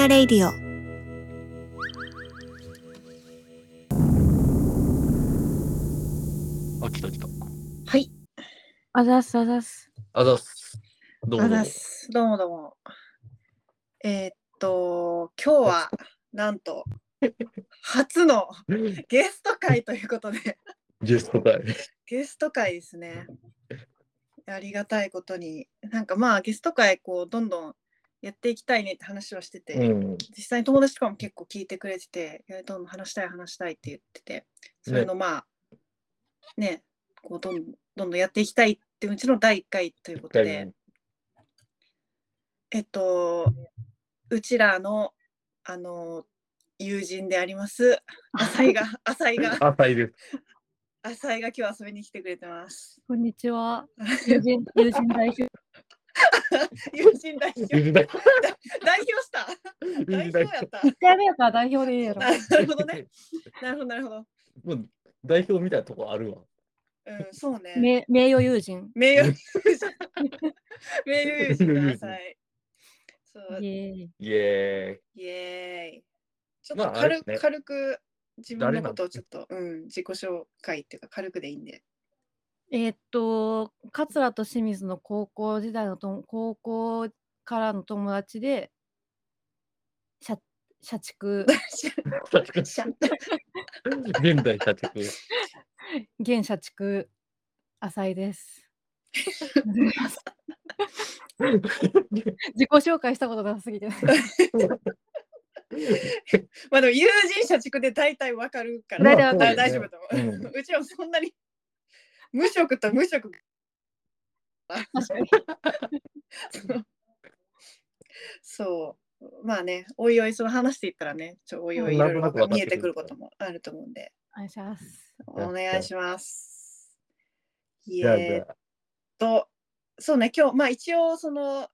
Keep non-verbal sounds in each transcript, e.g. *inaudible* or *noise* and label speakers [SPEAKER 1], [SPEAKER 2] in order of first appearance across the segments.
[SPEAKER 1] アレイディオ
[SPEAKER 2] あ、来た来た。
[SPEAKER 3] はい。
[SPEAKER 4] あざっすあざっす。
[SPEAKER 2] あざっす。どうも
[SPEAKER 3] あ
[SPEAKER 2] どう
[SPEAKER 3] ざ
[SPEAKER 2] も
[SPEAKER 3] っ。す。どうもどうも。えーっと、今日は、なんと、初のゲスト会ということで、
[SPEAKER 2] ゲスト会。
[SPEAKER 3] ゲスト会ですね。ありがたいことに、なんかまあ、ゲスト会、こう、どんどんやっていきたいねって話をしてて、
[SPEAKER 2] うん。
[SPEAKER 3] 実際に友達とかも結構聞いてくれてて、いやどんどん話したい話したいって言ってて、それのまあ、ね、こうどんどんどんどんやっていきたいっていううちの第1回ということで、えっと、うちらの、あの、友人であります、
[SPEAKER 2] *laughs*
[SPEAKER 3] 浅井が、浅井が、
[SPEAKER 2] 朝いです。
[SPEAKER 3] 浅井が今日遊びに来てくれてます。
[SPEAKER 4] こんにちは。友人友人代表。
[SPEAKER 3] *laughs* 友人代表、
[SPEAKER 2] ゆずだ。
[SPEAKER 3] 代表した
[SPEAKER 2] ゆ
[SPEAKER 3] 代
[SPEAKER 2] ず
[SPEAKER 3] 表
[SPEAKER 2] だ。
[SPEAKER 3] やった。
[SPEAKER 4] 一回目やから代表でいいやろ。
[SPEAKER 3] なるほど
[SPEAKER 2] *laughs*
[SPEAKER 3] ね。なるほど、なるほど。
[SPEAKER 2] もう代表みたいなとこあるわ。
[SPEAKER 3] うん、そうね。
[SPEAKER 4] 名名誉友人。
[SPEAKER 3] 名誉友人。名誉友人の浅井。そう、
[SPEAKER 4] イ
[SPEAKER 3] イ
[SPEAKER 4] エーイ
[SPEAKER 2] イエ
[SPEAKER 3] エーイ。ちょっ
[SPEAKER 2] ま
[SPEAKER 3] と
[SPEAKER 2] ああれで
[SPEAKER 3] 軽,、
[SPEAKER 2] すね
[SPEAKER 3] 軽く自分
[SPEAKER 2] 誰
[SPEAKER 3] の
[SPEAKER 2] な
[SPEAKER 3] こ
[SPEAKER 2] の
[SPEAKER 3] とをちょっと、うん、自己紹介っていうか軽くでいいんで。
[SPEAKER 2] *laughs*
[SPEAKER 4] えーっと桂と清水の高校時代のとも高校からの友達で社社畜
[SPEAKER 2] ーイ。現代社畜。
[SPEAKER 4] 現社畜浅
[SPEAKER 3] *laughs*
[SPEAKER 4] 井です。自己紹介したことなさすぎて。
[SPEAKER 3] まあでも友人社畜で大体わかるから、
[SPEAKER 4] 大体わか
[SPEAKER 3] あ
[SPEAKER 4] る
[SPEAKER 3] 大丈夫だと思う。うちはそんなに無職と無職
[SPEAKER 4] 確かに
[SPEAKER 3] そうまあねおいおいその話していったらねちょおいおいいろい
[SPEAKER 2] なんとな
[SPEAKER 3] ろ
[SPEAKER 2] く
[SPEAKER 3] 見えてくる
[SPEAKER 2] わかっ
[SPEAKER 3] こ
[SPEAKER 2] て
[SPEAKER 3] ともあると思うんで
[SPEAKER 4] お願いします。
[SPEAKER 3] お願いします。い
[SPEAKER 2] じゃあじ
[SPEAKER 3] えーっ
[SPEAKER 2] ゃあ。
[SPEAKER 3] とそうね今日まあ一応その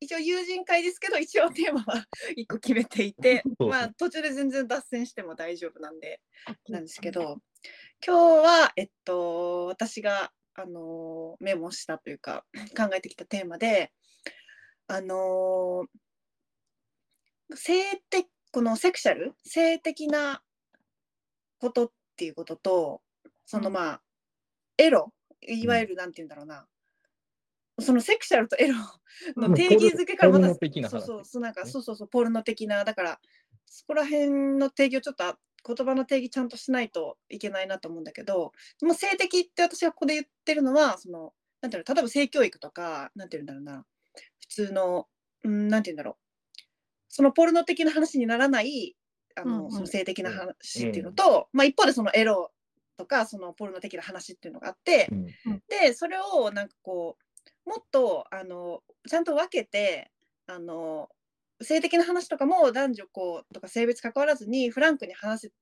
[SPEAKER 3] 一応友人会ですけど一応テーマは一個決めていて
[SPEAKER 2] *laughs* そう
[SPEAKER 3] まあ途中で全然脱線しても大丈夫なんでなんですけど今日はえっと私があのメモしたというか考えてきたテーマであの性的このセクシャル性的なことっていうこととそのまあエロいわゆるなんて言うんだろうな、そのセクシャルとエロの定義づけから
[SPEAKER 2] ポ
[SPEAKER 3] ま
[SPEAKER 2] ル
[SPEAKER 3] だ
[SPEAKER 2] ノ的な
[SPEAKER 3] そう
[SPEAKER 2] 話
[SPEAKER 3] そうそうなんか
[SPEAKER 2] ね
[SPEAKER 3] そうそうそうポルノ的なだからそこら辺の定義をちょっとあ言葉の定義ちゃんとしないといけないなと思うんだけどその性的って私がここで言ってるのはそのなんていうの例えば性教育とかなんていうんだろうな普通のうんなんていうんだろうそのポルノ的な話にならないあの、
[SPEAKER 4] うんうん
[SPEAKER 3] その性的な話っていうのと、まあ一方でそのエロとかそのポルノ的な話っていうのがあって、
[SPEAKER 2] うん
[SPEAKER 3] でそれをなんかこうもっとあのちゃんと分けてあの性的な話とかも男女こうとか性別関わらずにフランクに話せ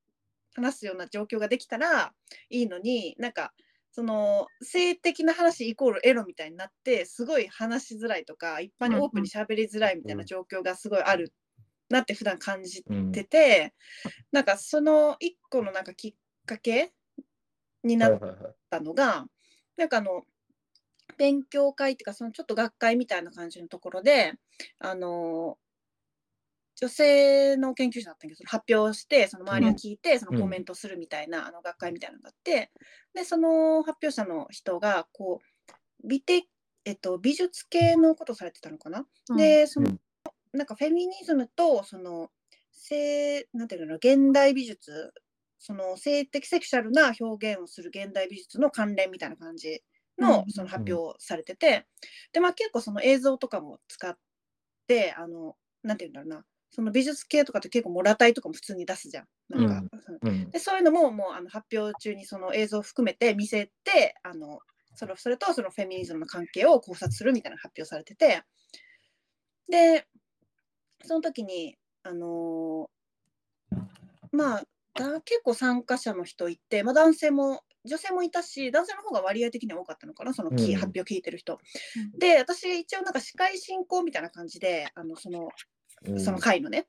[SPEAKER 3] 話すような状況ができたらいいのになんかその性的な話イコールエロみたいになってすごい話しづらいとか一般にオープンに喋りづらいみたいな状況がすごいあるなって普段感じ
[SPEAKER 2] うん
[SPEAKER 3] てて、なんかその一個のなんかきっかけにな
[SPEAKER 2] はい
[SPEAKER 3] っ
[SPEAKER 2] はいはい
[SPEAKER 3] ったのがなんかあの勉強会っていうかそのちょっと学会みたいな感じのところであの女性の研究者だったんだけどその発表してその周りが聞いて、そのコメントするみたいな、あの学会みたいなのがあってでその発表者の人がこう美的、えっと、美術系のことされてたのかな、
[SPEAKER 4] うん
[SPEAKER 3] でその、
[SPEAKER 2] うん
[SPEAKER 3] なんかフェミニズムとその性なんていうの現代美術その性的セクシャルな表現をする現代美術の関連みたいな感じの,、
[SPEAKER 4] うん
[SPEAKER 3] その発表をされてて、でまあ結構その映像とかも使ってあのなんていうんだろうなその美術系とかって結構モラタイとかも普通に出すじゃん。なんか、その
[SPEAKER 2] うん
[SPEAKER 3] でそういうのももうあの発表中にその映像を含めて見せてあのそれそれとそのフェミニズムの関係を考察するみたいなのが発表されててでその時にあのーまあだ結構参加者の人いて、まあ、男性も女性もいたし男性の方が割合的には多かったのかなその聞い
[SPEAKER 2] うん
[SPEAKER 3] 発表聞いてる人、
[SPEAKER 4] うん
[SPEAKER 3] で私一応なんか司会進行みたいな感じであのその
[SPEAKER 2] うん
[SPEAKER 3] その回のね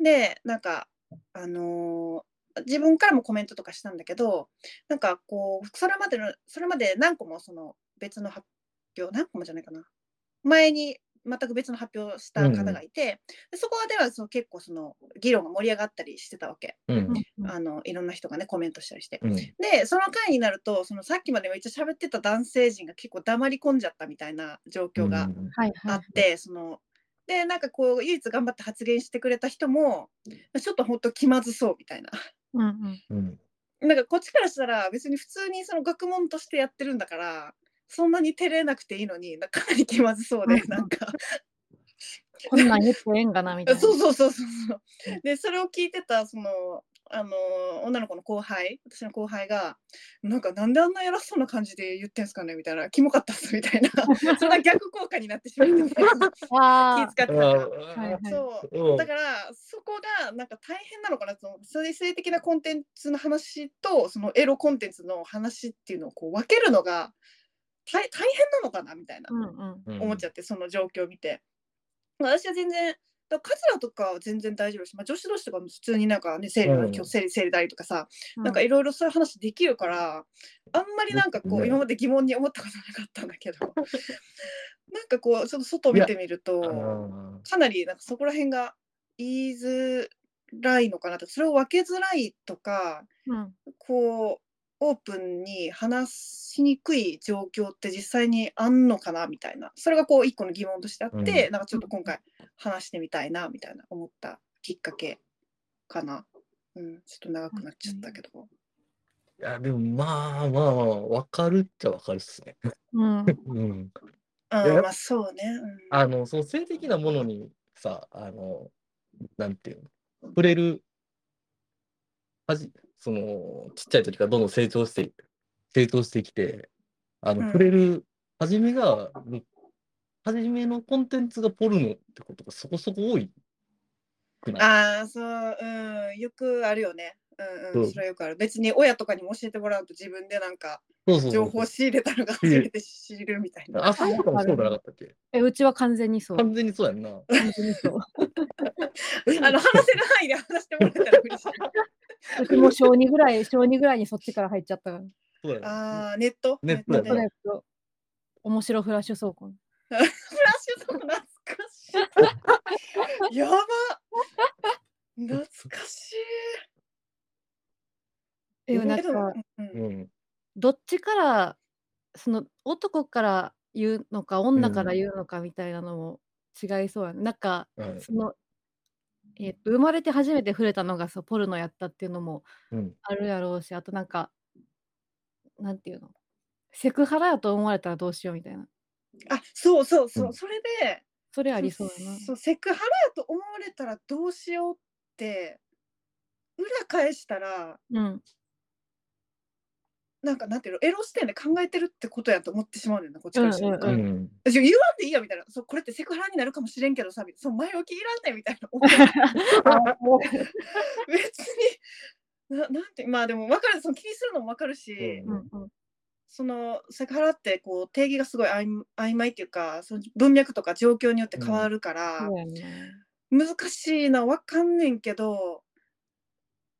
[SPEAKER 2] う。
[SPEAKER 3] でなんかあのー自分からもコメントとかしたんだけどなんかこうそれまでのそれまで何個もその別の発表何個もじゃないかな前に全く別の発表をした方がいて、でそこではその結構その議論が盛り上がったりしてたわけ、
[SPEAKER 2] うん
[SPEAKER 3] あのいろんな人がねコメントしたりして
[SPEAKER 2] うん
[SPEAKER 3] でその回になるとそのさっきまでめっちゃ喋ってた男性陣が結構黙り込んじゃったみたいな状況が
[SPEAKER 2] うん
[SPEAKER 4] はい
[SPEAKER 3] あ
[SPEAKER 4] は
[SPEAKER 3] っ
[SPEAKER 4] い。
[SPEAKER 3] て、そのでなんかこう唯一頑張って発言してくれた人もちょっと本当気まずそうみたいな *laughs*
[SPEAKER 4] うんうん
[SPEAKER 2] うん
[SPEAKER 3] なんかこっちからしたら別に普通にその学問としてやってるんだからそんなに照れなくていいのになかなり気まずそう
[SPEAKER 4] うん
[SPEAKER 3] で
[SPEAKER 4] うん
[SPEAKER 3] なんか
[SPEAKER 4] こんなん言ってええんかなみたい
[SPEAKER 3] *laughs*
[SPEAKER 4] な。
[SPEAKER 3] そうそうそうそうそうでそれを聞いてたそのあの女の子の後輩私の後輩がなんかなんであんな偉そうな感じで言ってんすかねみたいなキモかったっすみたいなそれが逆効果になってしまってて気
[SPEAKER 4] あ
[SPEAKER 3] 使
[SPEAKER 4] あ
[SPEAKER 3] ってた
[SPEAKER 2] あ
[SPEAKER 3] から。
[SPEAKER 4] はいはい
[SPEAKER 2] ー
[SPEAKER 3] そう
[SPEAKER 2] うん
[SPEAKER 3] だからそこがなんか大変なのかなと思うその性的なコンテンツの話とそのエロコンテンツの話っていうのをこう分けるのが大大変なのかなみたいな
[SPEAKER 4] うんうん。
[SPEAKER 2] うん
[SPEAKER 3] 思っちゃってその状況を見て私は全然だからカズラとかは全然大丈夫だし、まあ、女子同士とかも普通になんかね生理の
[SPEAKER 2] うん
[SPEAKER 3] 今日生理生理だりとかさ、なんか
[SPEAKER 4] う
[SPEAKER 3] いろいろそういう話できるからあんまりなんかこう、
[SPEAKER 2] ね
[SPEAKER 3] 今まで疑問に思ったことなかったんだけど *laughs* なんかこうちょっと外を見てみると。
[SPEAKER 2] あ
[SPEAKER 3] かなりなんかそこら辺が言いづらいのかなとそれを分けづらいとか
[SPEAKER 4] うん
[SPEAKER 3] こうオープンに話しにくい状況って実際にあんのかなみたいなそれがこう一個の疑問としてあって、
[SPEAKER 2] うん
[SPEAKER 3] なんかちょっと今回話してみたいなみたいな思ったきっかけかな、うん、ちょっと長くなっちゃったけど、
[SPEAKER 2] ーいやでもまあまあまあわかるっちゃわかるっすね。
[SPEAKER 4] うん
[SPEAKER 2] うん、
[SPEAKER 3] うん、まあそうね、うん、
[SPEAKER 2] あのその性的なものにさあのなんていうの触れるはじそのちっちゃい時からどんどん成長して成長してきてあ
[SPEAKER 3] うん
[SPEAKER 2] の触れる初めが、初めのコンテンツがポルノってことがそこそこ多いくない
[SPEAKER 3] ああそううんよくあるよねうんう
[SPEAKER 2] そ
[SPEAKER 3] ん
[SPEAKER 2] う
[SPEAKER 3] それはよくある別に親とかにも教えてもらうと自分でなんか
[SPEAKER 2] そうそうそう
[SPEAKER 3] 情報を仕入れたのが初めて知るみたいな。
[SPEAKER 2] あ、そうかもそうじゃなかったっけ
[SPEAKER 4] えうちは完全にそう。
[SPEAKER 2] 完全にそうやんな。
[SPEAKER 4] 完全にそう。
[SPEAKER 3] あの話せる範囲で話してもらえたら嬉し *laughs* い。
[SPEAKER 4] うちも小二ぐらい小二ぐらいにそっちから入っちゃったから。
[SPEAKER 2] そうやな。
[SPEAKER 3] ああ、ネット
[SPEAKER 2] ネットだね
[SPEAKER 3] で
[SPEAKER 4] そうですよ面白フラッシュ倉庫。
[SPEAKER 3] フラッシュと懐か *laughs* しい。やば懐かしい。
[SPEAKER 4] えなん
[SPEAKER 3] けど
[SPEAKER 4] か
[SPEAKER 3] うん
[SPEAKER 2] う
[SPEAKER 3] うん
[SPEAKER 2] ん。
[SPEAKER 4] どっちからその男から言うのか女から言うのかみたいなのも違いそうやね、なんか
[SPEAKER 2] はい
[SPEAKER 4] その、えっと生まれて初めて触れたのがそうポルノやったっていうのも
[SPEAKER 2] うん。
[SPEAKER 4] あるやろうしあとなんかなんていうのセクハラやと思われたらどうしようみたいな
[SPEAKER 3] あ、そうそう
[SPEAKER 2] う
[SPEAKER 3] そ
[SPEAKER 2] ん
[SPEAKER 3] う、それで。
[SPEAKER 4] それありそうやな
[SPEAKER 3] そうセクハラやと思われたらどうしようって裏返したら
[SPEAKER 4] うん
[SPEAKER 3] なんかなんていうのエロ視点で考えてるってことやと思ってしまうねんだよなこっちからしたら、
[SPEAKER 4] うん
[SPEAKER 2] う
[SPEAKER 4] うん
[SPEAKER 2] ん。
[SPEAKER 3] 私言わんでいいやみたいなそうこれってセクハラになるかもしれんけどさそう前置きいらんねんみたいな思う別にななんてまあでも分かるその気にするのも分かるし、
[SPEAKER 2] うん
[SPEAKER 4] うんうん
[SPEAKER 3] そのセクハラってこう定義がすごい曖曖昧っていうかその文脈とか状況によって変わるから、
[SPEAKER 4] そうやね
[SPEAKER 3] 難しいなわかんねんけど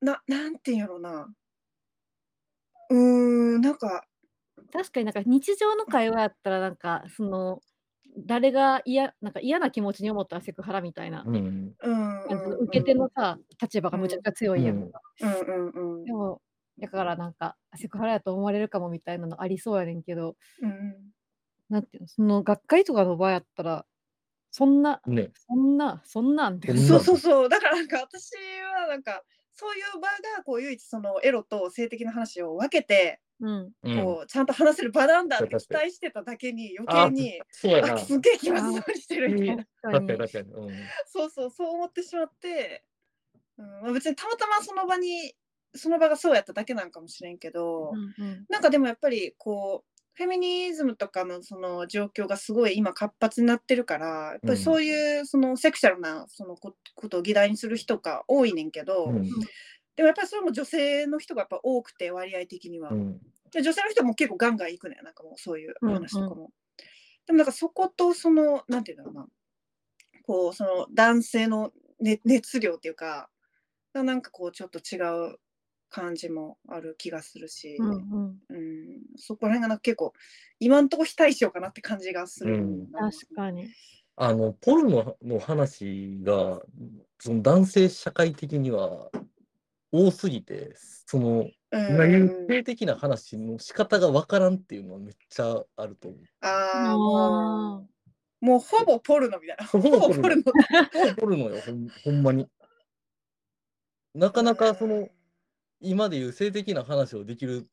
[SPEAKER 3] ななんていうんやろなうーんなんか
[SPEAKER 4] 確かになんか日常の会話やったらなんかその誰が嫌なんか嫌な気持ちに思ったらセクハラみたいな
[SPEAKER 2] うん。
[SPEAKER 3] うんうん
[SPEAKER 4] 感じの
[SPEAKER 3] うん
[SPEAKER 4] 受け手のさ、立場がむちゃくちゃ強いやんか、
[SPEAKER 3] うんうんうん
[SPEAKER 4] でもだからなんかセクハラやと思われるかもみたいなのありそうやねんけど
[SPEAKER 3] うん
[SPEAKER 4] なんていうのその学会とかの場やったらそんな
[SPEAKER 2] ね。
[SPEAKER 4] そんなそんなんって
[SPEAKER 2] そんな
[SPEAKER 3] そうそうそうだからなんか私はなんかそういう場がこう唯一そのエロと性的な話を分けて
[SPEAKER 4] うん
[SPEAKER 2] うん
[SPEAKER 3] こうちゃんと話せる場なんだって
[SPEAKER 2] 確
[SPEAKER 3] 期
[SPEAKER 2] か
[SPEAKER 3] 待してただけに
[SPEAKER 2] あ
[SPEAKER 3] 余計に
[SPEAKER 2] そうやな。
[SPEAKER 3] あ
[SPEAKER 2] 確
[SPEAKER 3] すっげえ気まずそうにしてるみたいな
[SPEAKER 4] 確か
[SPEAKER 2] かに
[SPEAKER 4] に
[SPEAKER 2] 確かに。うん。
[SPEAKER 3] そうそうそう思ってしまって、うんまあ、別にたまたまその場にその場がそうやっただけなんかもしれんけど、
[SPEAKER 4] うんうん
[SPEAKER 3] なんかでもやっぱりこうフェミニズムとかのその状況がすごい今活発になってるからやっぱりそういうそのセクシャルなそのこことを議題にする人が多いねんけど、
[SPEAKER 2] うん
[SPEAKER 3] でもやっぱりそれも女性の人がやっぱ多くて割合的には、
[SPEAKER 2] うん。
[SPEAKER 3] で女性の人も結構ガンガン行くねなんかもうそういう話とかも、
[SPEAKER 4] う
[SPEAKER 3] でもなんかそことそのなんていうんだろうなこうその男性の、ね、熱量っていうかがなんかこうちょっと違う感じもある気がするし、
[SPEAKER 4] うんうん
[SPEAKER 3] うんそこら辺がなんか結構今んとこ非対称かなって感じがする、
[SPEAKER 2] うん
[SPEAKER 3] なんか
[SPEAKER 4] 確かに
[SPEAKER 2] あの、ポルノの話が、その男性社会的には多すぎて、その、
[SPEAKER 3] うん
[SPEAKER 2] 年齢的な話の仕方がわからんっていうのはめっちゃあると思う。
[SPEAKER 3] ああ、も
[SPEAKER 4] あ
[SPEAKER 3] う、もうほぼポルノみたいな。
[SPEAKER 2] ほ
[SPEAKER 3] ほ
[SPEAKER 2] ぼ
[SPEAKER 3] ぼ
[SPEAKER 2] ポ
[SPEAKER 3] ポ
[SPEAKER 2] ルノ
[SPEAKER 3] ルノ。
[SPEAKER 2] ポルノよ、ほんほんまに。なかなかその、今でいう性的な話をできる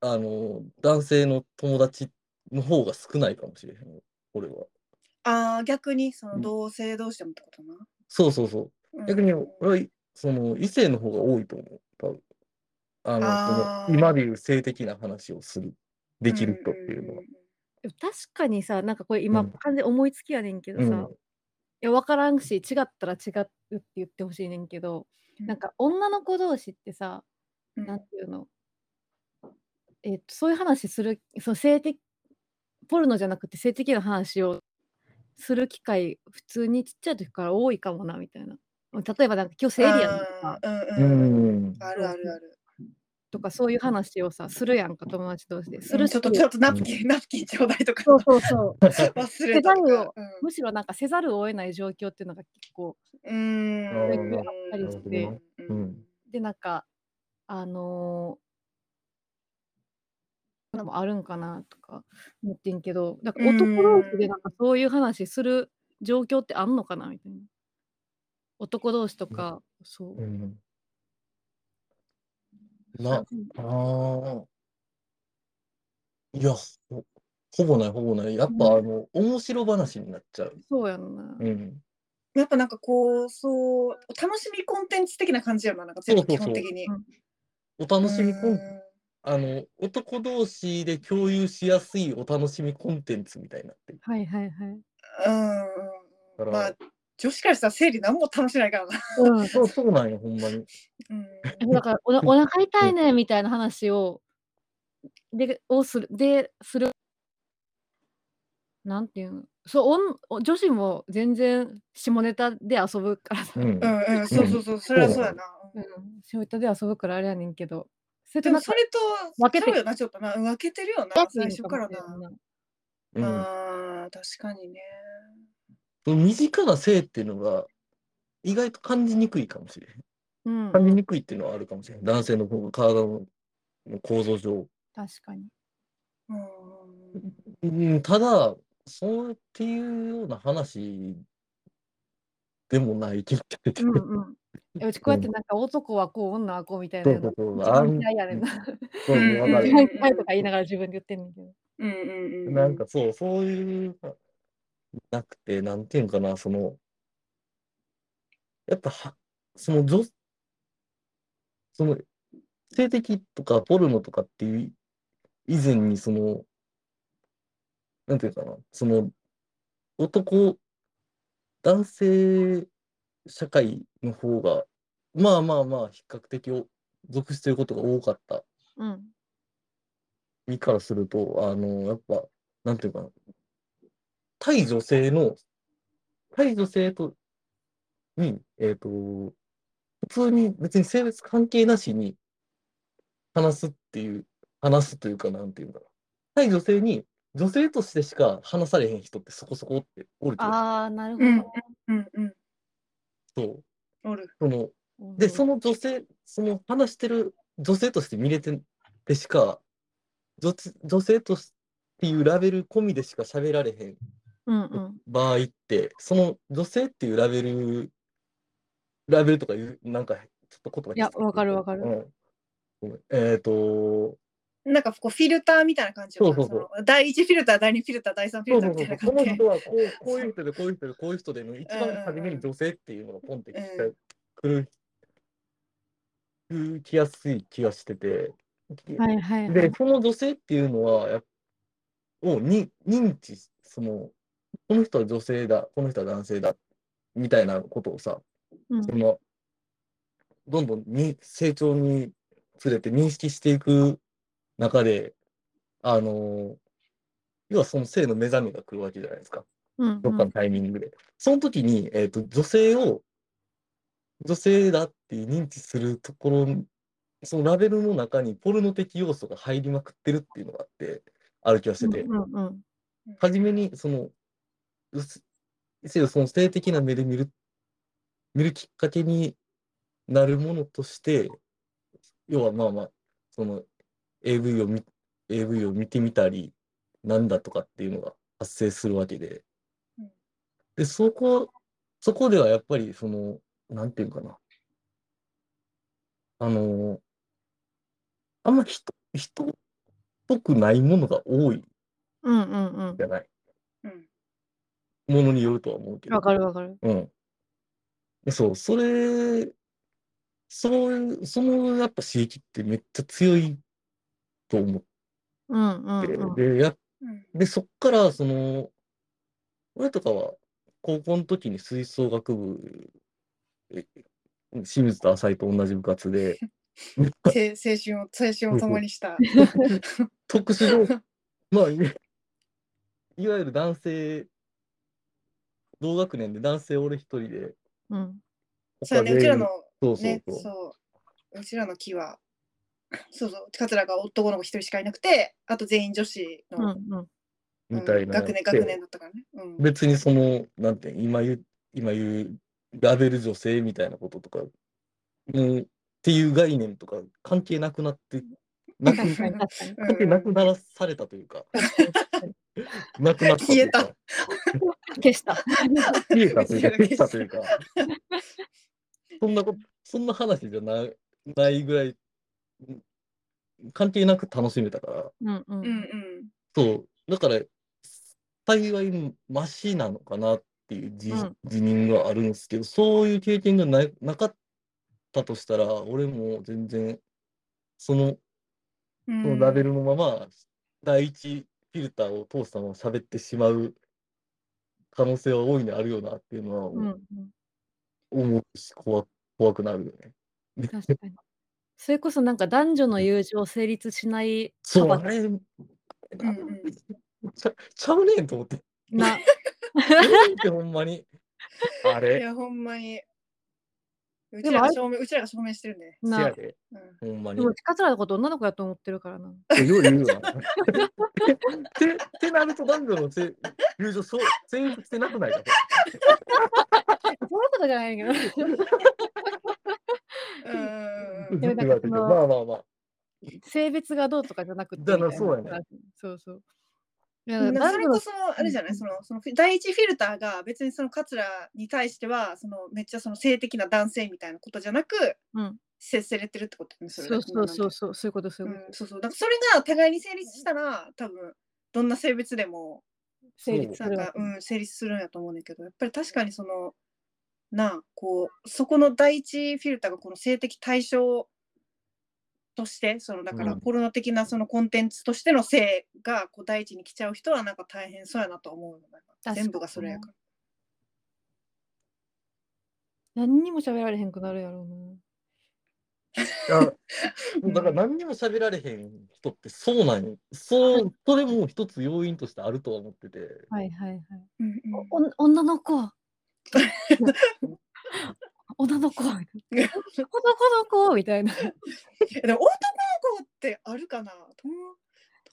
[SPEAKER 2] あの男性の友達の方が少ないかもしれへん俺は
[SPEAKER 3] ああ、逆に、その
[SPEAKER 2] うん
[SPEAKER 3] 同性同士でもってことな。
[SPEAKER 2] そうそうそう
[SPEAKER 3] うん
[SPEAKER 2] 逆に俺はその異性の方が多いと思う多分あの
[SPEAKER 3] あー
[SPEAKER 2] その今でいう性的な話をするできる人っていうのは、
[SPEAKER 4] でも確かにさなんかこれ
[SPEAKER 2] う
[SPEAKER 4] 今
[SPEAKER 2] ん
[SPEAKER 4] 完全に思いつきやねんけどさ、
[SPEAKER 2] うん
[SPEAKER 4] いや分からんし違ったら違うって言ってほしいねんけど、
[SPEAKER 3] うん
[SPEAKER 4] なんか女の子同士ってさ、
[SPEAKER 3] うん
[SPEAKER 4] なんていうの、えっとそういう話するそう性的ポルノじゃなくて性的な話をする機会普通にちっちゃい時から多いかもなみたいな例えばなんか今日生理やんと
[SPEAKER 3] あ
[SPEAKER 4] か
[SPEAKER 2] う
[SPEAKER 3] ーうんうんうん。
[SPEAKER 2] ん
[SPEAKER 3] あるあるある。
[SPEAKER 4] とかそういう話をさするやんか友達同士です
[SPEAKER 3] う
[SPEAKER 4] る
[SPEAKER 3] ん
[SPEAKER 4] し、
[SPEAKER 3] ちょっと、ちょっとナプキン、ナプキンちょうだいとか。
[SPEAKER 4] そうそうそう
[SPEAKER 3] 忘れたと
[SPEAKER 4] 手紙
[SPEAKER 3] か。
[SPEAKER 4] を *laughs* むしろなんかせざるを得ない状況っていうのが結構
[SPEAKER 3] うん。
[SPEAKER 2] あー
[SPEAKER 3] うん
[SPEAKER 2] あ
[SPEAKER 4] ったりして
[SPEAKER 2] う
[SPEAKER 3] うんん。
[SPEAKER 4] でなんかあのー、のもあるんかなとか思ってんけどなんか男同士でなんかそういう話する状況ってあんのかなみたいな男同士とか、そうう、
[SPEAKER 2] んなあーいやほほぼないほぼないやっぱ、あの面白話になっちゃう、
[SPEAKER 4] そうやんな、
[SPEAKER 2] うん、
[SPEAKER 3] やっぱなんかこう、そう、楽しみコンテンツ的な感じやな、なんか全部
[SPEAKER 2] そうそ
[SPEAKER 3] 基
[SPEAKER 2] うそう
[SPEAKER 3] 本的に。
[SPEAKER 2] お楽しみコン
[SPEAKER 3] うん
[SPEAKER 2] あの男同士で共有しやすいお楽しみコンテンツみたいになってる
[SPEAKER 4] はいはいはい、
[SPEAKER 2] だか
[SPEAKER 3] うん。
[SPEAKER 2] ら
[SPEAKER 3] まあ、女子からしたら生理何も楽しないからな。
[SPEAKER 4] うん
[SPEAKER 2] そうそうなんよほんまに
[SPEAKER 3] うん
[SPEAKER 4] えだからおなお腹痛いねみたいな話をでをするでするなんていうのそうおん女子も全然下ネタで遊ぶからさ、
[SPEAKER 2] うん、
[SPEAKER 3] うんうん、そうそうそう、それはそうやな。
[SPEAKER 4] うん、下ネタで遊ぶからあれやねんけどそれ
[SPEAKER 3] で
[SPEAKER 4] とな
[SPEAKER 3] も
[SPEAKER 4] んか
[SPEAKER 3] それと
[SPEAKER 4] 分け
[SPEAKER 3] ち
[SPEAKER 4] て
[SPEAKER 3] ゃうよな、ちょっとな。うん分けてるよな、最初からな。
[SPEAKER 2] うん
[SPEAKER 3] ああ、確かにね。
[SPEAKER 2] 身近な性っていうのが意外と感じにくいかもしれへん
[SPEAKER 4] うん、
[SPEAKER 2] 感じにくいっていうのはあるかもしれない男性の方が体の構造上、
[SPEAKER 4] 確かに
[SPEAKER 3] うん
[SPEAKER 2] うん、ただそうっていうような話でもない気がしてて、
[SPEAKER 4] うんうんえうちこうやってなんか男はこう女はこうみたい
[SPEAKER 2] そ
[SPEAKER 4] な
[SPEAKER 2] う
[SPEAKER 4] の
[SPEAKER 2] そうそう
[SPEAKER 4] 一
[SPEAKER 2] あ
[SPEAKER 4] 番
[SPEAKER 2] ん
[SPEAKER 4] 嫌いやねんな
[SPEAKER 2] そうそうわかる
[SPEAKER 4] 一
[SPEAKER 3] うん
[SPEAKER 4] 番嫌いとか言いながら自分で言ってんねんけど
[SPEAKER 3] うんうんうん。
[SPEAKER 2] なんかそう、そういうのがなくて、なんていうんかな、その、やっぱは、その女、その、性的とかポルノとかっていう以前に、その、なんていうかな、その、男、男性社会の方が、まあまあまあ、比較的お属していることが多かった
[SPEAKER 4] うん
[SPEAKER 2] 身からすると、あの、やっぱ、なんていうかな、対女性の、対女性と、に、えっ、と、普通に別に性別関係なしに話すっていう、話すというか、なんていうんだろう。対女性に、女性としてしか話されへん人ってそこそこっておるけど、
[SPEAKER 4] ああなるほ
[SPEAKER 3] う
[SPEAKER 4] ど、
[SPEAKER 3] んうんうん。
[SPEAKER 2] そう。
[SPEAKER 3] おる。
[SPEAKER 2] その、で、そ
[SPEAKER 4] の
[SPEAKER 2] の女性、その話してる女性として見れてでしか、女女性としっていうラベル込みでしか喋られへん
[SPEAKER 4] うんうん
[SPEAKER 2] 場合って、その女性っていうラベル、ラベルとかいう、なんか、ちょっと言葉
[SPEAKER 4] いや
[SPEAKER 2] きつけ
[SPEAKER 4] わかるわかる
[SPEAKER 2] うんごめんえっ、と、
[SPEAKER 3] なんかこうフィルターみたいな感じよな
[SPEAKER 2] そうそうそう
[SPEAKER 3] の第1フィルター、第2フィルター、第3フィ
[SPEAKER 2] そう
[SPEAKER 3] ル
[SPEAKER 2] そう
[SPEAKER 3] ターみたい
[SPEAKER 2] そうこ
[SPEAKER 3] な感
[SPEAKER 2] の
[SPEAKER 3] じ
[SPEAKER 2] 人はこうこういう人で、こういう人で、こういう人での、一番初めに女性っていうのがポンってきた
[SPEAKER 3] うん
[SPEAKER 2] くる、くるきやすい気がしてて、
[SPEAKER 4] はいはいはい
[SPEAKER 2] で、その女性っていうのは、やっをに認知し、その、この人は女性だ、この人は男性だ、みたいなことをさ、
[SPEAKER 4] うん
[SPEAKER 2] その、どんどんに成長につれて認識していく中で、あの、要はその性の目覚めが来るわけじゃないですか。
[SPEAKER 4] うん
[SPEAKER 2] どっかのタイミングで。その時に、えっ、と、女性を、女性だって認知するところ、そのラベルの中にポルノ的要素が入りまくってるっていうのがあって、ある気がしてて、
[SPEAKER 4] うんうん
[SPEAKER 2] 初めに、その、うす一応その性的な目で見る、見るきっかけになるものとして、要はまあまあ、その AV を見、AV を見てみたり、なんだとかっていうのが発生するわけで
[SPEAKER 3] うん。
[SPEAKER 2] で、そこ、そこではやっぱりその、なんていうかな。あの、あんま人、人っぽくないものが多い
[SPEAKER 4] うんうん
[SPEAKER 2] じゃない
[SPEAKER 3] うん
[SPEAKER 2] ものによるとは思うけ
[SPEAKER 4] うん。
[SPEAKER 2] ど
[SPEAKER 4] わ。かるわかる。
[SPEAKER 2] うん。そう、それ、そういう、そのやっぱ刺激ってめっちゃ強いと思っ
[SPEAKER 4] うんうん、
[SPEAKER 2] て、
[SPEAKER 4] うん。
[SPEAKER 2] で、や、
[SPEAKER 3] うん
[SPEAKER 2] で、そっから、その、俺とかは高校の時に吹奏楽部、え清水と浅井と同じ部活
[SPEAKER 3] *laughs*
[SPEAKER 2] で、
[SPEAKER 3] せ青春を青春を共にした。
[SPEAKER 2] 特殊の、まあ、いいわゆる男性、同学年で男性俺一人で、
[SPEAKER 4] うん。
[SPEAKER 3] *laughs* そうやねうちらの
[SPEAKER 2] そうそう
[SPEAKER 3] ね
[SPEAKER 2] そう。
[SPEAKER 3] そううちらの木はそうそう桂が男の子一人しかいなくてあと全員女子
[SPEAKER 4] うん
[SPEAKER 3] の、
[SPEAKER 4] うん。
[SPEAKER 3] うん
[SPEAKER 2] みたいなのやっ
[SPEAKER 3] 学
[SPEAKER 2] て。
[SPEAKER 3] 年学年だったからね。うん
[SPEAKER 2] 別にその、なんて今言う、今言う、ラベル女性みたいなこととか、うん、っていう概念とか関係なくなって、なく、
[SPEAKER 3] 確かに
[SPEAKER 4] 確かに。
[SPEAKER 3] うん
[SPEAKER 2] 関係なくならされたという
[SPEAKER 3] *laughs*
[SPEAKER 2] か、なくなったというか、
[SPEAKER 4] 消した。
[SPEAKER 2] 消えたというか、
[SPEAKER 3] *laughs* 消
[SPEAKER 2] 消
[SPEAKER 3] え
[SPEAKER 2] したたというか、そんなこと、そんな話じゃないないぐらい、うん関係なく楽しめたから、
[SPEAKER 4] うんう。
[SPEAKER 3] うんうんん
[SPEAKER 2] そう、だから、幸いマシなのかなっていう自,、
[SPEAKER 4] うん
[SPEAKER 2] 自認があるんですけど、そういう経験がななかったとしたら、俺も全然、その
[SPEAKER 3] う
[SPEAKER 2] そ
[SPEAKER 3] ん
[SPEAKER 2] のラベルのまま、第一フィルターを通したまま喋ってしまう可能性は大いにあるよなっていうのは
[SPEAKER 4] うん
[SPEAKER 2] 思
[SPEAKER 4] うん。
[SPEAKER 2] うし、怖怖くなるよね。
[SPEAKER 4] 確かに。それこそなんか男女の友情成立しない
[SPEAKER 2] そう、
[SPEAKER 4] 派
[SPEAKER 2] あれ、
[SPEAKER 3] うんうん
[SPEAKER 2] ちゃちゃうねんと思
[SPEAKER 4] *laughs*
[SPEAKER 2] って、
[SPEAKER 4] 閥な。
[SPEAKER 2] ちゃうねんってほんまに。あ
[SPEAKER 3] い
[SPEAKER 2] れ、
[SPEAKER 3] やほんまにう
[SPEAKER 4] で
[SPEAKER 3] ち
[SPEAKER 4] も
[SPEAKER 3] ら
[SPEAKER 4] あ
[SPEAKER 3] が
[SPEAKER 4] れ
[SPEAKER 3] 証明うちらが証明してるね。
[SPEAKER 2] せや
[SPEAKER 4] な。
[SPEAKER 2] で、
[SPEAKER 3] うん
[SPEAKER 2] ほんま
[SPEAKER 4] で
[SPEAKER 2] に。
[SPEAKER 4] も、近づらのこと女の子だと思ってるからな。
[SPEAKER 2] いやよう言うわ。て、ててなると男女のせ友情そう成立してなくないかと。
[SPEAKER 4] そういうことじゃないけど。
[SPEAKER 3] うんうん
[SPEAKER 2] *laughs*
[SPEAKER 3] うん
[SPEAKER 4] でもなんかその
[SPEAKER 2] まあまあまあ。
[SPEAKER 4] 性別がどうとかじゃなくて。
[SPEAKER 2] だから
[SPEAKER 4] みたいな
[SPEAKER 2] そうやね。
[SPEAKER 4] そうそう。い
[SPEAKER 3] うん
[SPEAKER 4] や、
[SPEAKER 3] でもそ
[SPEAKER 4] 男
[SPEAKER 3] れ
[SPEAKER 4] 女の
[SPEAKER 3] こそあれじゃないそのその第一フィルターが別にその桂に対してはそのめっちゃその性的な男性みたいなことじゃなく
[SPEAKER 4] うん。
[SPEAKER 3] 接せれてるってことねそれ
[SPEAKER 4] そうそうそうそう、そういうこと、そうういううんこと。
[SPEAKER 3] そうそうだからそれが互いに成立したら多分どんな性別でも
[SPEAKER 4] 成立す
[SPEAKER 3] なん
[SPEAKER 4] る
[SPEAKER 3] か
[SPEAKER 4] わ、
[SPEAKER 3] うん、成立するんやと思うねんだけどやっぱり確かにそのなあこうそこの第一フィルターがこの性的対象としてそのだから
[SPEAKER 2] うん
[SPEAKER 3] ポルノ的なそのコンテンツとしての性がこう第一に来ちゃう人はなんか大変そうやなと思うよね
[SPEAKER 4] かに
[SPEAKER 3] 全部がそれやから。
[SPEAKER 4] 何にも喋られへんくなるやろう
[SPEAKER 2] あ
[SPEAKER 3] うん
[SPEAKER 2] だから何にも喋られへん人ってそうなんよ。そう、それも一つ要因としてあるとは思ってて。
[SPEAKER 4] な。はいはいはい。
[SPEAKER 3] うんうん
[SPEAKER 4] おん女の *laughs* 子女の子男の子みたいな。
[SPEAKER 3] えでも男の子ってあるかな友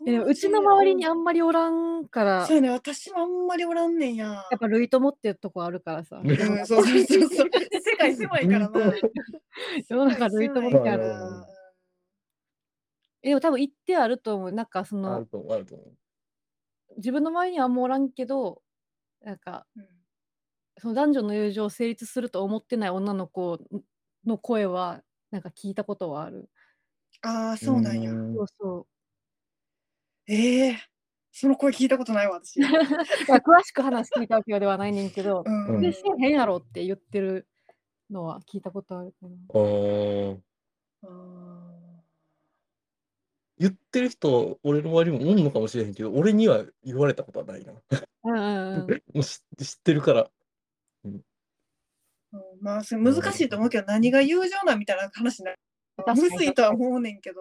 [SPEAKER 4] いやでも
[SPEAKER 3] 友
[SPEAKER 4] う
[SPEAKER 3] 達
[SPEAKER 4] ちの周りにあんまりおらんから
[SPEAKER 3] そう、やね私もあんまりおらんねんや。
[SPEAKER 4] やっぱ類友っていうとこあるからさ。
[SPEAKER 2] うん
[SPEAKER 3] うん、そうそうそう
[SPEAKER 4] *laughs*
[SPEAKER 3] そう。世界狭いからな。
[SPEAKER 4] 世の中類友
[SPEAKER 3] 世界
[SPEAKER 4] っ
[SPEAKER 3] 狭
[SPEAKER 4] て
[SPEAKER 3] いか
[SPEAKER 4] ある。
[SPEAKER 3] ら
[SPEAKER 2] うん
[SPEAKER 4] えでも多分言ってあると思う。なんかそ
[SPEAKER 2] ある
[SPEAKER 4] の
[SPEAKER 2] と思う、あると思う。
[SPEAKER 4] 自分の周りにはあんまおらんけど、なんか
[SPEAKER 3] うん
[SPEAKER 4] その男女の友情を成立すると思ってない女の子の声はなんか聞いたことはある。
[SPEAKER 3] ああ、そうなんや。
[SPEAKER 4] そうそう。
[SPEAKER 3] ええその声聞いたことないわ、私。うん
[SPEAKER 4] まあ詳しく話聞いたわけではないねんけど、
[SPEAKER 2] うん
[SPEAKER 4] でせえへんやろって言ってるのは聞いたことあるかな。
[SPEAKER 2] ああ。
[SPEAKER 3] あー
[SPEAKER 2] 言ってる人、俺の周りもおんのかもしれへんけど、俺には言われたことはないな。 *laughs* も
[SPEAKER 4] うんうんうん。
[SPEAKER 2] う知知ってるから。
[SPEAKER 3] うんまあ、それ難しいと思うけど、何が友情なんみたいな話になる。む
[SPEAKER 4] 確かに
[SPEAKER 3] ずいとは思うねんけど。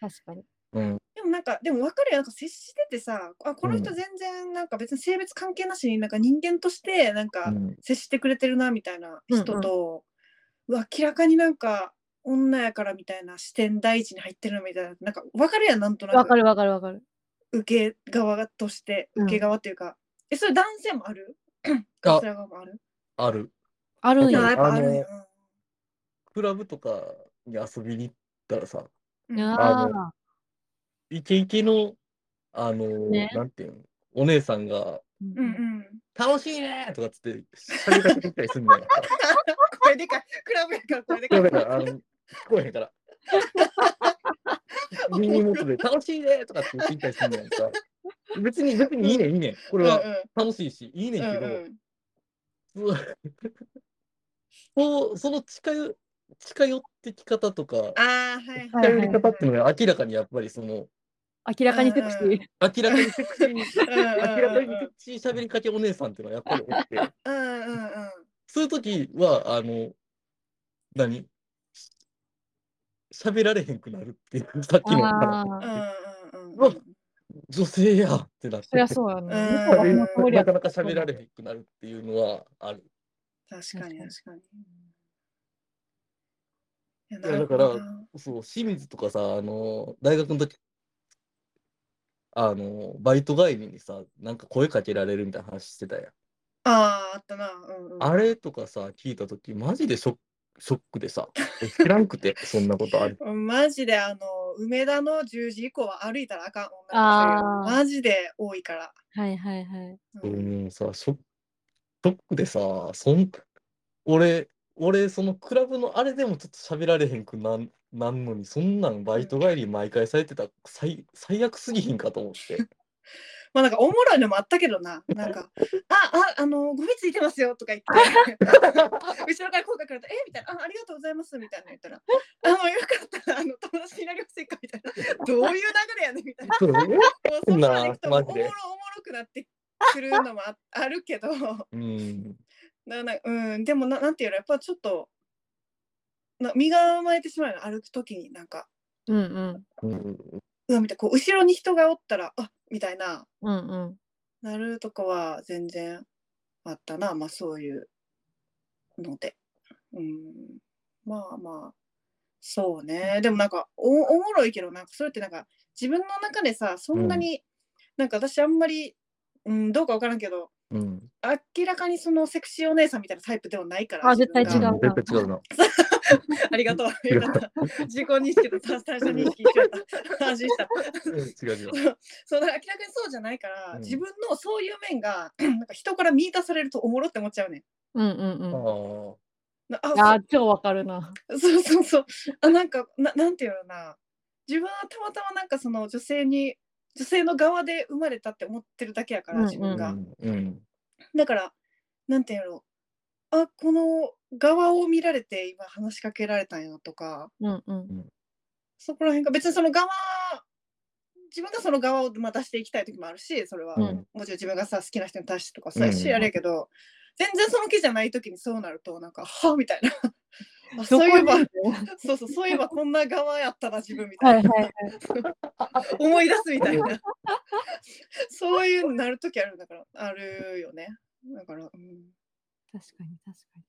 [SPEAKER 4] 確かに。
[SPEAKER 2] うん。
[SPEAKER 3] でもなんか、でも分かるよ。なんか接しててさ、あ、この人
[SPEAKER 2] うん
[SPEAKER 3] 全然なんか別に性別関係なしになんか人間としてなんか
[SPEAKER 2] うん
[SPEAKER 3] 接してくれてるなみたいな人と、うわ明らかになんか女やからみたいな視点第一に入ってるみたいななんか分かるやんなんとな
[SPEAKER 4] わか
[SPEAKER 3] く
[SPEAKER 4] るわかるわかる。
[SPEAKER 3] 受け側として
[SPEAKER 4] うん
[SPEAKER 3] 受け側というか、えそれ男性もある
[SPEAKER 2] あ
[SPEAKER 3] それがある
[SPEAKER 2] ある。
[SPEAKER 4] あるん
[SPEAKER 3] いや
[SPEAKER 2] あ
[SPEAKER 4] や。
[SPEAKER 3] やっぱあるんや
[SPEAKER 2] クラブとかに遊びに行ったらさ、
[SPEAKER 3] うん
[SPEAKER 4] あー
[SPEAKER 2] イケイケの、あのー
[SPEAKER 4] ね
[SPEAKER 2] なんていうの、お姉さんが、
[SPEAKER 3] うんうん。
[SPEAKER 2] 楽しいねーとかっつって、喋りかけてきたりすんの
[SPEAKER 3] *laughs*
[SPEAKER 2] よ。
[SPEAKER 3] 声でかい。クラブやから声でか
[SPEAKER 2] だ
[SPEAKER 3] い。
[SPEAKER 2] から、あの、聞こえへん
[SPEAKER 3] *laughs*
[SPEAKER 2] から。耳元で楽しいねーとかって言ってきたりすんのよ。別に、別にいいねん、いいねん。これは楽しいし、いいねんけど、そうそうその近寄近寄ってき方とか、
[SPEAKER 3] ああ、はい
[SPEAKER 4] は
[SPEAKER 3] はいい。
[SPEAKER 2] 近寄り方っていうのは明らかにやっぱりその、
[SPEAKER 4] 明らかにセクシ
[SPEAKER 3] うん
[SPEAKER 4] ー。
[SPEAKER 2] 明らかにセクシーに、
[SPEAKER 3] うん
[SPEAKER 2] 明らかにセクシー喋りかけお姉さんっていうのはやっぱり
[SPEAKER 4] *laughs*
[SPEAKER 2] おって、
[SPEAKER 3] うんうんうん。
[SPEAKER 2] そういう時は、あの、何喋られへんくなるっていう、さっきの
[SPEAKER 4] あ
[SPEAKER 3] う
[SPEAKER 4] あ。
[SPEAKER 3] ん
[SPEAKER 2] うわ女性やってなって、
[SPEAKER 4] そりゃそうやね。
[SPEAKER 3] うん
[SPEAKER 4] 向こうが思う通りや
[SPEAKER 2] なかなか喋られへんくなるっていうのはある。
[SPEAKER 3] 確かに確かに。いや
[SPEAKER 2] いやだからそう、清水とかさ、あの、大学の時、あの、バイト帰りにさ、なんか声かけられるみたいな話してたやん。
[SPEAKER 3] ああー、あったな。うんうん、
[SPEAKER 2] あれとかさ、聞いた時、マジでショックショックでさ、え知らんくて、そんなことある。
[SPEAKER 3] マジであの梅田の10時以降は歩いたらあかん女の
[SPEAKER 4] あ
[SPEAKER 3] 人
[SPEAKER 4] ー
[SPEAKER 3] マジで多いから。
[SPEAKER 4] はいはいはい。
[SPEAKER 3] う
[SPEAKER 2] うんん、さ、ショックショックでさ、そん、俺、俺、そのクラブのあれでもちょっと喋られへんくなん、なんのに、そんなんバイト帰り毎回されてたら最、最悪すぎひんかと思って。
[SPEAKER 3] まあなんかおもろいのもあったけ
[SPEAKER 2] *laughs*
[SPEAKER 3] どな、なんか、あ、あ、あの、ゴミついてますよとか言って、
[SPEAKER 2] *laughs*
[SPEAKER 3] 後ろから声かけられて、えみたいな、あ、ありがとうございますみたいな言ったら、あの、よかったら、あの、友達になりませんかみたいな、どういう流れやねんみたいな。
[SPEAKER 2] そう
[SPEAKER 3] もうそんなの行くともう
[SPEAKER 2] なマ
[SPEAKER 3] おも
[SPEAKER 2] ジで
[SPEAKER 3] ろおもろくなってくるのもああるけど、
[SPEAKER 2] うん、
[SPEAKER 3] ななうん、でもな、なんていうの、やっぱちょっと、な身構えてしまうの、歩くときになんか、
[SPEAKER 4] うんうん。
[SPEAKER 2] うん、
[SPEAKER 3] うわ、みたいな、こう、後ろに人がおったら、あみたいな、
[SPEAKER 4] うんうん。
[SPEAKER 3] なるとかは全然あったなまあそういうのでうんまあまあそうねでもなんかおおもろいけどなんかそれってなんか自分の中でさそんなに、なんか私あんまり、うん、どうか分からんけど
[SPEAKER 2] うん。
[SPEAKER 3] 明らかにそのセクシーお姉さんみたいなタイプではないから
[SPEAKER 4] あ絶対
[SPEAKER 3] 自分が
[SPEAKER 4] 違
[SPEAKER 2] 絶対違う
[SPEAKER 4] うな
[SPEAKER 2] な。
[SPEAKER 3] ありが
[SPEAKER 4] *laughs*
[SPEAKER 3] とうよかった自己認識と単単純認識一緒だ
[SPEAKER 4] *laughs*
[SPEAKER 3] った安心した
[SPEAKER 2] うん違う違う。
[SPEAKER 3] そうだから明らかにそうじゃないから、
[SPEAKER 2] うん
[SPEAKER 3] 自分のそういう面が *clears throat* なんか人から見出されるとおもろって思っちゃうね
[SPEAKER 4] うんうんうん。
[SPEAKER 2] あ
[SPEAKER 3] んな
[SPEAKER 4] あ
[SPEAKER 3] あ
[SPEAKER 4] あ、超わかるな。
[SPEAKER 3] そうそうそうそうあなんかななんていうのかな自分はたまたまなんかその女性に女性の側で生まれたって思ってるだけやから
[SPEAKER 4] うんうん
[SPEAKER 3] 自分
[SPEAKER 2] あ、
[SPEAKER 3] が、
[SPEAKER 2] うん、うん、
[SPEAKER 3] だからなんていうのあこの側を見られて今話しかけられたんやとか
[SPEAKER 4] うんうん。
[SPEAKER 3] そこら辺が別にその側自分がその側をまあ出していきたい時もあるしそれは、
[SPEAKER 2] うんん、
[SPEAKER 3] もちろん自分がさ好きな人に対してとかそうやし、
[SPEAKER 2] うん
[SPEAKER 3] あれやけど全然その気じゃない時にそうなるとなんかはみたいなあ
[SPEAKER 4] ど
[SPEAKER 3] *laughs* そ
[SPEAKER 4] こ
[SPEAKER 3] ういえば
[SPEAKER 4] に
[SPEAKER 3] そうそうそういえばこんな側やったな自分みた
[SPEAKER 4] はいい
[SPEAKER 3] な、
[SPEAKER 4] はいはい。
[SPEAKER 3] *laughs* 思い出すみたいなそういうのなる時あるんだからあるよねだから、うん、
[SPEAKER 4] 確かに確かに。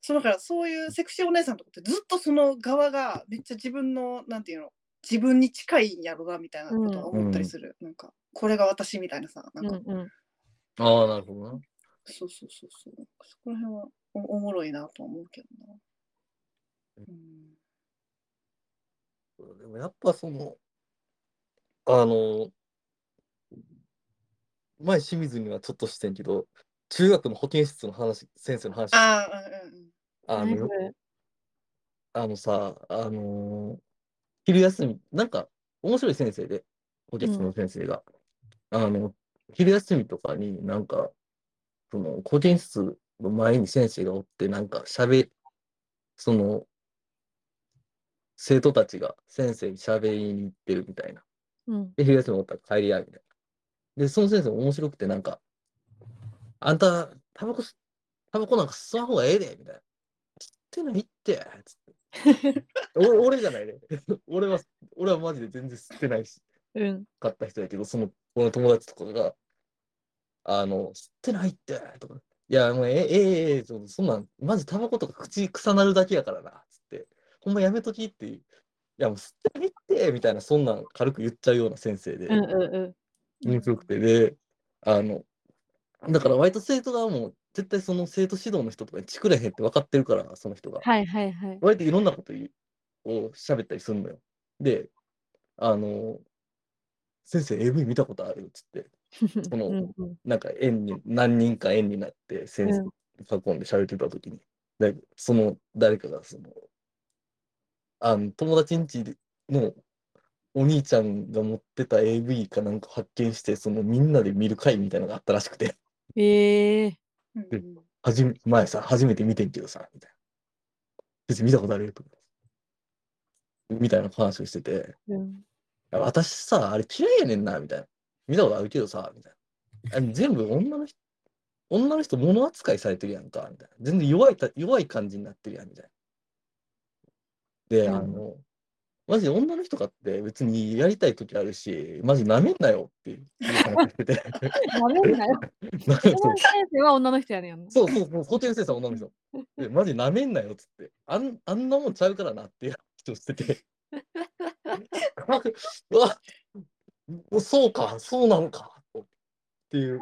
[SPEAKER 3] そうだからそういうセクシーお姉さんとかってずっとその側がめっちゃ自分のなんていうの自分に近いんやろなみたいなことは思ったりする、なんかこれが私みたいなさなんか、
[SPEAKER 4] うんうん。
[SPEAKER 2] ああ、なるほどな。
[SPEAKER 3] そうそうそうそうそこら辺はおおもろいなとは思うけどな、うん
[SPEAKER 2] でもやっぱその、あの、前清水にはちょっとしてんけど、中学の保健室の話、先生の話、あ
[SPEAKER 3] ああうんうん
[SPEAKER 4] だいぶ
[SPEAKER 2] のあのさ、あのー昼休み、なんか面白い先生で、保健室の先生が、あの、昼休みとかになんか、その保健室の前に先生がおって、なんか喋、その、生徒たちが先生に喋りに行ってるみたいな。
[SPEAKER 3] *laughs*
[SPEAKER 4] うん。
[SPEAKER 2] で、昼休み終わったら帰りや、みたいな。で、その先生も面白くて、なんか、あんた、タバコ吸、タバコなんか吸わん方がええで、みたいな。吸ってないって、つって。お俺じゃないね。 *laughs* 俺は、俺はマジで全然吸ってないし、
[SPEAKER 4] うん。
[SPEAKER 2] かった人やけど、その、俺の友達とかが、あの、吸ってないって、とか。いや、もうええええええそそんなん、マジタバコとか口臭なるだけやからな、つって。ほんまやめときっていう。いや、もう吸ってないって、みたいな、そんなん軽く言っちゃうような先生で。
[SPEAKER 4] うんうんうん。
[SPEAKER 2] 面白くて、で、あの、だから割と生徒側も絶対その生徒指導の人とかにチクれへんって分かってるから、その人が。
[SPEAKER 4] はいはいはい。
[SPEAKER 2] 割といろんなこと言うを喋ったりするのよ。で、あの、先生 AV 見たことあるっつって、の
[SPEAKER 4] うんうん
[SPEAKER 2] なんか円に、何人か円になって先生囲んで喋ってた時に、でその誰かがその、あの、友達んちのお兄ちゃんが持ってた AV かなんか発見して、そのみんなで見る会みたいなのがあったらしくて、
[SPEAKER 4] ええ
[SPEAKER 3] うん
[SPEAKER 2] ではじめ前さ、初めて見てんけどさ、みたいな。別に見たことあるよとか。みたいな話をしてて、
[SPEAKER 4] うん
[SPEAKER 2] いや私さ、あれ嫌いやねんな、みたいな。見たことあるけどさ、みたいな。あれ全部女の人、女の人物扱いされてるやんか、みたいな。全然弱いた、弱い感じになってるやん、みたいな。で、
[SPEAKER 4] うん
[SPEAKER 2] あの、マジで女の人かって別にやりたい時あるし、マジ舐めんなよっていう話して *laughs*
[SPEAKER 4] *laughs*
[SPEAKER 2] て。
[SPEAKER 4] ダメだよ。
[SPEAKER 2] な
[SPEAKER 4] 小
[SPEAKER 2] そう
[SPEAKER 4] 林先生は女の人やねんやんな。
[SPEAKER 2] そうそうそう、固定生産女の人。で、マジ舐めんなよっつって、あんあんなもんちゃうからなっていう人してて。うわもうそうか、そうなのかっていう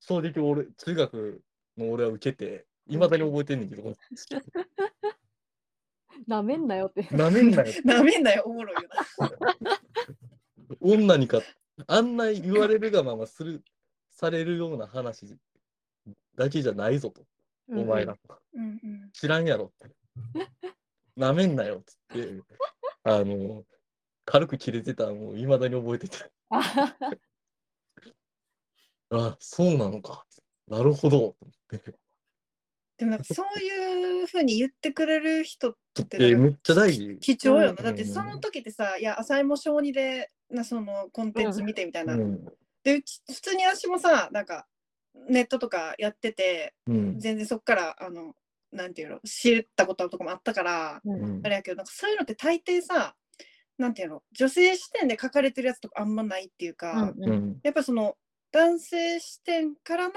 [SPEAKER 2] 衝撃を俺、中学の俺は受けて、いまだに覚えてんねんけど、
[SPEAKER 4] ダメんなよって。
[SPEAKER 2] 舐めんなよ、
[SPEAKER 3] なめんなよ、おもろいよな。
[SPEAKER 2] 女にか、あんな言われるがままする、されるような話だけじゃないぞと、お前ら。
[SPEAKER 3] うんうん
[SPEAKER 2] 知らんやろって。なめんなよっつって、あの、軽く切れてたのをいまだに覚えてて、
[SPEAKER 4] あはは
[SPEAKER 2] あ、そうなのか。なるほど。
[SPEAKER 3] でもなんかそういうふうに言ってくれる人って
[SPEAKER 2] え
[SPEAKER 3] なん
[SPEAKER 2] めっちゃ大
[SPEAKER 3] か
[SPEAKER 2] 事。
[SPEAKER 3] 貴重よ
[SPEAKER 2] う
[SPEAKER 3] な。
[SPEAKER 2] ん
[SPEAKER 3] だってその時ってさ、いや、浅井も小児でなそのコンテンツ見てみたいうな。
[SPEAKER 2] ん。
[SPEAKER 3] で、うち普通に私もさ、なんかネットとかやってて、
[SPEAKER 2] うん。
[SPEAKER 3] 全然そっから、あの、なんていうの、知ったこととかもあったから、
[SPEAKER 2] うん
[SPEAKER 3] あれやけど、なんかそういうのって大抵さ、なんていうの、女性視点で書かれてるやつとかあんまないっていうか、
[SPEAKER 2] う
[SPEAKER 4] うん
[SPEAKER 2] ん。
[SPEAKER 3] やっぱその男性視点からの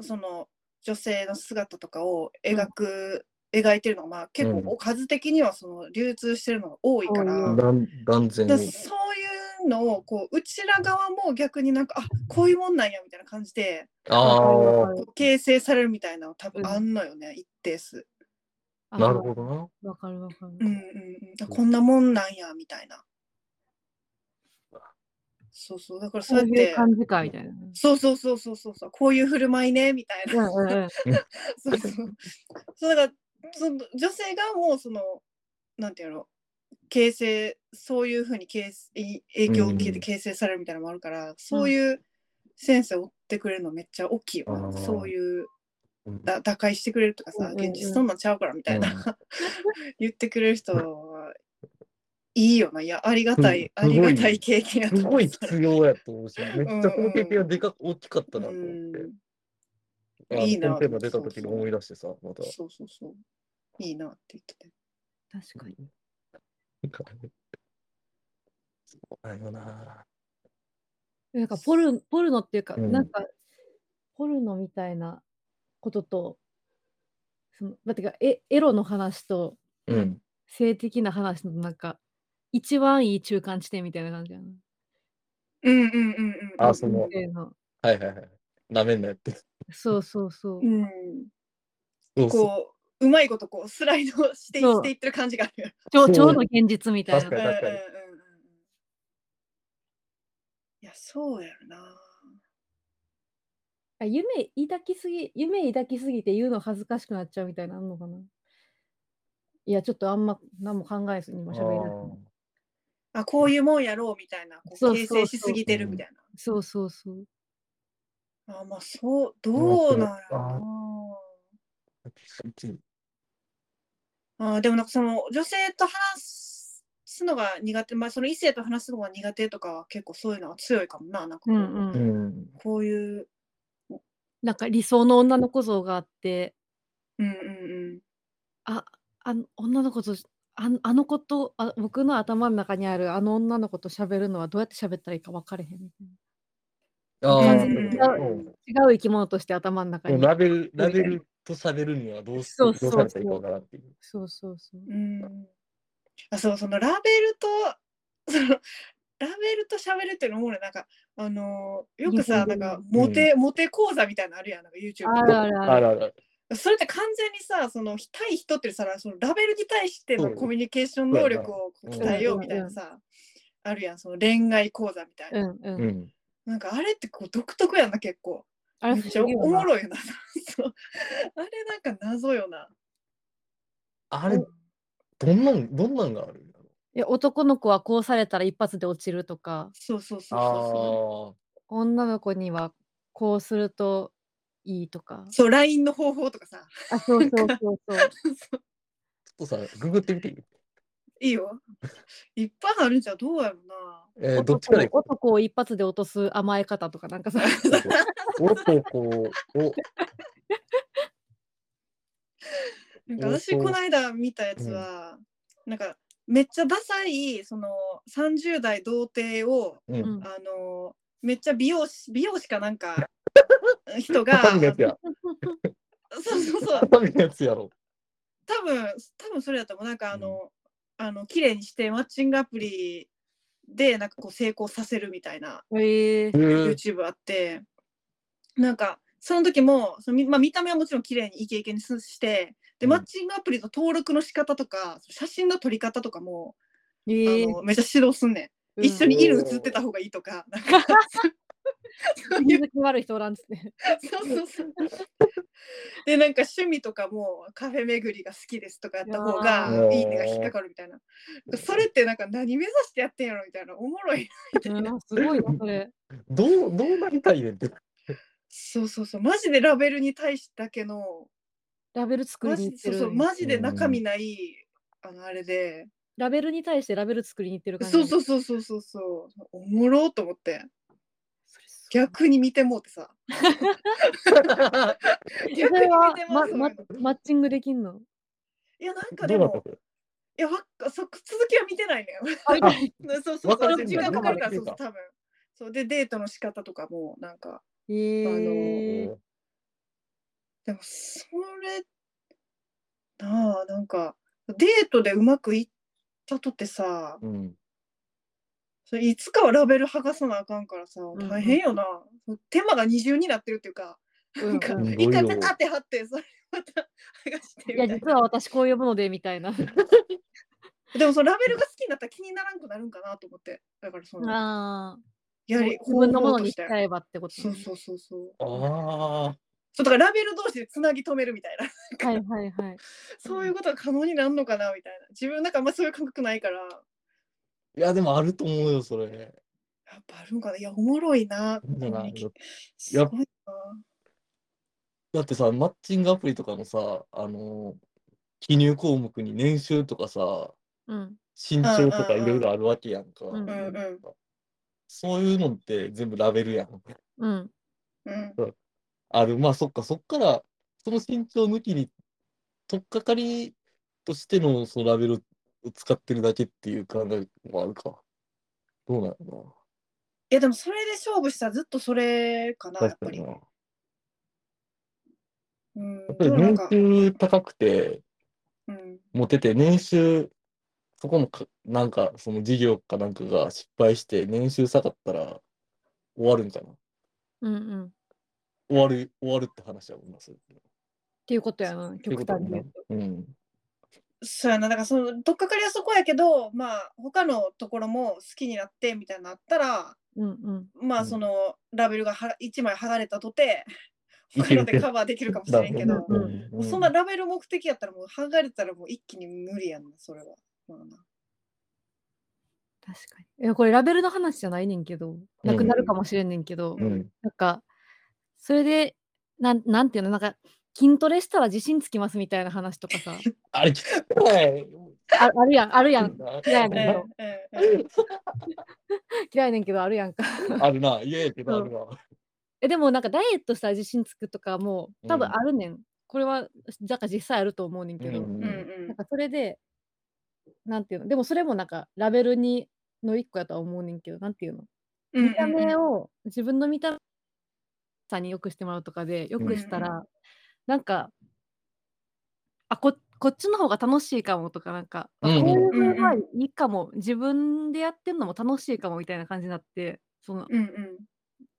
[SPEAKER 3] その女性の姿とかを描く、描いてるのがまあ結
[SPEAKER 2] うん
[SPEAKER 3] 構数的にはその流通してるのが多いから,、
[SPEAKER 4] うん
[SPEAKER 2] 断断然
[SPEAKER 3] だから
[SPEAKER 2] に。
[SPEAKER 3] そういうのをこううちら側も逆になんかあこういうもんなんやみたいな感じで
[SPEAKER 2] あ
[SPEAKER 4] わか
[SPEAKER 3] こう形成されるみたいなの多分あんのよね、一定数、
[SPEAKER 2] あ、
[SPEAKER 4] あ
[SPEAKER 2] なるほどな。
[SPEAKER 4] わかるわかる。
[SPEAKER 3] うんうんうん、こんなもんなんやみたいなそうそうだから
[SPEAKER 4] そ
[SPEAKER 3] そうやっ
[SPEAKER 4] ういう
[SPEAKER 3] て
[SPEAKER 4] 感じかみたいな。
[SPEAKER 3] そうそうそうそうそうそうこういう振る舞いねみたいな *laughs*
[SPEAKER 4] うんうんうん
[SPEAKER 3] そうそう。そうだからその女性がもうそのなんていうの形成そういうふうに形成い影響を受け
[SPEAKER 2] うん
[SPEAKER 3] て形成されるみたいなのもあるから、そういうセンスを追ってくれるのめっちゃ大きいよな
[SPEAKER 2] あー
[SPEAKER 3] そういう
[SPEAKER 2] うん
[SPEAKER 3] だ打開してくれるとかさ、
[SPEAKER 4] うんうんうん
[SPEAKER 3] 現実そんなんちゃうからみたいな、
[SPEAKER 2] うん
[SPEAKER 3] 言ってくれる人はいいよないやありがた
[SPEAKER 2] う
[SPEAKER 3] い、
[SPEAKER 2] ん
[SPEAKER 3] あ
[SPEAKER 2] す
[SPEAKER 3] り
[SPEAKER 2] ごい
[SPEAKER 3] がたい経験やと
[SPEAKER 2] す
[SPEAKER 3] 思
[SPEAKER 2] ご
[SPEAKER 3] う
[SPEAKER 2] い必要やと思うし、めっちゃこの経験はでかく大きかったなと
[SPEAKER 3] う
[SPEAKER 2] 思って。
[SPEAKER 3] ん
[SPEAKER 2] あの
[SPEAKER 3] いいな
[SPEAKER 2] このテーマ出た時に思い出してさ、また。
[SPEAKER 3] そうそうそういいなって言ってて
[SPEAKER 4] 確かに。
[SPEAKER 2] そうなんよな。
[SPEAKER 4] なんかポルポルノっていうか、
[SPEAKER 2] うん
[SPEAKER 4] なんかポルノみたいなことと、そのだってかエエロの話と
[SPEAKER 2] うん。
[SPEAKER 4] 性的な話のなんか一番いい中間地点みたいな感じやな。
[SPEAKER 3] うんうんうんうん
[SPEAKER 2] あその
[SPEAKER 4] 人生の
[SPEAKER 2] はいはいはい。なめんなやって。
[SPEAKER 4] そうそうそう。
[SPEAKER 3] うん
[SPEAKER 2] そうそう
[SPEAKER 3] こううまいことこうスライドしてい
[SPEAKER 4] そ
[SPEAKER 3] し
[SPEAKER 4] う
[SPEAKER 3] ていってる感じがある。
[SPEAKER 4] ちょ
[SPEAKER 2] そう
[SPEAKER 4] ちょうど現実みたい
[SPEAKER 2] 確か
[SPEAKER 4] な。
[SPEAKER 2] に確かに
[SPEAKER 3] うんうんうんうんいやそうやろな。
[SPEAKER 4] あ夢抱きすぎ、夢抱きすぎて言うの恥ずかしくなっちゃうみたいなのあんのかないや、ちょっとあんま何も考えずに今しゃべりなくて
[SPEAKER 3] あこういうもんやろうみたいなこ
[SPEAKER 4] そうう
[SPEAKER 3] 形
[SPEAKER 4] そう
[SPEAKER 3] 成しすぎてるみたいな。
[SPEAKER 4] そうそうそう。
[SPEAKER 3] あまあそうどうなんやろ
[SPEAKER 2] あ
[SPEAKER 3] な。あでもなんかその女性と話すのが苦手、まあその異性と話すのが苦手とかは結構そういうのは強いかもな。なんかこう,、
[SPEAKER 4] うんうん。
[SPEAKER 2] ん。
[SPEAKER 3] こういう
[SPEAKER 4] なんか理想の女の子像があって、
[SPEAKER 3] うんうん
[SPEAKER 4] あ、あの女の子と、あんあの子とあ、僕の頭の中にあるあの女の子と喋るのはどうやって喋ったらいいか分かれへんみたい
[SPEAKER 2] ああ、そう
[SPEAKER 3] うん
[SPEAKER 2] だね
[SPEAKER 4] な。違う生き物として頭の中
[SPEAKER 2] うん
[SPEAKER 4] に。
[SPEAKER 2] ラベル、ラベルと喋るにはどうして、
[SPEAKER 4] そ
[SPEAKER 2] ど
[SPEAKER 4] う
[SPEAKER 2] う
[SPEAKER 4] そう
[SPEAKER 2] されたらいいかわからんっていう。
[SPEAKER 4] そうそうそう
[SPEAKER 3] *laughs* う。んうん。あそうそのラベルとそのラベルと喋るっていうのも俺なんかあのーよくさ
[SPEAKER 4] 日
[SPEAKER 3] なんか
[SPEAKER 4] 本語
[SPEAKER 3] モテ、モテ講座みたいなのあるやんなんか YouTube
[SPEAKER 4] あるあるあ
[SPEAKER 2] あ
[SPEAKER 4] る。
[SPEAKER 2] らあら。
[SPEAKER 3] それって完全にさその対人ってさそのラベルに対しての
[SPEAKER 2] そう
[SPEAKER 3] コミュニケーション能力をこう
[SPEAKER 2] そうやな
[SPEAKER 3] 鍛えようみたいなさ、あるやんその恋愛講座みたいな、
[SPEAKER 4] うんうん。
[SPEAKER 2] うん。
[SPEAKER 3] なんかあれってこう独特やんな結構
[SPEAKER 4] あれ
[SPEAKER 3] めっ
[SPEAKER 4] 不
[SPEAKER 3] ちゃお
[SPEAKER 4] 思議よ
[SPEAKER 3] も
[SPEAKER 4] な。
[SPEAKER 3] ろいよな *laughs* そうあれなんか謎よな
[SPEAKER 2] あれ、どんなん、どんなんがあるんだろう
[SPEAKER 4] いや男の子はこうされたら一発で落ちるとか
[SPEAKER 3] そうそうそうそ
[SPEAKER 2] あ
[SPEAKER 4] 女の子にはこうするといい
[SPEAKER 3] *laughs*
[SPEAKER 4] とか
[SPEAKER 3] う。そう LINE の方法とかさ
[SPEAKER 4] あそうそうそうそう。
[SPEAKER 3] そう
[SPEAKER 2] あ。ちょっとさ、ググってみていい
[SPEAKER 3] いいよいっぱいあるんじゃんどうやろう
[SPEAKER 2] えー、
[SPEAKER 4] 男
[SPEAKER 2] どっちからい
[SPEAKER 4] を
[SPEAKER 2] く
[SPEAKER 4] 男を一発で落とす甘え方とかなんかさ
[SPEAKER 2] 男を、お、
[SPEAKER 3] ななんか私
[SPEAKER 2] 方法
[SPEAKER 3] この間見たやつは、なんかめっちゃダサいその30代童貞を
[SPEAKER 2] う。
[SPEAKER 4] うんん
[SPEAKER 3] あのめっちゃ美容師美容師かなんか人
[SPEAKER 4] *laughs*
[SPEAKER 3] が
[SPEAKER 2] 畳のやつや。
[SPEAKER 3] *laughs* そうそうそう
[SPEAKER 2] 畳のやつやろ。
[SPEAKER 3] 多分多分それだと思うなんかあの、あの綺麗にしてマッチングアプリでなんかこう成功させるみたいな
[SPEAKER 4] へえ
[SPEAKER 2] えー、
[SPEAKER 3] YouTube あって、なんかその時もそのみ、まあ、見た目はもちろん綺麗にイケイケにすして
[SPEAKER 2] う
[SPEAKER 3] で、
[SPEAKER 2] ん
[SPEAKER 3] マッチングアプリの登録の仕方とか写真の撮り方とかも、
[SPEAKER 4] へえ
[SPEAKER 3] あのめっちゃ指導すんねん、一緒にいる写ってた方がいいとかなんかそういう
[SPEAKER 4] 水気悪い人おらんっ
[SPEAKER 3] *laughs*
[SPEAKER 4] つって。
[SPEAKER 3] そうそうそう。でなんか趣味とかもカフェ巡りが好きですとかやった方
[SPEAKER 2] いや
[SPEAKER 3] が
[SPEAKER 2] ー
[SPEAKER 3] いいねが引っかかるみたいな。それってなんか何目指してやってんやろみたいなおもろい。
[SPEAKER 4] うん、すごいなそれ。
[SPEAKER 2] どう、どうなりたいねん *laughs* って。
[SPEAKER 3] そうそうそうマジでラベルに対してだけの
[SPEAKER 4] ラベル作
[SPEAKER 3] マ
[SPEAKER 4] りに
[SPEAKER 3] ジ
[SPEAKER 4] 行って
[SPEAKER 3] そう
[SPEAKER 4] るん
[SPEAKER 3] そう
[SPEAKER 4] や。
[SPEAKER 3] マジで中身ない、あのあれで。
[SPEAKER 4] ラベルに対してラベル作りに行ってる感じ。。
[SPEAKER 3] そうそううそうそうそうそうおもろーと思って
[SPEAKER 4] それ
[SPEAKER 3] 逆に見てもうってさ。逆
[SPEAKER 4] そ
[SPEAKER 3] に
[SPEAKER 4] れは
[SPEAKER 3] 見ても *laughs*
[SPEAKER 4] ま
[SPEAKER 3] うそういう
[SPEAKER 4] ま
[SPEAKER 3] の
[SPEAKER 4] マッチングできんの
[SPEAKER 3] いやなん
[SPEAKER 2] ど
[SPEAKER 3] かで
[SPEAKER 2] うだった
[SPEAKER 3] も
[SPEAKER 2] これ
[SPEAKER 3] いやわっそ続きは見てないね。
[SPEAKER 4] あ
[SPEAKER 2] あ
[SPEAKER 3] そうそう
[SPEAKER 2] 分か
[SPEAKER 3] そ
[SPEAKER 2] れ
[SPEAKER 3] う、
[SPEAKER 2] てん
[SPEAKER 3] 時
[SPEAKER 2] だ
[SPEAKER 3] 間かかるか
[SPEAKER 2] 分かれ
[SPEAKER 3] ら、
[SPEAKER 2] て
[SPEAKER 3] そ
[SPEAKER 2] ん
[SPEAKER 3] う
[SPEAKER 2] だ
[SPEAKER 3] そう、多分。そうで、デートの仕方とかも、なんか、
[SPEAKER 4] へえ
[SPEAKER 2] お
[SPEAKER 3] でも、それ、なあ、なんか、デートでうまくいったとってさ、
[SPEAKER 2] うん。
[SPEAKER 3] それいつかはラベル剥がさなあかんからさ
[SPEAKER 4] ん、
[SPEAKER 3] 大変よな。手間が二重になってるっていうか、なんか、
[SPEAKER 4] うんうん
[SPEAKER 3] 一回
[SPEAKER 2] すごいよ
[SPEAKER 3] ザーって貼って、それまた剥がして
[SPEAKER 4] い
[SPEAKER 3] みた
[SPEAKER 4] や
[SPEAKER 3] いな。
[SPEAKER 4] 実は私こういうものでみたいな。
[SPEAKER 3] でも、そのラベルが好きになったら気にならんくなるんかなと思って、だから、その、
[SPEAKER 4] ああ。
[SPEAKER 3] やり、
[SPEAKER 4] 自分のも
[SPEAKER 3] 方法
[SPEAKER 4] の
[SPEAKER 3] と
[SPEAKER 4] にし
[SPEAKER 3] し
[SPEAKER 4] ち
[SPEAKER 3] て
[SPEAKER 4] ゃえばってことね、
[SPEAKER 3] そうそうそうそう。
[SPEAKER 2] あ
[SPEAKER 3] そうだからラベル同士でつなぎ止めるみたいな。
[SPEAKER 4] はいはいはい。
[SPEAKER 3] そういうことは可能になるのかなみたいな。自分なんかあんまそういう感覚ないから、
[SPEAKER 2] あ。いや、でもあると思うよ、それ。
[SPEAKER 3] やっぱあるんかな。いや、おもろいな。
[SPEAKER 2] だな
[SPEAKER 3] すごいな。
[SPEAKER 2] だってさ、マッチングアプリとかのさ、あのー、記入項目に年収とかさ、
[SPEAKER 4] うん。
[SPEAKER 2] 身長とかいろいろあるわけやんか。
[SPEAKER 4] うん
[SPEAKER 3] うんうん
[SPEAKER 2] そういうのって全部ラベルやん。
[SPEAKER 4] うん。
[SPEAKER 3] うん。
[SPEAKER 2] ある。まあそっか、そっから、その身長抜きに、取っかかりとしてのそのラベルを使ってるだけっていう考えもあるか。どうなの
[SPEAKER 3] いや、でもそれで勝負したらずっとそれかな、
[SPEAKER 2] かな
[SPEAKER 3] やっぱ
[SPEAKER 2] 確かに
[SPEAKER 3] り。
[SPEAKER 2] な。や
[SPEAKER 3] うん。や
[SPEAKER 2] っぱり
[SPEAKER 3] な
[SPEAKER 2] 年
[SPEAKER 3] んか、
[SPEAKER 2] 収高くて、
[SPEAKER 3] うん。
[SPEAKER 2] モテて、年収、そこのか、なんか、その事業かなんかが失敗して、年収下がったら終わるんかな。
[SPEAKER 4] うんうん。っ
[SPEAKER 2] 終わる、終わるって話は思います。
[SPEAKER 4] ていうことやな、極端に言うと。
[SPEAKER 2] うん。
[SPEAKER 3] そうやな。だから、その、どっかかりはそこやけど、まあ、他のところも好きになって、みたいになったら、
[SPEAKER 4] うんうん。
[SPEAKER 3] ま
[SPEAKER 2] う
[SPEAKER 3] あ、
[SPEAKER 2] ん
[SPEAKER 3] その、ラベルがは1枚剥がれた
[SPEAKER 2] *laughs*
[SPEAKER 3] とて、
[SPEAKER 2] い
[SPEAKER 3] 他
[SPEAKER 2] ける
[SPEAKER 3] のでカバーできるかもし
[SPEAKER 2] *laughs*
[SPEAKER 3] れんけど、
[SPEAKER 4] う
[SPEAKER 2] うんん
[SPEAKER 3] もうそんなラベル目的やったらもう剥がれたらもう一気に無理やんなそれは。まあな
[SPEAKER 4] 確かに。いやこれラベルの話じゃないねんけど、なくなるかもしれんねんけど、
[SPEAKER 2] うんうん
[SPEAKER 4] なんか、それで、なんなんていうの、なんか、筋トレしたら自信つきますみたいな話とかさ、
[SPEAKER 2] あれ、きつくない。
[SPEAKER 4] あ *laughs* あるやん、あるやん。嫌や
[SPEAKER 3] え
[SPEAKER 4] ねん
[SPEAKER 3] え
[SPEAKER 4] けど、
[SPEAKER 3] えええ
[SPEAKER 4] 嫌やねんけど、あるやんか。 *laughs*
[SPEAKER 2] あるな、イエーイけどあるな。
[SPEAKER 4] えでも、なんかダイエットしたら自信つくとかも、多分あるねん。これは、だから実際あると思うねんけど、
[SPEAKER 2] うん
[SPEAKER 3] えうん
[SPEAKER 4] なんかそれで、なんていうの、でもそれもなんか、ラベルに、の一個やとは思うねんけど、なんていうの
[SPEAKER 3] うん。
[SPEAKER 4] 見た
[SPEAKER 3] うんうん
[SPEAKER 4] 目
[SPEAKER 3] うん
[SPEAKER 4] を自分の見た目さんによくしてもらうとかでよくしたら、
[SPEAKER 3] う
[SPEAKER 4] なんかあここっちの方が楽しいかもとかなんか、あ
[SPEAKER 2] うんうん
[SPEAKER 4] こういう方がいいかも、自分でやってんのも楽しいかもみたいな感じになってその
[SPEAKER 3] うんうん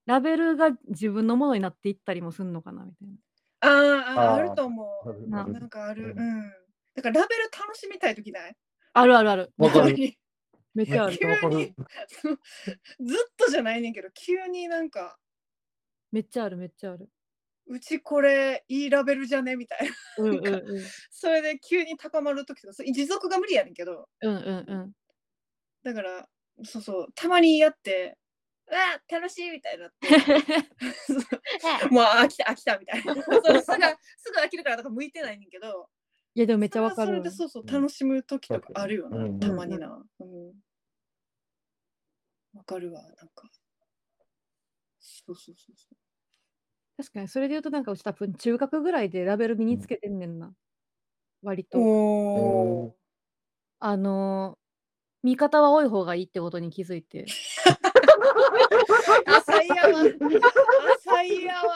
[SPEAKER 4] ラベルが自分のものになっていったりもするのかなみたいな。
[SPEAKER 3] あーあ
[SPEAKER 2] あー
[SPEAKER 3] ーあると思
[SPEAKER 2] わ
[SPEAKER 3] う。
[SPEAKER 4] な
[SPEAKER 3] なんかあ
[SPEAKER 2] う
[SPEAKER 3] る。うん。だからラベル楽しみたい時ない
[SPEAKER 4] あるあるある。
[SPEAKER 2] か
[SPEAKER 3] *laughs*
[SPEAKER 2] る。
[SPEAKER 4] めっちゃある
[SPEAKER 3] 急。
[SPEAKER 2] わか
[SPEAKER 3] に
[SPEAKER 2] る。
[SPEAKER 3] そうずっとじゃないねんけど、急になんか、
[SPEAKER 4] めっちゃあるめっちゃある。
[SPEAKER 3] うちこれいいラベルじゃねみたいな。 *laughs*
[SPEAKER 4] うんうん
[SPEAKER 3] んか
[SPEAKER 4] うん。
[SPEAKER 3] それで急に高まる時とか、それ持続が無理やねんけど、
[SPEAKER 4] うんうんうん。
[SPEAKER 3] だから、そうそう、たまにやって、うわー楽しいみたいになって。 *laughs* そうもう飽きた飽きたみたいなそうすぐすぐ飽きるからだから向いてないねんけど
[SPEAKER 4] いやでもめっちゃわかる
[SPEAKER 3] それはそ
[SPEAKER 4] わ。
[SPEAKER 3] れでそうそう
[SPEAKER 2] うん
[SPEAKER 3] 楽しむ時とかあるよな、
[SPEAKER 2] うんうん
[SPEAKER 3] たまにな、うん、わかるわなんかそうそうそうそ
[SPEAKER 4] 確かにそれで言うとなんかうち多分中学ぐらいでラベル身につけてんねんな。割
[SPEAKER 3] う
[SPEAKER 4] と。
[SPEAKER 3] おー
[SPEAKER 4] あのー味方は多い方がいいってことに気づいて。
[SPEAKER 3] 浅いやわ浅いやわ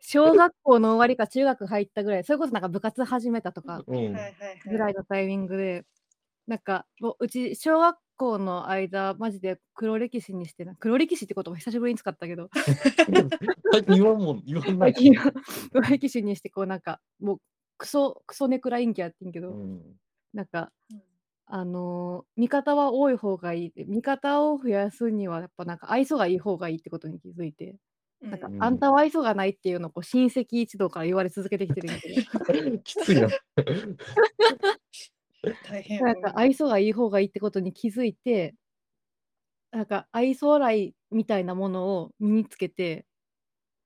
[SPEAKER 4] 小学校の終わりか中学入ったぐらい、それこそなんか部活始めたとか
[SPEAKER 2] う
[SPEAKER 3] は
[SPEAKER 2] ん
[SPEAKER 3] いはい
[SPEAKER 4] ぐ
[SPEAKER 3] は
[SPEAKER 4] ら
[SPEAKER 3] い
[SPEAKER 4] いのタイミングで、なんかもううち小学校の間、マジで黒歴史にしてな、黒歴史って言葉久しぶりに使ったけど、
[SPEAKER 2] 最近言わんもん、言わんな
[SPEAKER 4] 最
[SPEAKER 2] い。
[SPEAKER 4] 近は黒歴史にして、こうなんか、もうクソ、クソネクラインキャやってんけど、
[SPEAKER 2] うん
[SPEAKER 4] なんか、
[SPEAKER 3] うん
[SPEAKER 4] あのー味方は多い方がいいって、味方を増やすには、やっぱなんか愛想がいい方がいいってことに気づいて、なんか、
[SPEAKER 3] うん
[SPEAKER 4] あんたは愛想がないっていうのをこう親戚一同から言われ続けてきてるんやけど。
[SPEAKER 2] きついな。
[SPEAKER 3] 大変
[SPEAKER 4] *laughs* なんか愛想がいい方がいいってことに気づいて、なんか愛想笑いみたいなものを身につけて、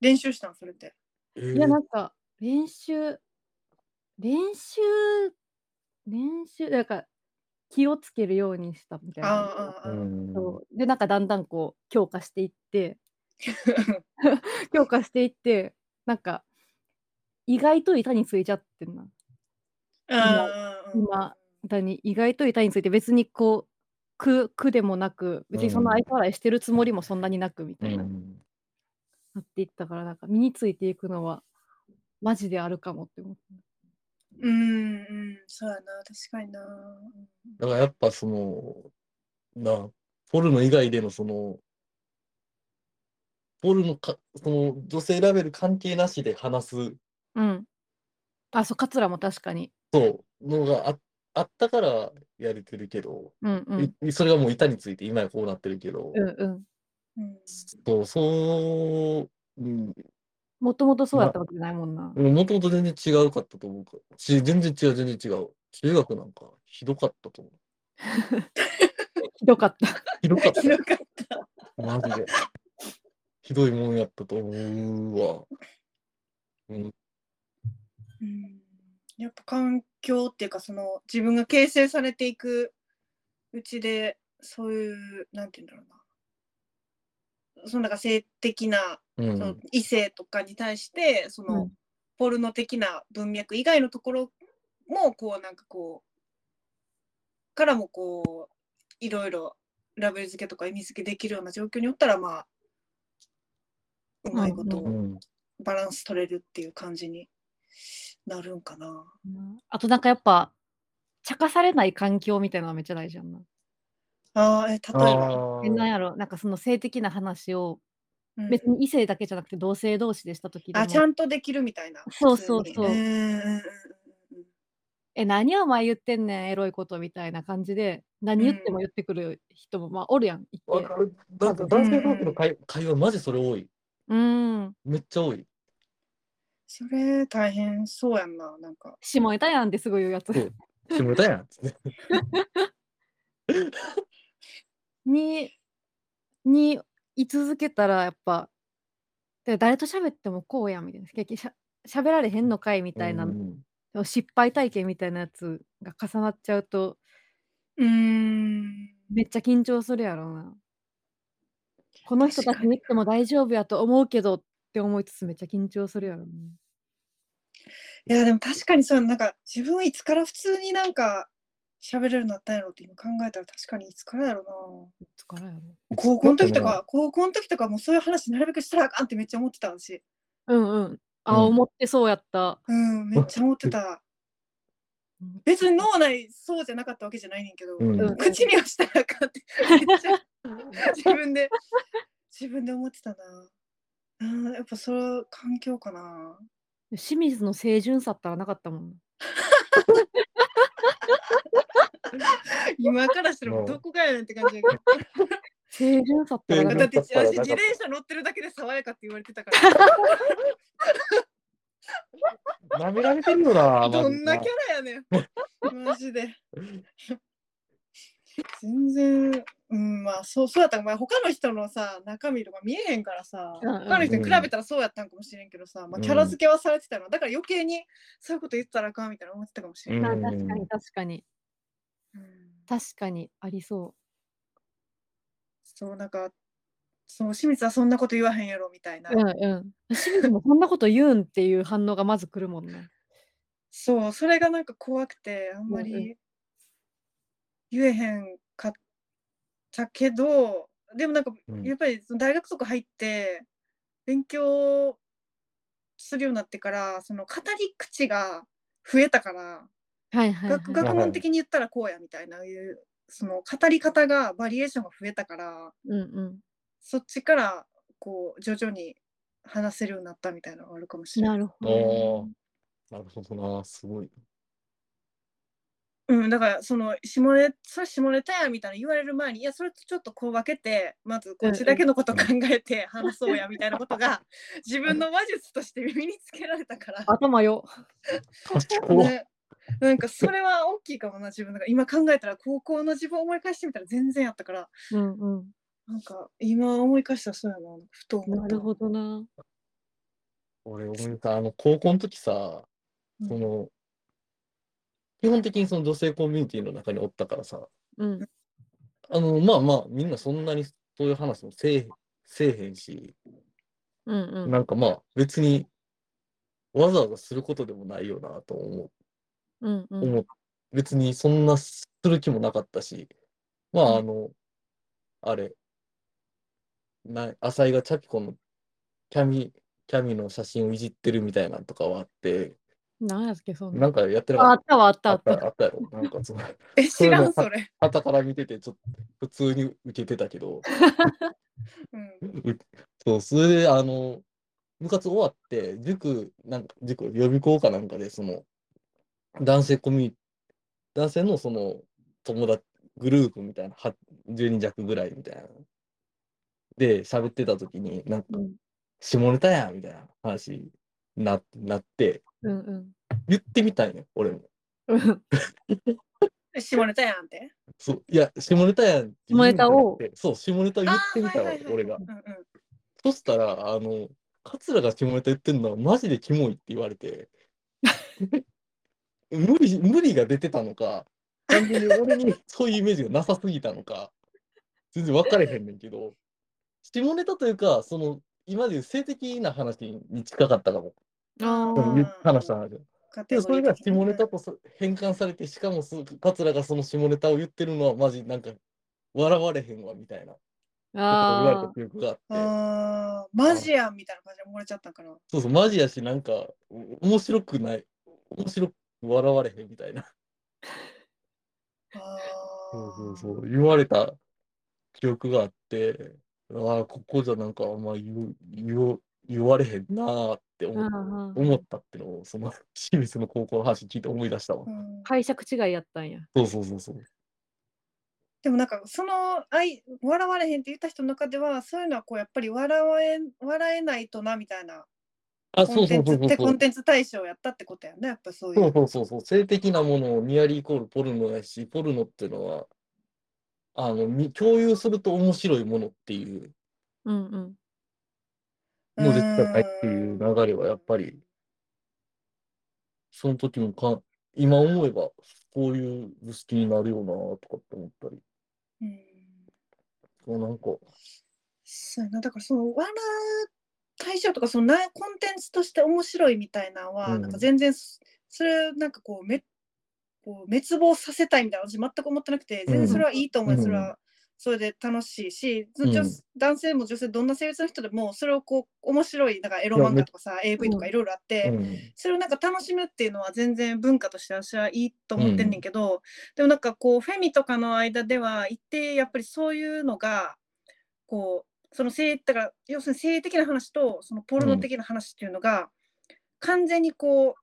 [SPEAKER 3] 練習したんそれって
[SPEAKER 4] いや、なんか練習、練習、練習、なんか気をつけるようにしたみたい
[SPEAKER 3] あ
[SPEAKER 4] な。
[SPEAKER 3] ああああ
[SPEAKER 2] うん
[SPEAKER 4] そうで、なんかだんだんこう強化していって、強化していって、なんか意外と板についちゃってんな。
[SPEAKER 3] ああ
[SPEAKER 4] 今だに意外と板について別にこう苦苦でもなく別にそんな
[SPEAKER 2] うん
[SPEAKER 4] 愛想笑いしてるつもりもそんなになくみた
[SPEAKER 2] う
[SPEAKER 4] いな、
[SPEAKER 2] ん
[SPEAKER 4] なっていったからなんか身についていくのはマジであるかもって思って
[SPEAKER 3] うんうんそうやな確かにな
[SPEAKER 2] だからやっぱその、な、ポルノ以外でのその、ポルノか、その女性ラベル関係なしで話す、
[SPEAKER 4] うんあそう桂も確かに
[SPEAKER 2] そう、のがああったからやれてるけど、
[SPEAKER 4] うんうん
[SPEAKER 2] いそれがもう板について今やこうなってるけど、
[SPEAKER 4] うんうん
[SPEAKER 3] うん
[SPEAKER 2] そう、そう、うん、
[SPEAKER 4] もともとそうだったわけじゃないもんな、
[SPEAKER 2] もともと全然違うかったと思うから。ち全然違う、全然違う。中学なんかひどかったと思う。
[SPEAKER 4] ひどかった
[SPEAKER 2] ひどかっ
[SPEAKER 3] ひど
[SPEAKER 2] た。
[SPEAKER 3] かった
[SPEAKER 2] マジで。ひどいもんやったと思うわ。
[SPEAKER 3] うんやっぱ環境っていうかその自分が形成されていくうちでそういうなんて言うんだろうなそのなんか性的な、
[SPEAKER 2] う
[SPEAKER 3] その
[SPEAKER 2] ん。
[SPEAKER 3] 異性とかに対してその、
[SPEAKER 4] うん
[SPEAKER 3] ポルノ的な文脈以外のところもこうなんかこうからもこういろいろラベル付けとか意味付けできるような状況におったらまあうまいこと
[SPEAKER 2] う。
[SPEAKER 4] うん
[SPEAKER 3] バランス取れるっていう感じになるんかな。
[SPEAKER 4] うんあとなんかやっぱ茶化されない環境みたいなのはめっちゃ大事やんな。
[SPEAKER 3] ああ、え、例え
[SPEAKER 2] あ
[SPEAKER 3] ば。
[SPEAKER 4] えな
[SPEAKER 2] ー
[SPEAKER 4] んやろなんかその性的な話を
[SPEAKER 3] うん
[SPEAKER 4] 別に異性だけじゃなくて同性同士でした時でも、
[SPEAKER 3] あ、ちゃんとできるみたいな。
[SPEAKER 4] そうそう
[SPEAKER 3] 普通
[SPEAKER 4] そう
[SPEAKER 3] にんうんうん
[SPEAKER 4] え、何お前言ってんねん、エロいことみたいな感じで、何言っても言ってくる人も、まあ、おるやん、一
[SPEAKER 2] わ
[SPEAKER 4] 定
[SPEAKER 2] か。る。なんか男性同士の会会話、マジそれ多い。
[SPEAKER 4] うん。
[SPEAKER 2] めっちゃ多い。
[SPEAKER 3] それ大変そうやんな、なんか。
[SPEAKER 4] 下ネタやんってすごい言うやつ
[SPEAKER 2] そうしもた
[SPEAKER 3] *laughs*
[SPEAKER 2] やんっつって。
[SPEAKER 4] *laughs* に、に、居続けたら、やっぱ、で誰と喋ってもこうやんみたいな。結局しゃ喋られへんのかいみたいな、
[SPEAKER 2] うん
[SPEAKER 4] 失敗体験みたいなやつが重なっちゃうと、
[SPEAKER 3] うーん。
[SPEAKER 4] めっちゃ緊張するやろうな。この人た
[SPEAKER 3] 確
[SPEAKER 4] ち
[SPEAKER 3] かに
[SPEAKER 4] に言っても大丈夫やと思うけどって思いつつ、めっちゃ緊張するやろうね。
[SPEAKER 3] いや、でも確かにそう、なんか自分いつから普通になんか喋れるようになったんやろって今考えたら確かにいつからやろ
[SPEAKER 4] 疲れやろ。
[SPEAKER 3] な。高校の時とか、高校の時とかもうそういう話なるべくしたらあかんってめっちゃ思ってたし。
[SPEAKER 4] うんうん。あ、
[SPEAKER 2] うん
[SPEAKER 4] 思ってそうやった。
[SPEAKER 3] うん、めっちゃ思ってた
[SPEAKER 4] うん。
[SPEAKER 3] 別に脳内そうじゃなかったわけじゃないねんけど、
[SPEAKER 2] うん
[SPEAKER 4] うん
[SPEAKER 3] 口にはしたらあか *laughs* んってめっちゃ自分で自分で思ってたな。うん、やっぱそれは環境かな。
[SPEAKER 4] 清水の清純さったらなかったもん。
[SPEAKER 3] 今からしたらもうどこかやねんって感じやけど。
[SPEAKER 4] 清純さったらな
[SPEAKER 3] だ
[SPEAKER 4] か
[SPEAKER 3] っ
[SPEAKER 4] って
[SPEAKER 2] て
[SPEAKER 3] 私
[SPEAKER 2] 私
[SPEAKER 3] 自転車乗ってるだけで爽やかって言われてたから
[SPEAKER 2] なめられてるよな、
[SPEAKER 3] どんな
[SPEAKER 2] マ
[SPEAKER 3] キ
[SPEAKER 2] ジ
[SPEAKER 3] ャラやねんマジで全然うんまあそうそうやったんかまあ他の人のさ中身とか見えへんからさ
[SPEAKER 4] うんうん
[SPEAKER 3] 他の人に比べたらそうやったんかもしれんけどさ、まあ、キャラ付けはされてたのだから余計にそういうこと言ってたらあかんみたいな思ってたかもしれ
[SPEAKER 4] た。
[SPEAKER 3] ない、
[SPEAKER 4] 確か
[SPEAKER 2] うん
[SPEAKER 4] に確かに
[SPEAKER 3] うん
[SPEAKER 4] 確かにありそ
[SPEAKER 3] そうなんかそう清水はそんなこと言わへんやろみたいな、
[SPEAKER 4] う。うんうん。清水もこんなこと言うんっていう反応がまず来るもんね。
[SPEAKER 3] そうそれがなんか怖くてあんま
[SPEAKER 4] うんう
[SPEAKER 3] り言えへんかったけどでもなんか
[SPEAKER 2] うん
[SPEAKER 3] やっぱりその大学とか入って勉強するようになってからその語り口が増えたから
[SPEAKER 4] はいはい、はい
[SPEAKER 3] 学。学問的に言ったらこうやみたいないうその語り方がバリエーションが増えたから
[SPEAKER 4] うんうん。
[SPEAKER 3] そっちからこう徐々に話せるようになったみたいなのがあるかもしれない。
[SPEAKER 4] なるほど
[SPEAKER 2] おー
[SPEAKER 4] ね。
[SPEAKER 2] なるほどな、す
[SPEAKER 3] *laughs*
[SPEAKER 2] ごい。
[SPEAKER 3] うん、だからその下ネそれ下ネタやみたいな言われる前にいやそれとちょっとこう分けてまずこっちだけのこと考えて話そうやみたいなことが自分の話術として身につけられたから、
[SPEAKER 4] 頭よ。
[SPEAKER 2] 賢い。
[SPEAKER 3] ね、なんかそれは大きいかもな自分が今考えたら高校の自分を思い返してみたら全然やったから
[SPEAKER 4] うんうん。
[SPEAKER 3] なんか今思い返したらそうやなふと思
[SPEAKER 4] な
[SPEAKER 3] っ
[SPEAKER 4] る
[SPEAKER 3] た。
[SPEAKER 4] ほどな。
[SPEAKER 2] 俺、思い出したあの、高校の時さ、
[SPEAKER 3] うん
[SPEAKER 2] その、基本的にその女性コミュニティの中におったからさ、
[SPEAKER 4] うん。
[SPEAKER 2] あの、まあまあ、みんなそんなにそういう話もせえ、せえへんし、
[SPEAKER 4] うんうん。
[SPEAKER 2] なんかまあ、別に、わざわざすることでもないよなと思
[SPEAKER 4] うん
[SPEAKER 2] う。
[SPEAKER 4] う
[SPEAKER 2] 思
[SPEAKER 4] ん。
[SPEAKER 2] う別にそんなする気もなかったし、まあ、あの、あれ、な浅井がチャピコのキャミ、キャミの写真をいじってるみたいなんとかはあって、
[SPEAKER 4] 何やっけ、そんな。
[SPEAKER 2] なんかやってな
[SPEAKER 4] ああ
[SPEAKER 2] か
[SPEAKER 4] っ
[SPEAKER 2] った
[SPEAKER 4] わ、あった
[SPEAKER 2] た。あ
[SPEAKER 4] あっ。
[SPEAKER 2] ったたあったやろ。なんかその、
[SPEAKER 3] え知らん
[SPEAKER 2] そう
[SPEAKER 3] そ
[SPEAKER 2] いう
[SPEAKER 3] れ、
[SPEAKER 2] 旗から見てて、ちょっと普通に受けてたけど、
[SPEAKER 3] うん
[SPEAKER 2] う *laughs* そう、それで、あの、部活終わって、塾、なんか、塾、予備校かなんかで、その、男性コミュニ男性のその、友達、グループみたいな、は10人弱ぐらいみたいな。で、喋ってた時に、なんか、
[SPEAKER 4] うん
[SPEAKER 2] 下ネタやみたいな話にななって、
[SPEAKER 4] うんうん
[SPEAKER 2] 言ってみたいね、俺も。
[SPEAKER 4] うん。
[SPEAKER 3] え下ネタやんって
[SPEAKER 2] そう、いや、下ネタやんって言うんじゃなくて
[SPEAKER 4] 下ネタを。
[SPEAKER 2] そう、下ネタ言っ
[SPEAKER 3] あ
[SPEAKER 2] てみた
[SPEAKER 3] ー
[SPEAKER 2] わ、俺が
[SPEAKER 3] う。んうん、
[SPEAKER 2] そしたら、あの、桂が下ネタ言ってんのはマジでキモいって言われて、 *laughs* 無理、無理が出てたのか、完全に俺にそういうイメージがなさすぎたのか、全然分かれへんねんけど、下ネタというか、その、今までいう性的な話に近かったかも。
[SPEAKER 4] あ
[SPEAKER 2] そ
[SPEAKER 3] うん
[SPEAKER 2] の
[SPEAKER 4] あ。
[SPEAKER 2] 言話した話。
[SPEAKER 3] カテ
[SPEAKER 2] で、そ
[SPEAKER 3] ゴリ
[SPEAKER 2] れ
[SPEAKER 3] ー
[SPEAKER 2] が
[SPEAKER 3] 的
[SPEAKER 2] 下
[SPEAKER 3] に
[SPEAKER 2] ネタとそ変換されて、しかもす桂がその下ネタを言ってるのはマジなんか、笑われへんわ、みたいな。言われた
[SPEAKER 4] あ
[SPEAKER 2] 記憶があって。
[SPEAKER 3] あーマジやんみたいな感じで漏れちゃったんかな。
[SPEAKER 2] そうそう、マジやし、なんか、お面白くない、面白く笑われへんみたいな。
[SPEAKER 3] あ
[SPEAKER 2] そうそうそ
[SPEAKER 3] ー
[SPEAKER 2] う、言われた記憶があって、ああ、ここじゃなんかあんま言う言う言われへんなーって
[SPEAKER 4] あ。
[SPEAKER 2] 思,、
[SPEAKER 4] ああ
[SPEAKER 2] 思ったってのを、その、清水の高校の話聞いて思い出したわ
[SPEAKER 3] う。ん
[SPEAKER 4] 解釈違いやったんや。
[SPEAKER 2] そうそうそうそう。
[SPEAKER 3] でもなんかその愛笑われへんって言った人の中ではそういうのはこうやっぱり笑え笑えないとなみたいな
[SPEAKER 2] あ、そ
[SPEAKER 3] コ
[SPEAKER 2] う
[SPEAKER 3] ンテ
[SPEAKER 2] そ
[SPEAKER 3] ン
[SPEAKER 2] うそ
[SPEAKER 3] ツ
[SPEAKER 2] うそ
[SPEAKER 3] っ
[SPEAKER 2] う
[SPEAKER 3] て
[SPEAKER 2] そ
[SPEAKER 3] コン
[SPEAKER 2] う。
[SPEAKER 3] テンツ対象やったってことやんねやっぱそうい
[SPEAKER 2] そうう。そうそうそう。性的なものをニアリーイコールポルノやし、ポルノっていうのは、あの、み共有すると面白いものっていう
[SPEAKER 4] うんうん。
[SPEAKER 2] のでしかないっていう流れはやっぱりその時もかん、今思えば、こういう図式になるよなとかって思ったり、
[SPEAKER 3] うん
[SPEAKER 2] そうなんか、
[SPEAKER 3] そうやなだからその笑う対象とかそのなコンテンツとして面白いみたいなのは、
[SPEAKER 2] うん
[SPEAKER 3] なんか全然そそれをなんかこうめこう滅亡させたいみたいな私全く思ってなくて全然それはいいと思う、
[SPEAKER 2] うん
[SPEAKER 3] それはそれで楽しいし、
[SPEAKER 2] ん
[SPEAKER 3] 女男性も女性どんな性別の人でもそれをこう面白いなんかエロ
[SPEAKER 2] いや
[SPEAKER 3] 漫画とかさ AV とかいろいろあって、
[SPEAKER 2] うん
[SPEAKER 3] それをなんか楽しむっていうのは全然文化として私はいいと思ってんねんけど、でもなんかこうフェミとかの間では一定やっぱりそういうのがこうその性だから要するに性的な話とそのポルノ的な話っていうのが完全にこ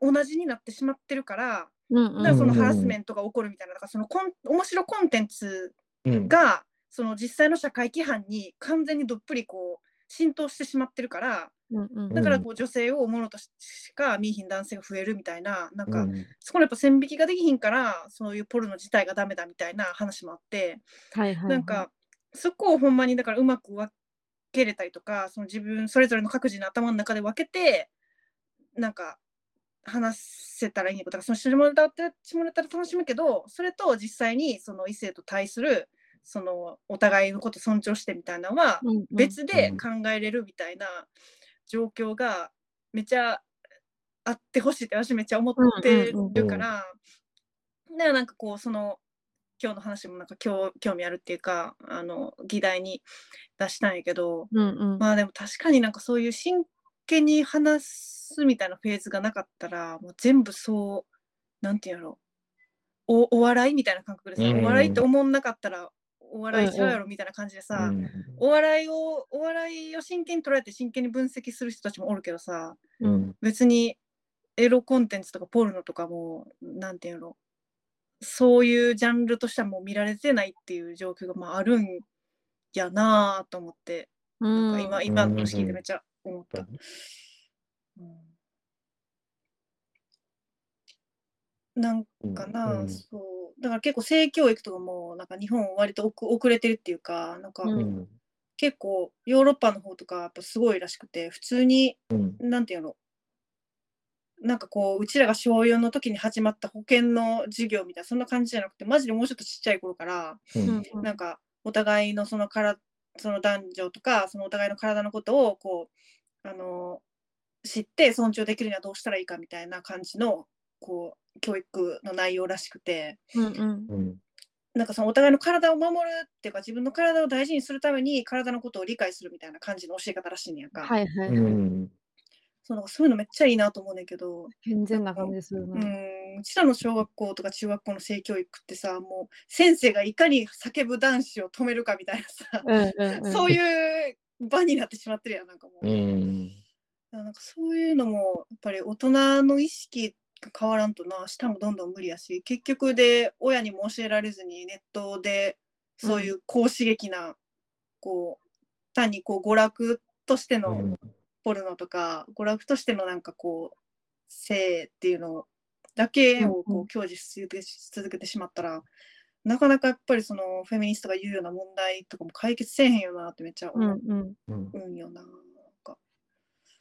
[SPEAKER 3] う同じになってしまってるから
[SPEAKER 4] うん
[SPEAKER 3] だ
[SPEAKER 4] う
[SPEAKER 3] からそ
[SPEAKER 4] ん
[SPEAKER 3] のハラスメントが起こるみたいななんかそのコン面白コンテンツ
[SPEAKER 2] うん
[SPEAKER 3] がその実際の社会規範に完全にどっぷりこう浸透してしまってるから。
[SPEAKER 4] うんうん
[SPEAKER 3] だ
[SPEAKER 2] な
[SPEAKER 3] からこう女性をおもろとしか見いひん男性が増えるみたいななんか、
[SPEAKER 2] うん
[SPEAKER 3] そこのやっぱ線引きができひんからそういうポルノ自体がダメだみたいな話もあって、
[SPEAKER 4] はいはいはい
[SPEAKER 3] なんかそこをほんまにだからうまく分けれたりとかその自分それぞれの各自の頭の中で分けてなんか話せたらいいねだからその下ネタって下ネタで楽しむけどそれと実際にその異性と対するそのお互いのこと尊重してみたいなのは
[SPEAKER 4] うんうん
[SPEAKER 3] 別で
[SPEAKER 2] うん
[SPEAKER 3] 考えれるみたいな状況がめちゃあってほしいって私めっちゃ思って
[SPEAKER 4] うんうん
[SPEAKER 2] うんう
[SPEAKER 3] る
[SPEAKER 2] ん
[SPEAKER 3] から、だからなんかこうその今日の話もなんか興興味あるっていうかあの議題に出したんやけど
[SPEAKER 4] うんうん
[SPEAKER 3] まあでも確かになんかそういう真剣に話すみたいなフェーズがなかったらもう全部そうなんていうのおお笑いみたいな感覚でさ、
[SPEAKER 2] うん
[SPEAKER 3] お笑いって思んなかったらお笑いしろやろみたいな感じでさ、
[SPEAKER 2] うん
[SPEAKER 3] お笑いをお笑いを真剣に捉えて真剣に分析する人たちもおるけどさ
[SPEAKER 2] うん
[SPEAKER 3] 別にエロコンテンツとかポルノとかもなんていうのそういうジャンルとしてはもう見られてないっていう状況がまああるんやなあと思って、
[SPEAKER 4] うん
[SPEAKER 3] なんか今今の話聞いてめっちゃ思っ
[SPEAKER 2] う
[SPEAKER 3] た。
[SPEAKER 2] ん
[SPEAKER 3] うんなん
[SPEAKER 2] うん
[SPEAKER 3] かな、
[SPEAKER 2] うん
[SPEAKER 3] そうだから結構性教育とかもなんか日本割と遅遅れてるっていうかなんか
[SPEAKER 4] う
[SPEAKER 2] うん
[SPEAKER 3] 結構ヨーロッパの方とかやっぱすごいらしくて普通に
[SPEAKER 2] うん
[SPEAKER 3] なんていうのなんかこううちらが小4の時に始まった保険の授業みたいなそんな感じじゃなくてマジでもうちょっとちっちゃい頃から
[SPEAKER 2] うん
[SPEAKER 3] なんかお互いのそのからその男女とかそのお互いの体のことをこうあの知って尊重できるにはどうしたらいいかみたいな感じのこう教育の内容らしくて
[SPEAKER 4] うんうん
[SPEAKER 2] うん
[SPEAKER 3] なんかそのお互いの体を守るっていうか自分の体を大事にするために体のことを理解するみたいな感じの教え方らしいんやんか、
[SPEAKER 4] はいは
[SPEAKER 2] うん
[SPEAKER 4] い
[SPEAKER 2] う
[SPEAKER 4] はい
[SPEAKER 2] ん
[SPEAKER 3] そうなんかそういうのめっちゃいいなと思うねんけど
[SPEAKER 4] 健全な感じする
[SPEAKER 3] う
[SPEAKER 4] な。
[SPEAKER 3] んうちらの小学校とか中学校の性教育ってさもう先生がいかに叫ぶ男子を止めるかみたいなさ、
[SPEAKER 4] うんうんうん
[SPEAKER 3] そういう場になってしまってるやんなんかもう、
[SPEAKER 2] うん
[SPEAKER 3] なんかそういうのもやっぱり大人の意識が変わらんとな下もどんどん無理やし結局で親にも教えられずにネットでそういう高刺激な、こう単にこう娯楽としての、ポルノとか娯楽としてのなんかこう性っていうのだけを
[SPEAKER 4] うんう
[SPEAKER 3] こう享受し続けし続けてしまったら、なかなかやっぱりそのフェミニストが言うような問題とかも解決せえへんよなってめっちゃ
[SPEAKER 4] うん
[SPEAKER 3] 思
[SPEAKER 4] うん
[SPEAKER 2] うん
[SPEAKER 3] うんよな。なんか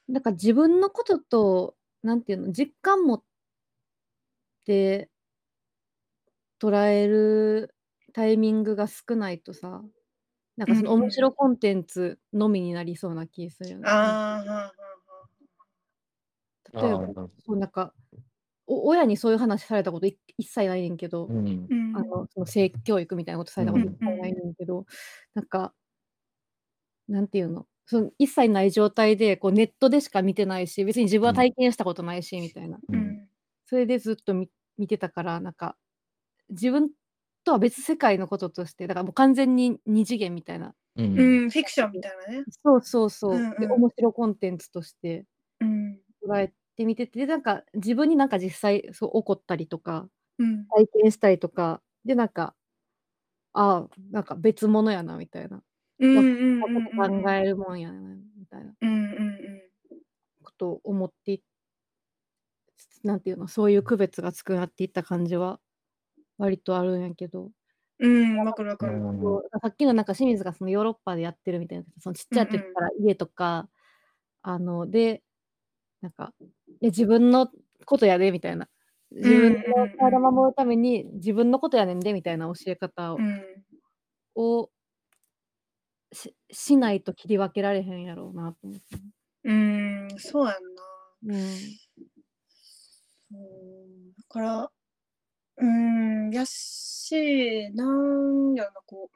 [SPEAKER 4] なんか自分のことと、なんていうの、実感持って捉えるタイミングが少ないとさ、なんかその
[SPEAKER 3] うんうん
[SPEAKER 4] 面白コンテンツのみになりそうな気するよね。
[SPEAKER 3] あーはあは
[SPEAKER 4] 例えば、
[SPEAKER 2] あー
[SPEAKER 4] そうなんかお、親にそういう話されたことい一切ないねんけど、
[SPEAKER 2] うん
[SPEAKER 4] あのその性教育みたいなことされたこと
[SPEAKER 2] うん
[SPEAKER 4] 一切ないねんけど、なんか、なんていうの、その一切ない状態でこうネットでしか見てないし、別に自分は体験したことないし、みたいな。
[SPEAKER 2] う
[SPEAKER 3] うんん
[SPEAKER 4] それでずっと見見てたからなんか自分とは別世界のこととしてだからもう完全に二次元みたいな
[SPEAKER 2] う
[SPEAKER 3] うんん、うん、フィクションみたいなね。
[SPEAKER 4] そうそうそう、
[SPEAKER 3] うん
[SPEAKER 4] で
[SPEAKER 3] うん
[SPEAKER 4] 面白コンテンツとして
[SPEAKER 3] うん
[SPEAKER 4] 捉えてみててでなんか自分になんか実際そう起こったりとか
[SPEAKER 3] うん
[SPEAKER 4] 体験したりとかでなんかああなんか別物やなみたいな、
[SPEAKER 3] うんうんうんうんうん
[SPEAKER 4] 考えるもんやなみたいな
[SPEAKER 3] うんうん
[SPEAKER 4] ことを思っていなんていうのそういう区別がつくなっていった感じは割とあるんやけど。
[SPEAKER 3] うんうんわかるわかる。
[SPEAKER 2] うん
[SPEAKER 4] そうさっきのなんか清水がそのヨーロッパでやってるみたいなそのちっちゃい時
[SPEAKER 3] うんうん
[SPEAKER 4] から家とか、あのでなんかいや自分のことやでみたいな自分の体守るために自分のことやねんでみたいな教え方を,、
[SPEAKER 3] うん
[SPEAKER 4] ししないと切り分けられへんやろうなと思って、
[SPEAKER 3] うんそうやんな。
[SPEAKER 4] うん
[SPEAKER 3] そうだからうーん、やっし、なんやろな、こ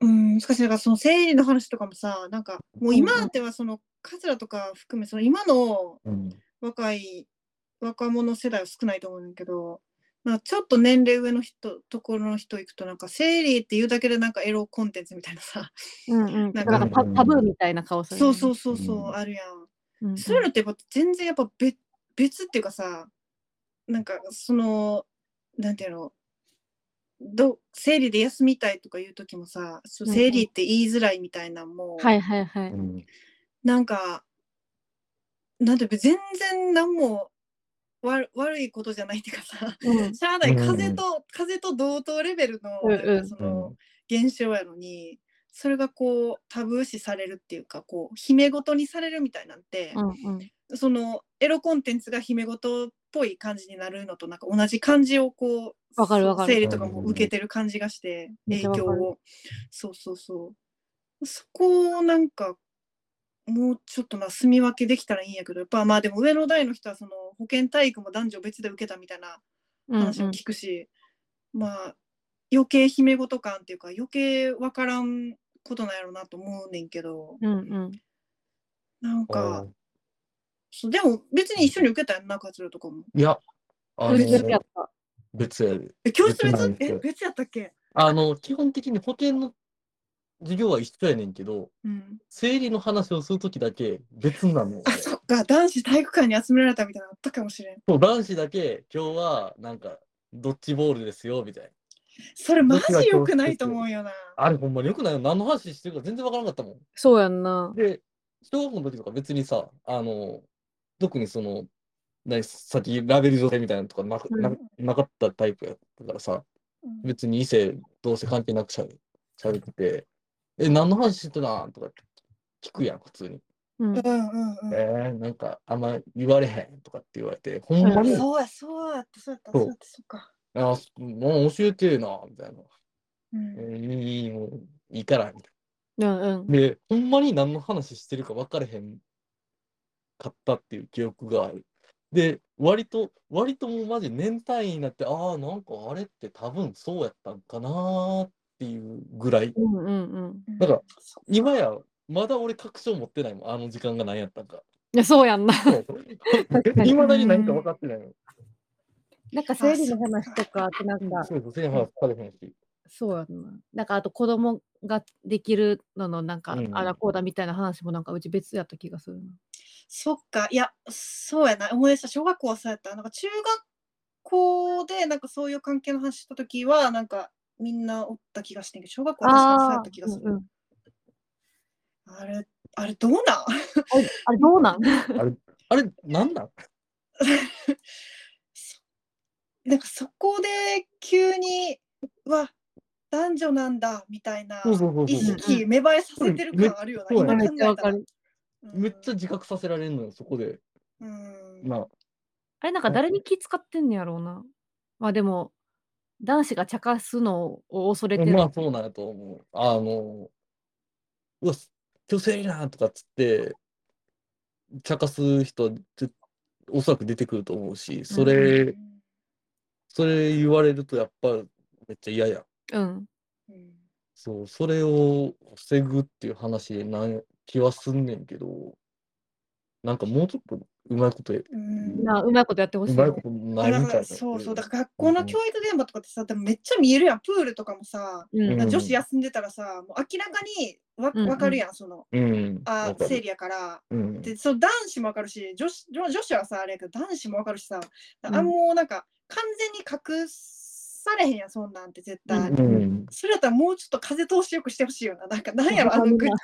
[SPEAKER 3] う。うん、しかし、なんかその生理の話とかもさ、なんか、もう今ではその、カズラとか含め、その今の
[SPEAKER 2] うん。
[SPEAKER 3] 若い、若者世代は少ないと思うんだけど、なんかちょっと年齢上の人、ところの人行くと、なんか生理っていうだけでなんかエロコンテンツみたいなさ、
[SPEAKER 4] うんうん、
[SPEAKER 3] な
[SPEAKER 4] なんん
[SPEAKER 3] か
[SPEAKER 4] かタタブーみたいな顔する
[SPEAKER 3] そ
[SPEAKER 4] よ
[SPEAKER 3] う
[SPEAKER 4] ね。
[SPEAKER 3] そうそうそうう、
[SPEAKER 2] ん。
[SPEAKER 3] あるやん。
[SPEAKER 4] うんうん。
[SPEAKER 3] そういうのってやっぱ全然やっぱ別別っていうかさなんかそのなんていうのど生理で休みたいとかいう時もさそう
[SPEAKER 4] うんうん
[SPEAKER 3] 生理って言いづらいみたいなんも、
[SPEAKER 4] はいはいはいう
[SPEAKER 2] ん。
[SPEAKER 3] なんかなんていうか全然何も悪悪いことじゃないっていうかさ
[SPEAKER 4] うん
[SPEAKER 3] しゃあない
[SPEAKER 2] うんうん
[SPEAKER 3] 風と風と同等レベルの
[SPEAKER 4] うんうん
[SPEAKER 3] なんかそ
[SPEAKER 2] うん
[SPEAKER 3] の現象やのにそれがこうタブー視されるっていうかこう姫事にされるみたいなんて。
[SPEAKER 4] うんうん
[SPEAKER 3] そのエロコンテンツが姫事っぽい感じになるのとなんか同じ感じをこう
[SPEAKER 4] わかるわかる
[SPEAKER 3] 整理とかも受けてる感じがして
[SPEAKER 4] めっ
[SPEAKER 3] 影
[SPEAKER 4] ちゃわか
[SPEAKER 3] 響
[SPEAKER 4] る
[SPEAKER 3] をそうそうそうそこをなんかもうちょっとまあ住み分けできたらいいんやけどやっぱまあでも上の代の人はその保健体育も男女別で受けたみたいな
[SPEAKER 4] うん
[SPEAKER 3] 話を聞くし、まあ余計姫事感っていうか余計わからんことなんやろうなと思うねんけど
[SPEAKER 4] うんうん
[SPEAKER 3] なん
[SPEAKER 2] あ
[SPEAKER 3] か
[SPEAKER 2] ー
[SPEAKER 3] そうでも別に一緒に受けたやんな活動とかも。
[SPEAKER 2] いや、あ
[SPEAKER 4] 普通
[SPEAKER 2] の
[SPEAKER 4] やっ、た。
[SPEAKER 2] 別やで。
[SPEAKER 3] え、教室
[SPEAKER 2] 別なん
[SPEAKER 3] 別
[SPEAKER 2] で
[SPEAKER 3] え
[SPEAKER 2] すよ
[SPEAKER 3] 別やったっけ
[SPEAKER 2] あの、基本的に保険の授業は一緒やねんけど、
[SPEAKER 3] うん。
[SPEAKER 2] 生理の話をするときだけ別なの。
[SPEAKER 3] あ、そっか、男子体育館に集められたみたいなのあったかもしれん。
[SPEAKER 2] そう男子だけ、今日はなんか、ドッジボールですよ、みたいな。
[SPEAKER 3] それマジ良くないと思うよな。
[SPEAKER 2] あれほんまによくないよ。何の話してるか全然わからなかったもん。
[SPEAKER 4] そうやんな。
[SPEAKER 2] で、小学校の時とか別にさ、あの、特にその、何さっきラベル状態みたいなのとかなくななかったタイプやったからさ、
[SPEAKER 3] うん
[SPEAKER 2] 別に異性同性関係なくしゃべ喋ってて、え、何の話してたなとかって聞くやん、普通に。
[SPEAKER 4] うん
[SPEAKER 3] うんうんうん。
[SPEAKER 2] えー、なんかあんま言われへんとかって言われて、ほんまに、
[SPEAKER 3] そうや、そうやった、そうやった、
[SPEAKER 2] そう
[SPEAKER 3] そうやった、そっか。
[SPEAKER 2] あそもう教えてえな、みたいな。
[SPEAKER 3] う
[SPEAKER 2] え
[SPEAKER 3] ん。
[SPEAKER 2] ーいい、もういいから、みたいな。
[SPEAKER 4] うんうん。
[SPEAKER 2] で、ほんまに何の話してるか分かれへんかったっていう記憶がある。で、割と、割ともうマジ年単位になって、ああ、なんかあれって多分そうやったんかなーっていうぐらい。
[SPEAKER 4] うんうんうん。
[SPEAKER 3] うん
[SPEAKER 2] だから
[SPEAKER 3] そ
[SPEAKER 2] 今や、まだ俺確証持ってないもん、あの時間が何やったんか。
[SPEAKER 4] いや、そうやんな。か
[SPEAKER 2] *laughs*
[SPEAKER 4] に
[SPEAKER 2] いまだに何か分かってないもん。
[SPEAKER 4] なんか生理の話とかってなんか、
[SPEAKER 2] そうそう、センハーされへんし。
[SPEAKER 4] そうやんな。なんかあと子供ができるののなんか、
[SPEAKER 2] うん
[SPEAKER 4] あらこうだみたいな話もなんかうち別やった気がするな。
[SPEAKER 3] そっか、いや、そうやな、思い出した、小学校はそうやった。なんか中学校で、なんかそういう関係の話したときは、なんかみんなおった気がしてんけど、小学校は確かにそうやった気がする。
[SPEAKER 4] うんうん
[SPEAKER 3] あれ、あれどうなん *laughs*
[SPEAKER 4] あれあれどうなん
[SPEAKER 2] あれ、なんなん
[SPEAKER 3] そなんかそこで急にうわ男女なんだみたいな
[SPEAKER 2] そうそうそう
[SPEAKER 3] 意
[SPEAKER 2] そう。
[SPEAKER 3] 識芽生えさせてる感あるよ
[SPEAKER 2] そう
[SPEAKER 3] な、
[SPEAKER 2] や
[SPEAKER 3] 今
[SPEAKER 4] めっ
[SPEAKER 3] 考
[SPEAKER 4] ちゃ
[SPEAKER 3] え
[SPEAKER 4] わ
[SPEAKER 3] た
[SPEAKER 4] からる。
[SPEAKER 3] うん
[SPEAKER 2] めっちゃ自覚させられんのよ、そこで。
[SPEAKER 3] うん
[SPEAKER 2] まあ、
[SPEAKER 4] あれなんか誰に気使ってんのやろうな。まあでも、男子が茶化すのを恐れてる。
[SPEAKER 2] まあそうなんやと思う。あの、うわ、今日生理なんとかっつって、茶化す人って、おそらく出てくると思うし、それ、
[SPEAKER 3] うん
[SPEAKER 2] それ言われるとやっぱめっちゃ嫌やん。
[SPEAKER 4] うん。
[SPEAKER 3] うん
[SPEAKER 2] そう、それを防ぐっていう話なん気はすんねんけど、なんかもうちょっとうまいこと、う
[SPEAKER 3] うん
[SPEAKER 4] なうまいことやってほしい
[SPEAKER 2] まい
[SPEAKER 4] ね。
[SPEAKER 2] ことない
[SPEAKER 3] だ
[SPEAKER 2] み
[SPEAKER 3] か
[SPEAKER 2] たいな。
[SPEAKER 3] らそうそうだから学校の教育現場とかってさでもめっちゃ見えるやんプールとかもさ、
[SPEAKER 4] うん
[SPEAKER 2] うん
[SPEAKER 3] 女子休んでたらさもう明らかにわ
[SPEAKER 4] うんうん
[SPEAKER 3] 分かるやんその
[SPEAKER 2] うん。
[SPEAKER 3] あ
[SPEAKER 2] わかる
[SPEAKER 3] 生理やから
[SPEAKER 2] うん。
[SPEAKER 3] でその男子もわかるし女子女女子はさあれやけど男子もわかるしさ、
[SPEAKER 4] うん
[SPEAKER 3] あもうなんか完全に隠されへんやんそんなんて絶対、
[SPEAKER 4] うん
[SPEAKER 2] うん。
[SPEAKER 3] それやったらもうちょっと風通しよくしてほしいよななんかなんやろあ
[SPEAKER 4] わか
[SPEAKER 3] の
[SPEAKER 4] る
[SPEAKER 3] ぐ
[SPEAKER 4] な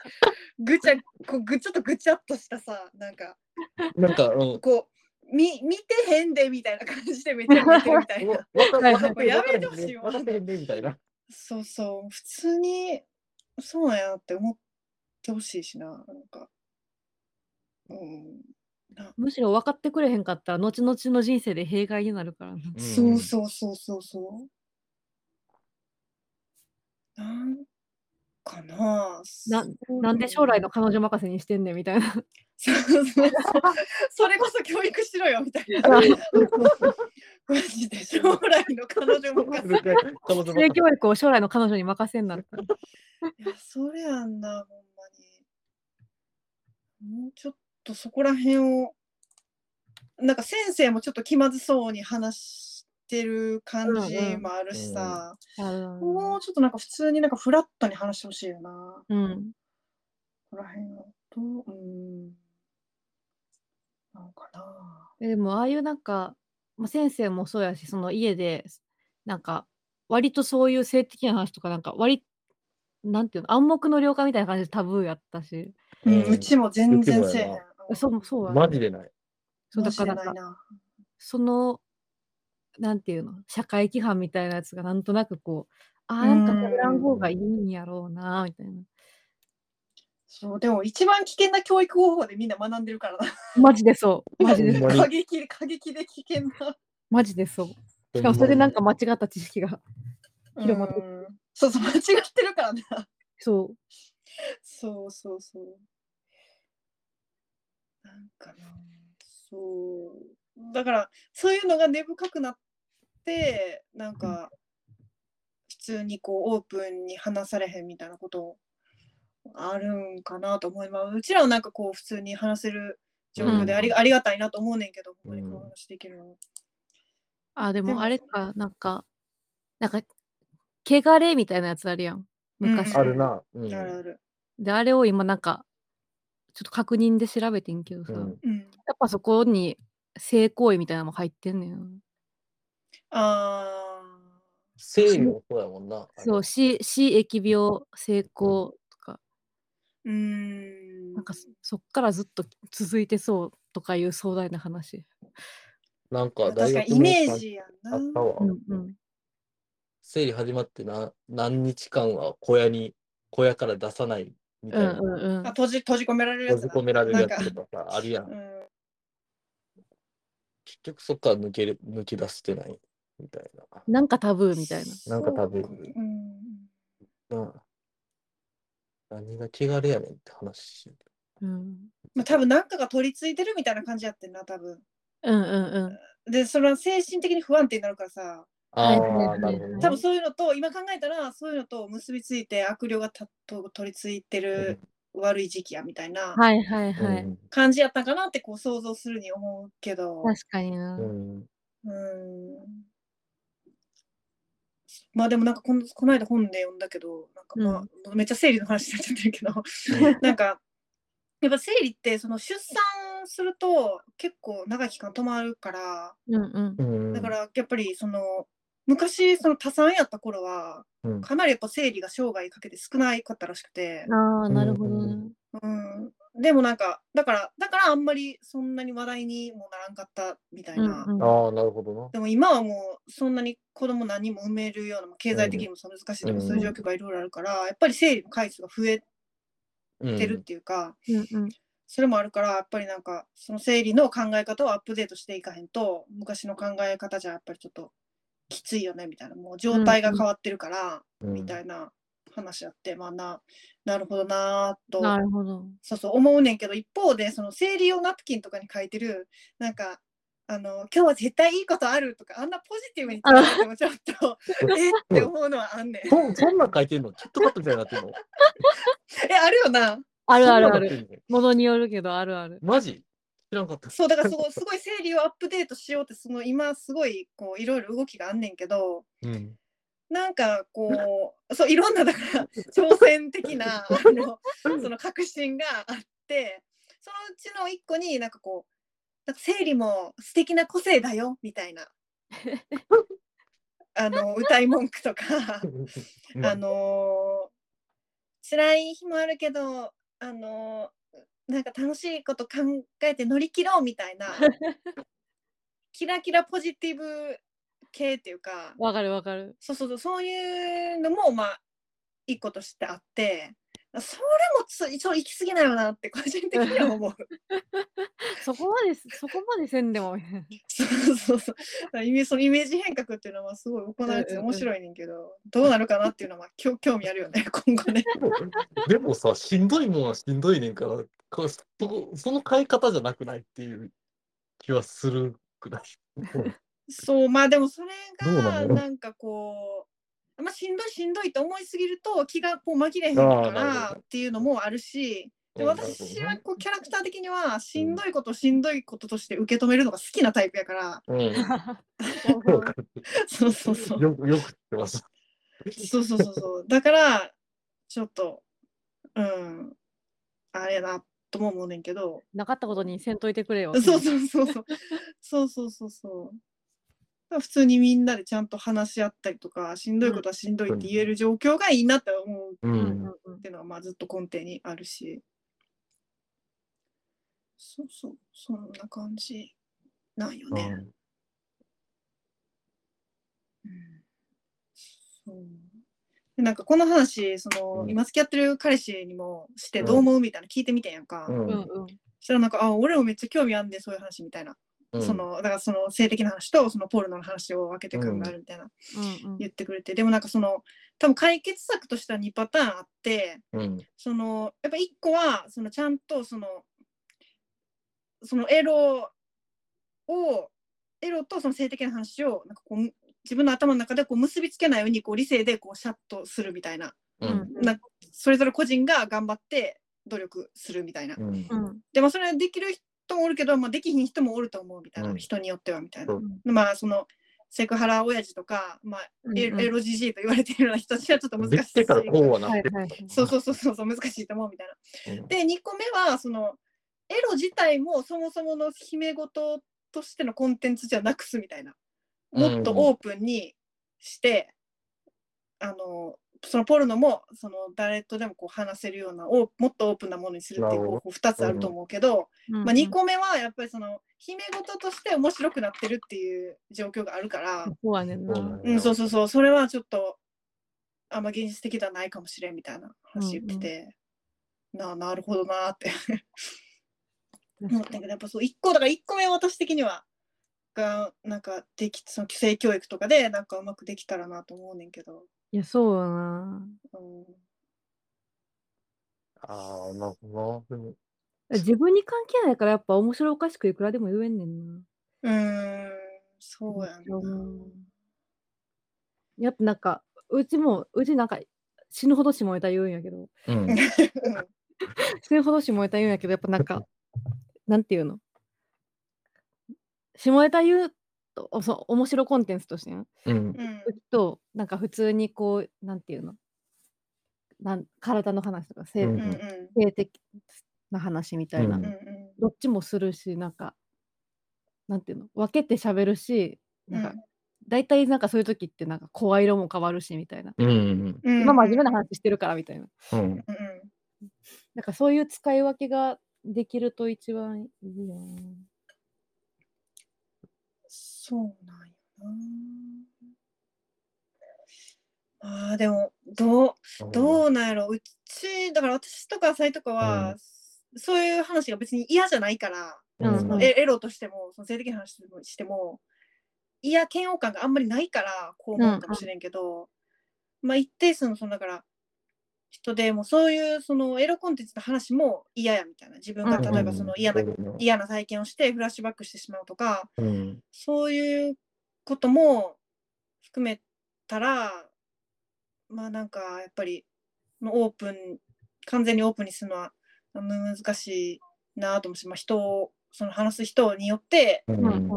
[SPEAKER 3] ぐちゃこうぐちょっとぐちゃっとしたさなんか
[SPEAKER 2] なんか、うん。
[SPEAKER 3] こうみ見てへんでみたいな感じでめっちゃ見てるみた
[SPEAKER 4] *laughs*
[SPEAKER 3] いな
[SPEAKER 2] わか
[SPEAKER 4] はい
[SPEAKER 2] わ
[SPEAKER 4] は
[SPEAKER 2] か
[SPEAKER 4] い
[SPEAKER 2] ってる
[SPEAKER 3] やめてほしいわ
[SPEAKER 2] わかってへんねみたいな。
[SPEAKER 3] そうそう普通にそうなんやなって思ってほしいしななんかうん
[SPEAKER 4] むしろ分かってくれへんかったら、後々の人生で弊害になるからな。
[SPEAKER 3] そうそうそうそうそう。なんかなあ
[SPEAKER 4] な
[SPEAKER 3] そ
[SPEAKER 2] *laughs*
[SPEAKER 3] う
[SPEAKER 4] なんで将来の彼女任せにしてんねんみたいな。
[SPEAKER 3] そうそうそれこそ教育しろよみたいな。マジで将来の彼女もい
[SPEAKER 4] 性教育を将来の彼女に任せんなって。
[SPEAKER 3] やそれやんなほんまにもうちょっとそこら辺をなんか先生もちょっと気まずそうに話してる感じ
[SPEAKER 4] うんうん
[SPEAKER 3] もあるしさ、
[SPEAKER 4] あ
[SPEAKER 3] も
[SPEAKER 4] の
[SPEAKER 3] うちょっとなんか普通になんかフラットに話してほしいよな
[SPEAKER 4] うん。
[SPEAKER 3] ここら辺はどううんなんかな
[SPEAKER 4] えでもああいうなんか、まあ、先生もそうやしその家でなんか割とそういう性的な話とかなんか割なんていうの暗黙の了解みたいな感じでタブーやったし
[SPEAKER 3] うん、
[SPEAKER 2] うん
[SPEAKER 3] うちも全然
[SPEAKER 2] うち
[SPEAKER 3] せ
[SPEAKER 2] もや
[SPEAKER 3] えへん
[SPEAKER 2] な
[SPEAKER 3] うん
[SPEAKER 4] そうそうやね
[SPEAKER 2] マジでない。
[SPEAKER 4] そう
[SPEAKER 3] かも
[SPEAKER 4] だ
[SPEAKER 3] し
[SPEAKER 4] か
[SPEAKER 3] れ
[SPEAKER 4] ら
[SPEAKER 3] な
[SPEAKER 4] ないんか
[SPEAKER 3] な
[SPEAKER 4] そのなんていうの社会規範みたいなやつがなんとなくこうああなんかやらん方がいいんやろうなみたいな
[SPEAKER 3] そうでも一番危険な教育方法でみんな学んでるからな
[SPEAKER 4] マジでそうマジで
[SPEAKER 2] ほんまに
[SPEAKER 3] 過激過激で危険な
[SPEAKER 4] マジでそうしかもそれでなんか間違った知識が広まって
[SPEAKER 3] うんそうそう間違ってるからな
[SPEAKER 4] そう
[SPEAKER 3] そうそうそうなんかなそうだからそういうのが根深くなってなんか普通にこうオープンに話されへんみたいなことあるんかなと思いますうちらはなんかこう普通に話せる状況であり,、ありがたいなと思うねんけど、本当にこう話できるのは
[SPEAKER 4] あで
[SPEAKER 3] で
[SPEAKER 4] も
[SPEAKER 3] も
[SPEAKER 4] あれかなんかなんか汚れみたいなやつあるやん
[SPEAKER 3] うんうん
[SPEAKER 4] 昔、
[SPEAKER 2] あるな。うん。
[SPEAKER 3] あるある。
[SPEAKER 4] であれを今なんかちょっと確認で調べてんけどさ、
[SPEAKER 2] う
[SPEAKER 4] やっ
[SPEAKER 2] ん
[SPEAKER 3] うん、
[SPEAKER 4] ぱそこに性行為みたいなのも入ってんねん
[SPEAKER 3] あ
[SPEAKER 2] 性もそうやもんな。
[SPEAKER 4] そう死死疫病性交とか、
[SPEAKER 3] ーうーん。
[SPEAKER 4] なんかそそっからずっと続いてそうとかいう壮大な話、
[SPEAKER 2] なんか
[SPEAKER 3] 確
[SPEAKER 2] 大
[SPEAKER 3] か
[SPEAKER 2] 学
[SPEAKER 3] にイメージや
[SPEAKER 2] あ
[SPEAKER 3] な。
[SPEAKER 2] ったわ。
[SPEAKER 4] うんうん、
[SPEAKER 2] 生理始まってな何日間は小屋に小屋から出さないみ
[SPEAKER 4] う
[SPEAKER 2] たい
[SPEAKER 4] ん
[SPEAKER 2] な、
[SPEAKER 4] うんうん
[SPEAKER 3] あ閉じ閉じ込められるや
[SPEAKER 2] 閉
[SPEAKER 3] つ
[SPEAKER 2] じ
[SPEAKER 3] な。
[SPEAKER 2] 込められるやつ
[SPEAKER 3] なんか
[SPEAKER 2] とかさあるやん
[SPEAKER 3] うん
[SPEAKER 2] 結局そっから抜ける抜き出してないみたい
[SPEAKER 4] なんかタブーみたい
[SPEAKER 2] な
[SPEAKER 4] な
[SPEAKER 2] んか多分
[SPEAKER 3] そううん。
[SPEAKER 2] ななあ何が汚れやねんって話
[SPEAKER 4] うん
[SPEAKER 3] まあ多分なんかが取り付いてるみたいな感じやってんな多分。
[SPEAKER 4] うんうん
[SPEAKER 3] でそれは精神的に不安定になるからさ
[SPEAKER 2] ああ、
[SPEAKER 4] はいはいはい
[SPEAKER 2] なるほどね
[SPEAKER 3] 多分そういうのと今考えたらそういうのと結びついて悪霊がたと取り付いてる悪い時期やみたいな
[SPEAKER 4] うんはいはいはい、
[SPEAKER 2] うん
[SPEAKER 3] 感じやったかなってこう想像するに思うけど。
[SPEAKER 4] 確かにな、
[SPEAKER 2] うん
[SPEAKER 3] うんまあでもなんかこのこの間本で読んだけどなんか、まあめっちゃ生理の話になっちゃってるけど *laughs* なんかやっぱ生理ってその出産すると結構長い期間止まるから
[SPEAKER 4] うんうん
[SPEAKER 2] うん
[SPEAKER 3] だからやっぱりその昔その多産やった頃は
[SPEAKER 2] うん
[SPEAKER 3] かなりやっぱ生理が生涯かけて少ないかったらしくて、
[SPEAKER 4] ああなるほどね、
[SPEAKER 3] うん、でもなんかだからだからあんまりそんなに話題にもならんかったみたいな。
[SPEAKER 4] うんうん
[SPEAKER 2] ああなるほどな
[SPEAKER 3] でも今はもうそんなに子供何人も産めるようなもう経済的にもその難しいとか
[SPEAKER 2] うん
[SPEAKER 3] そういう状況がいろいろあるから、やっぱり生理の回数が増え
[SPEAKER 2] うん
[SPEAKER 3] てるっていうか、
[SPEAKER 4] うんうん
[SPEAKER 3] それもあるからやっぱりなんかその生理の考え方をアップデートしていかへんと昔の考え方じゃやっぱりちょっときついよねみたいなもう状態が変わってるから、
[SPEAKER 2] うん
[SPEAKER 3] みたいな話あってまあななるほどなーと
[SPEAKER 4] なるほど。
[SPEAKER 3] そうそう思うねんけど一方でその生理用ナプキンとかに書いてるなんかあの今日は絶対いいことあるとかあんなポジティブに書いててもちょっとえって思うのはあんねん。
[SPEAKER 2] そそんなん書いてんのキットカットみたいになってんの
[SPEAKER 3] えあるよな。
[SPEAKER 4] あるあるあ
[SPEAKER 2] そんなんな
[SPEAKER 4] る。
[SPEAKER 2] ってんの
[SPEAKER 4] ものによるけどあるある。
[SPEAKER 2] マジ知らんかった
[SPEAKER 3] そうだからそうすごい生理をアップデートしようってその今すごいこういろいろ動きがあんねんけど
[SPEAKER 2] うん
[SPEAKER 3] なんかこうそういろんな
[SPEAKER 2] *laughs*
[SPEAKER 3] だから挑戦的なあのその確信があってそのうちの一個になんかこうなんか生理も素敵な個性だよみた
[SPEAKER 2] *laughs*
[SPEAKER 3] いなあの歌い文句とか
[SPEAKER 2] うん
[SPEAKER 3] あのー辛い日もあるけどあのーなんか楽しいこと考えて乗り切ろうみた
[SPEAKER 2] *laughs*
[SPEAKER 3] いなキラキラポジティブ系っていうか
[SPEAKER 4] わかるわかる。
[SPEAKER 3] そうそうそうそういうのもまあ一個としてあってそれもつそう行き過ぎないよなって個人的には思う。
[SPEAKER 4] そこまで、そこまでせんでもみたい *laughs*
[SPEAKER 3] *laughs* そう
[SPEAKER 4] な。
[SPEAKER 3] そうそう。だからイメそのイメージ変革っていうのはすごい行われてて面白いねんけど、どうなるかなっていうのは興興味あるよね、 *laughs* 今後ね。
[SPEAKER 2] でもさ、しんどいもんはしんどいねんから、かそこその変え方じゃなくないっていう気はするくらい。
[SPEAKER 3] そう、まあでもそれ
[SPEAKER 2] どうな
[SPEAKER 3] が
[SPEAKER 2] の
[SPEAKER 3] なんかこう、まあしんどいしんどいと思いすぎると気がこう紛れへん
[SPEAKER 2] あ
[SPEAKER 3] か
[SPEAKER 2] ーなるほ
[SPEAKER 3] ら
[SPEAKER 2] ど
[SPEAKER 3] っていうのもあるし、で私はこうキャラクター的にはしんどいことをしんどいこととして受け止めるのが好きなタイプやから、
[SPEAKER 2] うん、よ
[SPEAKER 3] そうそうそう。
[SPEAKER 2] くよく知ってます。
[SPEAKER 3] そうそうそうそう。だから、ちょっと、うん、あれやなとも思うねんけど、
[SPEAKER 4] なかったことにせんといてくれよ。
[SPEAKER 3] そうそうそうそう。そうそうそうそう。普通にみんなでちゃんと話し合ったりとか、しんどいことはしんどいって言える状況がいいなって思う
[SPEAKER 2] う
[SPEAKER 4] うんんうんうん
[SPEAKER 3] っていうのは、まあずっと根底にあるし。そうそう、そんな感じなんよ
[SPEAKER 2] う
[SPEAKER 3] ね。
[SPEAKER 2] ん
[SPEAKER 3] うんそうでなんかこの話その、
[SPEAKER 2] うん
[SPEAKER 3] 今付き合ってる彼氏にもしてどう思うみたいなの聞いてみてんやんか、
[SPEAKER 2] うん
[SPEAKER 4] うんうん。
[SPEAKER 3] そしたらなんか「あ俺もめっちゃ興味あんでそういう話」みたいな、
[SPEAKER 2] うん
[SPEAKER 3] そのだからその性的な話とそのポルノの話を分けて考えるみたいな、
[SPEAKER 4] うんうん
[SPEAKER 3] 言ってくれてでもなんかその多分解決策としては2パターンあって
[SPEAKER 2] うん
[SPEAKER 3] そのやっぱ1個はそのちゃんとそのそのエロをエロとその性的な話をなんかこう自分の頭の中でこう結びつけないようにこう理性でこうシャッとするみたいな
[SPEAKER 2] う
[SPEAKER 4] うん
[SPEAKER 2] ん
[SPEAKER 3] なんかそれぞれ個人が頑張って努力するみたいな。
[SPEAKER 2] うん
[SPEAKER 4] うん
[SPEAKER 3] でもそれはできる人もおるけど、まあ、できひん人もおると思うみたいな、
[SPEAKER 2] うん
[SPEAKER 3] 人によってはみたい
[SPEAKER 2] そ
[SPEAKER 3] な
[SPEAKER 2] う。
[SPEAKER 3] まあそのセクハラ親父とか、まあ、
[SPEAKER 4] うん
[SPEAKER 3] エロエロじじいと言われてるような人たちはちょっと難
[SPEAKER 2] で
[SPEAKER 3] し
[SPEAKER 2] き
[SPEAKER 3] い
[SPEAKER 2] てからこうはなっ
[SPEAKER 4] はい
[SPEAKER 2] て
[SPEAKER 4] はい。
[SPEAKER 3] そうそうそうそうそう難しいと思うみたいな。
[SPEAKER 2] うん
[SPEAKER 3] で2個目はそのエロ自体もそもそもの姫事としてのコンテンツじゃなくすみたいなもっとオープンにして、あのそのポルノもその誰とでもこう話せるようなおもっとオープンなものにするっていう
[SPEAKER 2] なるほ
[SPEAKER 3] こ
[SPEAKER 2] ど
[SPEAKER 3] う2つあると思うけど、
[SPEAKER 4] ま
[SPEAKER 3] まあ、2。個目はやっぱりその姫事として面白くなってるっていう状況があるから、
[SPEAKER 4] そうやねんな。
[SPEAKER 3] うん、そうそうそう、それはちょっと、あんま現実的ではないかもしれんみたいな話言ってて、なあ、なるほどなーって思ったけど、やっぱそう、一個、だから一個目は私的には、が、なんか、でき、その、性教育とかで、なんかうまくできたらなと思うねんけど、
[SPEAKER 4] いや、そうやな。
[SPEAKER 3] うん、
[SPEAKER 2] ああ、なるほどな。でも
[SPEAKER 4] 自分に関係ないから、やっぱ面白おかしくいくらでも言えんねんな。
[SPEAKER 3] うーん *laughs* そうやんな。
[SPEAKER 4] やっぱなんか、うちも、うちなんか、死ぬほど下ネタ言うんやけど、
[SPEAKER 2] うん
[SPEAKER 4] 死ぬほど下ネタ言うんやけど、やっぱなんか、なんていうの下ネタ言うと、おそう面白コンテンツとしてね
[SPEAKER 2] うん
[SPEAKER 3] うん、
[SPEAKER 4] うちと、なんか普通にこう、なんていうのなん体の話とか性,、
[SPEAKER 2] うん
[SPEAKER 3] うん、うん、
[SPEAKER 4] 性的な話みたいな、
[SPEAKER 2] うん
[SPEAKER 3] うん、うん
[SPEAKER 4] どっちもするし、なんか、なんていうの分けて喋るし、なんか、大体なんかそういう時ってなんか声色も変わるしみたいな。
[SPEAKER 2] うんうん
[SPEAKER 3] うん、
[SPEAKER 4] 今真面目な
[SPEAKER 3] 話。
[SPEAKER 4] 話してるからみたいな。
[SPEAKER 2] うん
[SPEAKER 3] うん、
[SPEAKER 4] なんかそういう使い分けができると一番いいよね。
[SPEAKER 3] そうなんよな。ああ、でも、どう、どうなんやろうちだから私とかサイとかは、
[SPEAKER 2] う
[SPEAKER 3] そういう話が別に嫌じゃないから、
[SPEAKER 2] うん
[SPEAKER 3] そのエエロとしてもその性的な話としても嫌嫌悪感があんまりないからこう思うかもしれんけど、まあ一定数のそのだから人でもうそういうそのエロコンテンツの話も嫌やみたいな自分が
[SPEAKER 4] うん
[SPEAKER 3] 例えばその嫌な、
[SPEAKER 2] うん
[SPEAKER 3] 嫌な体験をしてフラッシュバックしてしまうとか、
[SPEAKER 2] うん
[SPEAKER 3] そういうことも含めたら、まあなんかやっぱりオープン、完全にオープンにするのはあの難しいなと思うし、まあ、人を、その話す人によって
[SPEAKER 2] うん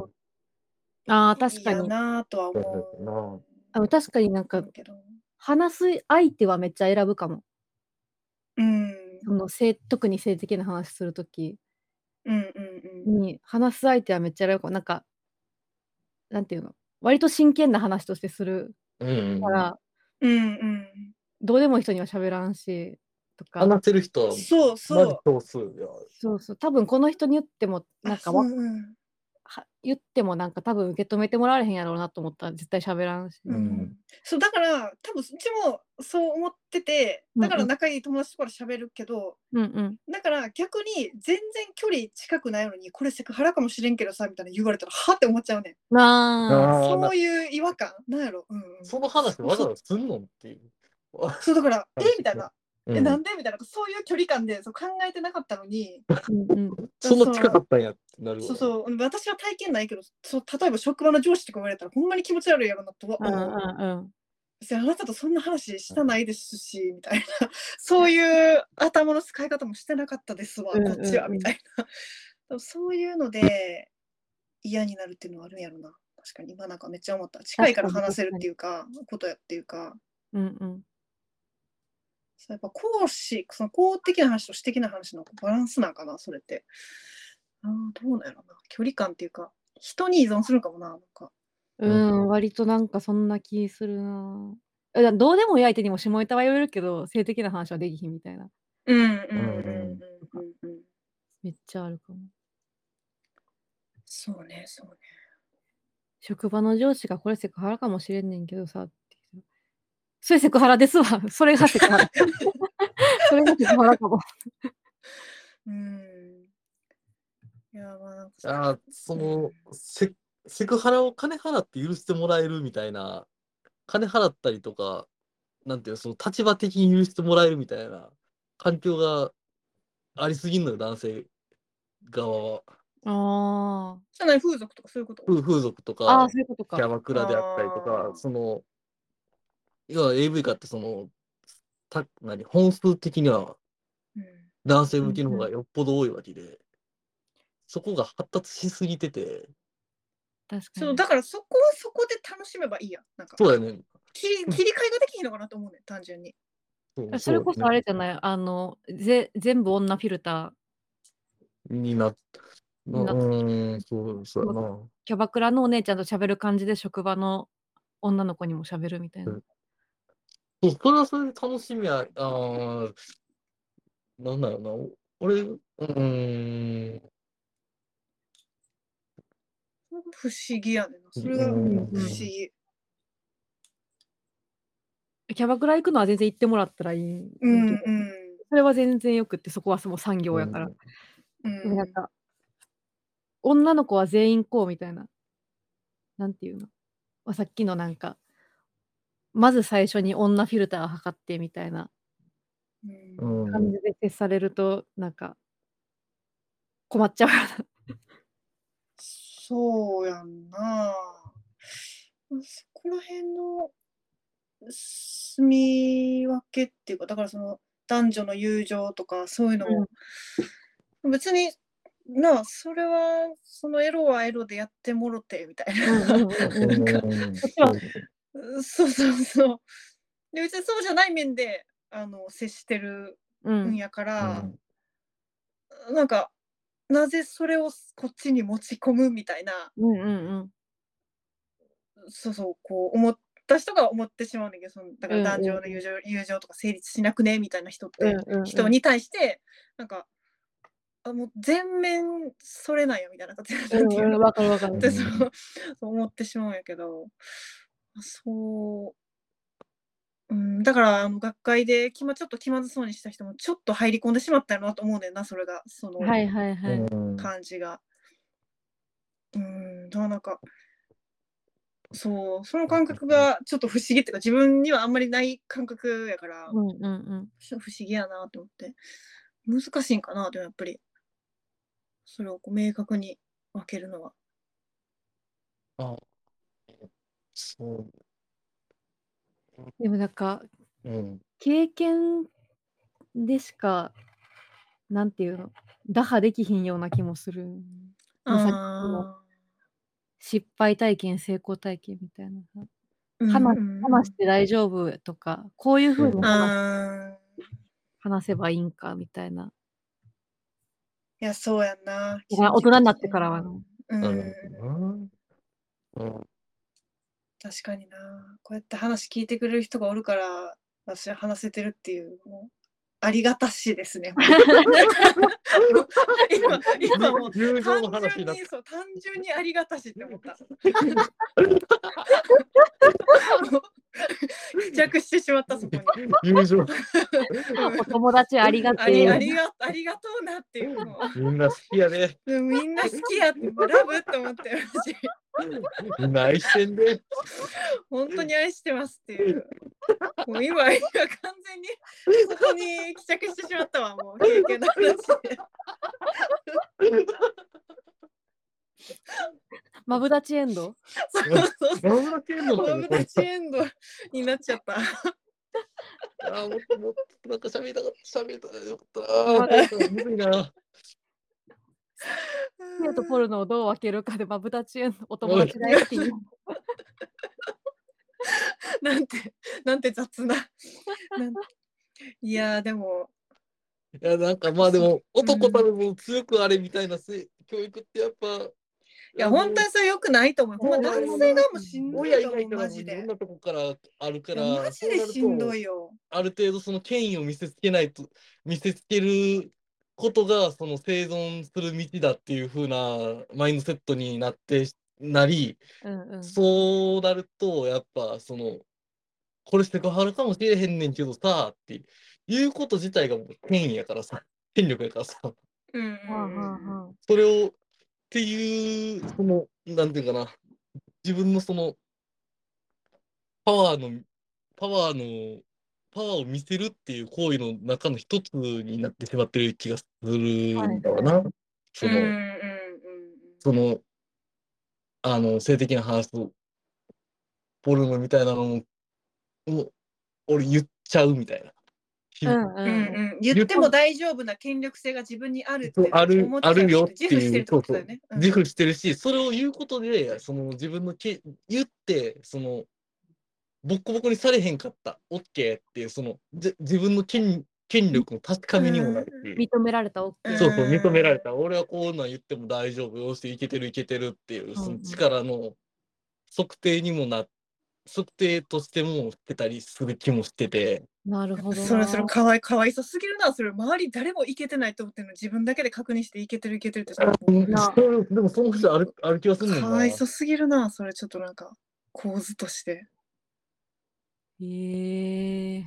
[SPEAKER 4] ああ、確か
[SPEAKER 3] いい
[SPEAKER 4] に。
[SPEAKER 3] なとは
[SPEAKER 2] そう
[SPEAKER 3] 思
[SPEAKER 2] だよ
[SPEAKER 4] あの確かになんか
[SPEAKER 3] うけど。
[SPEAKER 4] 話す相手はめっちゃ選ぶかも。
[SPEAKER 3] うん。
[SPEAKER 4] その性特に性的な話するとき
[SPEAKER 3] うんうん
[SPEAKER 4] に話す相手はめっちゃ選ぶかも。なんか、なんていうの割と真剣な話としてする
[SPEAKER 2] なうんうん
[SPEAKER 4] から、
[SPEAKER 3] うん。うん
[SPEAKER 4] どうでもいい人には喋らんしとか。
[SPEAKER 2] 話せる人
[SPEAKER 3] う
[SPEAKER 2] は
[SPEAKER 3] ん。そうそ
[SPEAKER 2] マジ
[SPEAKER 3] う。
[SPEAKER 2] 少数や
[SPEAKER 4] そうそう多分この人に言ってもなんかわ
[SPEAKER 3] あそううん
[SPEAKER 4] は言ってもなんか多分受け止めてもらわれへんやろうなと思ったら絶対喋らんし、
[SPEAKER 3] う
[SPEAKER 2] うん
[SPEAKER 3] んそうだから多分うちもそう思ってて
[SPEAKER 4] うん
[SPEAKER 3] だから仲いい友達とかで喋るけど、
[SPEAKER 4] うんうん。
[SPEAKER 3] だから逆に全然距離近くないのにこれセクハラかもしれんけどさみたいな言われたらはって思っちゃうねん
[SPEAKER 4] なあ。
[SPEAKER 2] あーな
[SPEAKER 3] そういう違和感なんやろ、うんうん、
[SPEAKER 2] その話わざわざすんのっていう。
[SPEAKER 3] *laughs* そうだから「
[SPEAKER 2] う
[SPEAKER 3] え
[SPEAKER 2] ん
[SPEAKER 3] みたいな「
[SPEAKER 2] う
[SPEAKER 3] え
[SPEAKER 2] ん
[SPEAKER 3] なんで?」みたいなそういう距離感でそう考えてなかったのに
[SPEAKER 4] うんうん。
[SPEAKER 2] そんな近かったんやってなるわ。
[SPEAKER 3] そうそう私は体験ないけどそう例えば職場の上司とか言われたらほんまに気持ち悪いやろなとは
[SPEAKER 4] うん
[SPEAKER 3] 思う。
[SPEAKER 4] うん
[SPEAKER 3] 別にあなたとそんな話したないですし、みたいな、 *laughs* そういう頭の使い方もしてなかったですわ、
[SPEAKER 4] うんうん
[SPEAKER 3] こっちは、みたいな。 *laughs* でもそういうので嫌になるっていうのはあるんやろな。確かに今なんかめっちゃ思った。近いから話せるっていうか、ことやっていうか、
[SPEAKER 4] うん。うんうん。
[SPEAKER 3] そうやっぱ公私、その公的な話と私的な話のバランスなんかな、それって。あーどうなんやろな。距離感っていうか、人に依存するかもな、なんか。
[SPEAKER 4] うん、割となんかそんな気するな。えだどうでもいい相手にも下ネタは言われるけど、性的な話はできひんみたいな。
[SPEAKER 3] うんうんうん
[SPEAKER 2] うん
[SPEAKER 3] うんうんうん。
[SPEAKER 4] めっちゃあるかも。
[SPEAKER 3] そうね、そうね。
[SPEAKER 4] 職場の上司がこれセクハラかもしれんねんけどさって言うと。それセクハラですわ。それがセクハ *laughs* ラ。それがセクハラかも。
[SPEAKER 3] うんいやまあなんかそ
[SPEAKER 2] あーそのセ、セクハラを金払って許してもらえるみたいな、金払ったりとか、なんていうの、その立場的に許してもらえるみたいな環境がありすぎんのよ、男性側は。
[SPEAKER 4] あ
[SPEAKER 3] じゃない風俗とかそういうこと
[SPEAKER 2] 風風俗と
[SPEAKER 4] あ。あ
[SPEAKER 2] か
[SPEAKER 4] あ、、そういうこと
[SPEAKER 2] キャ
[SPEAKER 4] か。
[SPEAKER 2] バクラであったりと
[SPEAKER 3] あ
[SPEAKER 2] か
[SPEAKER 3] ー、
[SPEAKER 2] その、要は AV 化ってその、た何本数的には
[SPEAKER 3] うん
[SPEAKER 2] 男性向きの方がよっぽど多いわけで、そこが発達しすぎてて、
[SPEAKER 4] 確か
[SPEAKER 3] そう
[SPEAKER 4] に。
[SPEAKER 3] だからそこはそこで楽しめばいいやなんか
[SPEAKER 2] そうだよね。
[SPEAKER 3] 切り切り替えができひんのかなと思うねん単純に
[SPEAKER 2] そう
[SPEAKER 4] それこそあれじゃないあのぜ、全部女フィルター。
[SPEAKER 2] になった。う
[SPEAKER 4] なっ
[SPEAKER 2] ーん、そうそうやな。
[SPEAKER 4] キャバクラのお姉ちゃんと喋る感じで職場の女の子にも喋るみたいな。
[SPEAKER 2] うんそう、それはそれで楽しみや、あーなんだろうな、お俺、うーん、
[SPEAKER 3] 不思議やねんなそれが不
[SPEAKER 2] う
[SPEAKER 3] 思
[SPEAKER 2] ん
[SPEAKER 3] 議
[SPEAKER 4] キャバクラ行くのは全然行ってもらったらいい。
[SPEAKER 3] うん
[SPEAKER 4] それは全然よくって、そこはもう産業やから。
[SPEAKER 3] うん
[SPEAKER 4] でも
[SPEAKER 3] う
[SPEAKER 4] なんんか、女の子は全員こうみたいな。なんていうの、まあ、さっきのなんか、まず最初に女フィルターを測ってみたいな
[SPEAKER 3] うん
[SPEAKER 2] うん、う
[SPEAKER 4] 感
[SPEAKER 2] ん
[SPEAKER 4] じで接されると、なんか、困っちゃうよな。
[SPEAKER 3] そうやんなそこら辺の住み分けっていうかだからその男女の友情とかそういうのも、別になあそれはそのエロはエロでやってもろてみたいな、
[SPEAKER 4] うん
[SPEAKER 3] *laughs* そうそうそうで別にそうじゃない面であの接してる
[SPEAKER 4] *laughs* うん
[SPEAKER 3] んやから、なんかなぜそれをこっちに持ち込むみたいな
[SPEAKER 4] うんうん
[SPEAKER 3] そうそうこう思った人が思ってしまうんだけどそのだか
[SPEAKER 4] う
[SPEAKER 3] ら
[SPEAKER 4] んう
[SPEAKER 3] 男
[SPEAKER 4] ん
[SPEAKER 3] 女の友情,、友情とか成立しなくねみたいな人って、
[SPEAKER 4] うんうんうん。
[SPEAKER 3] 人に対してなんかあもう全面それないよみたいな感じ
[SPEAKER 4] う
[SPEAKER 3] なんんていう
[SPEAKER 4] うん、
[SPEAKER 3] の
[SPEAKER 4] わかるわかる
[SPEAKER 2] う
[SPEAKER 3] っ
[SPEAKER 2] ん。
[SPEAKER 3] てそうそう思ってしまうんやけどそう、うん、だからあの学会で気まちょっと気まずそうにした人もちょっと入り込んでしまったよなと思うねんなそれがその
[SPEAKER 4] はいはいはい。
[SPEAKER 2] うん
[SPEAKER 3] 感じが。うん、だからなんか、そう、その感覚がちょっと不思議っていうか、自分にはあんまりない感覚やから、
[SPEAKER 4] うんうんうん。
[SPEAKER 3] ちょっと不思議やなと思って、難しいんかな、でもやっぱり、それをこう明確に分けるのは。
[SPEAKER 2] あそ
[SPEAKER 4] でもなんか、
[SPEAKER 2] う、うん、
[SPEAKER 4] 経験でしか、なんていうの、打破できひんような気もする。まさに
[SPEAKER 3] あ
[SPEAKER 4] 失敗体験、成功体験みたいなさ。
[SPEAKER 3] ーうん
[SPEAKER 4] 話
[SPEAKER 3] うん
[SPEAKER 4] 話して大丈夫とか、こういうふうに
[SPEAKER 2] うん
[SPEAKER 4] 話,、
[SPEAKER 3] あー
[SPEAKER 4] 話せばいいんかみたいな。
[SPEAKER 3] いや、そうやんな。
[SPEAKER 4] いや大人になってからはな
[SPEAKER 3] うん、
[SPEAKER 2] なるほどな。
[SPEAKER 3] 確かになこうやって話聞いてくれる人がおるから私は話せてるっていうもうありがたしですね今今もう
[SPEAKER 2] 友情の
[SPEAKER 3] 単
[SPEAKER 2] 話に
[SPEAKER 3] 純
[SPEAKER 2] なっ
[SPEAKER 3] にそう単純にありがたしって思ったもう *laughs* 帰着してしまったそこに。
[SPEAKER 2] 友情。
[SPEAKER 3] うん
[SPEAKER 4] お友達ありが
[SPEAKER 3] あ
[SPEAKER 4] て
[SPEAKER 3] りあ
[SPEAKER 4] え。
[SPEAKER 3] りがありがとうなっていうも
[SPEAKER 2] みんな好きやね。
[SPEAKER 3] ううんみんな好きやってラブって思ってるし
[SPEAKER 2] みんな愛してんで。
[SPEAKER 3] 本当に愛してますっていうもう今今完全にそこに帰着してしまったわもう経験の話で
[SPEAKER 4] マブダチエンド。
[SPEAKER 3] そうそう
[SPEAKER 2] マブラケンド
[SPEAKER 3] ホー
[SPEAKER 2] の
[SPEAKER 3] ム
[SPEAKER 2] こ
[SPEAKER 3] タッ
[SPEAKER 2] れ
[SPEAKER 3] チエンドになっちゃった
[SPEAKER 2] あーもっともっとなんか喋りたかった喋りたかったな。むずいな。
[SPEAKER 4] ヒアとポルノをどう分けるかでマブダチエンド。お友達大好きに。
[SPEAKER 3] *laughs* なんてなんて雑な *laughs* なんいやーでも
[SPEAKER 2] いやなんかまあでも男たるもの強くあれみたいなせ、教育ってやっぱ。い
[SPEAKER 3] いや本当にそれ良くないと思う。ほんま男性がもうしんどい
[SPEAKER 2] 親以
[SPEAKER 3] と思
[SPEAKER 2] 外から
[SPEAKER 3] うマ
[SPEAKER 2] もい
[SPEAKER 3] ジ
[SPEAKER 2] ろ
[SPEAKER 3] で
[SPEAKER 2] ん。なとこからあるか
[SPEAKER 3] い
[SPEAKER 2] ら。
[SPEAKER 3] やマジでしんどいよ。
[SPEAKER 2] ある程度その権威を見せつけないと見せつけることがその生存する道だっていう風なマインドセットになってなり、
[SPEAKER 4] うんうん。
[SPEAKER 2] そうなるとやっぱそのこれセクハラかもしれへんねんけどさっていうこと自体がもう権威やからさ *laughs* 権力やからさ
[SPEAKER 3] うんう
[SPEAKER 4] はあは
[SPEAKER 3] んうん
[SPEAKER 4] あはあ
[SPEAKER 2] それをっていうそのなんていうかな自分のそのパワーのパワーのパワーを見せるっていう行為の中の一つになってしまってる気がするんだろうな。そ
[SPEAKER 3] うんうん
[SPEAKER 2] の、
[SPEAKER 3] うん
[SPEAKER 2] そのあの性的な話とポルノみたいなのももう俺言っちゃうみたいな。
[SPEAKER 4] うんう
[SPEAKER 3] うん
[SPEAKER 4] んうん。
[SPEAKER 3] うんうん言っても大丈夫な権力性が自分にあるって
[SPEAKER 2] そうある
[SPEAKER 3] 思っちゃう
[SPEAKER 2] あるよっていう
[SPEAKER 3] 自負してるってことだよね。うん
[SPEAKER 2] 自負してるし、それを言うことで、その自分のけ言って、その、ボッコボコにされへんかった、オッケーっていう、その、じ自分の権権力の確かめにもなるし、
[SPEAKER 4] 認められた OK。
[SPEAKER 2] そうそう、認められた、俺はこうなん言っても大丈夫、よし、いけてるいけてるっていう、その力の測定にもな、測定としてもしてたりする気もしてて、
[SPEAKER 4] なるほどな。
[SPEAKER 3] それそれかわいかわいさすぎるなそれ周り誰もいけてないと思ってるの自分だけで確認していけてるいけてるって
[SPEAKER 2] うん
[SPEAKER 4] な
[SPEAKER 2] そうでもその人あるある気がするんだよ
[SPEAKER 3] か
[SPEAKER 2] な
[SPEAKER 3] わいさすぎるなそれちょっとなんか構図として。
[SPEAKER 4] へえ。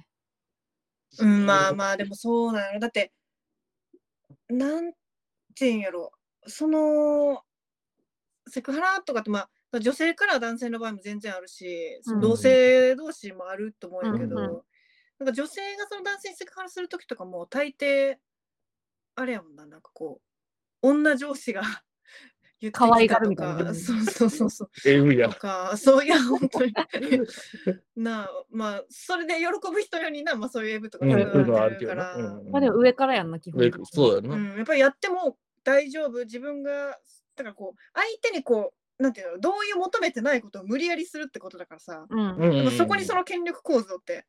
[SPEAKER 3] うん、まあまあでもそうなのだってなんていうんやろそのセクハラとかってまあ女性から男性の場合も全然あるし、その
[SPEAKER 4] うん
[SPEAKER 3] 同性同士もあると思うんやけど、
[SPEAKER 4] うんう
[SPEAKER 3] なんか女性がその男性にセクハラする時とかも大抵あれやもんななんかこう女上司が *laughs* 言って
[SPEAKER 4] 可愛
[SPEAKER 3] き
[SPEAKER 4] が
[SPEAKER 3] た
[SPEAKER 4] る
[SPEAKER 3] と
[SPEAKER 4] みたいな
[SPEAKER 3] かそうそうそうそう
[SPEAKER 2] えぐいや
[SPEAKER 3] と。かそういや本当になあまあそれで喜ぶ人よりな、まあ、そういう AV とか
[SPEAKER 2] うんん、
[SPEAKER 4] そううい
[SPEAKER 2] いうう
[SPEAKER 4] の
[SPEAKER 2] の
[SPEAKER 3] が
[SPEAKER 2] あ
[SPEAKER 3] あ
[SPEAKER 2] る
[SPEAKER 3] る
[SPEAKER 2] けど
[SPEAKER 3] か
[SPEAKER 2] な
[SPEAKER 3] ら、。
[SPEAKER 4] まあでも上からやんな基本
[SPEAKER 2] 上
[SPEAKER 4] 的に。
[SPEAKER 2] そうや
[SPEAKER 3] う
[SPEAKER 2] な。
[SPEAKER 3] ん、やっぱりやっても大丈夫自分がだからこう相手にこうなんていうの同意を求めてないことを無理やりするってことだからさ、
[SPEAKER 4] うん。
[SPEAKER 2] う
[SPEAKER 3] や
[SPEAKER 2] ん
[SPEAKER 3] っぱそこにその権力構造って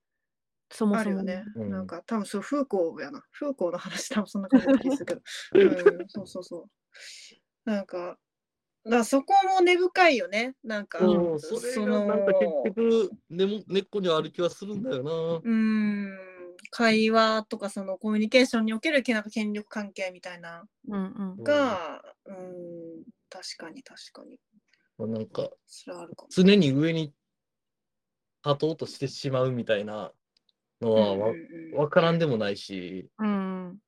[SPEAKER 4] そも
[SPEAKER 3] あ
[SPEAKER 4] そ
[SPEAKER 3] る
[SPEAKER 4] も
[SPEAKER 3] よね。
[SPEAKER 2] うん
[SPEAKER 3] なんか多分そう風光やな。風光の話多分そんな感じだった気がするけど。
[SPEAKER 2] *laughs*
[SPEAKER 3] うん、そうそうそう。なんか、だからそこも根深いよね。なんか、
[SPEAKER 2] そうう、
[SPEAKER 4] ん
[SPEAKER 2] それがなんか結局根も根っこにある気はするんだよな。
[SPEAKER 3] うん、会話とかそのコミュニケーションにおけるなんか権力関係みたいな
[SPEAKER 4] うんうん。
[SPEAKER 3] が、うん、確かに確かに。
[SPEAKER 2] うん、なんか
[SPEAKER 3] それはあるかも。
[SPEAKER 2] 常に上に立とうとしてしまうみたいなのはわ
[SPEAKER 3] うんうんうん
[SPEAKER 2] わからんでもないし、
[SPEAKER 4] うん。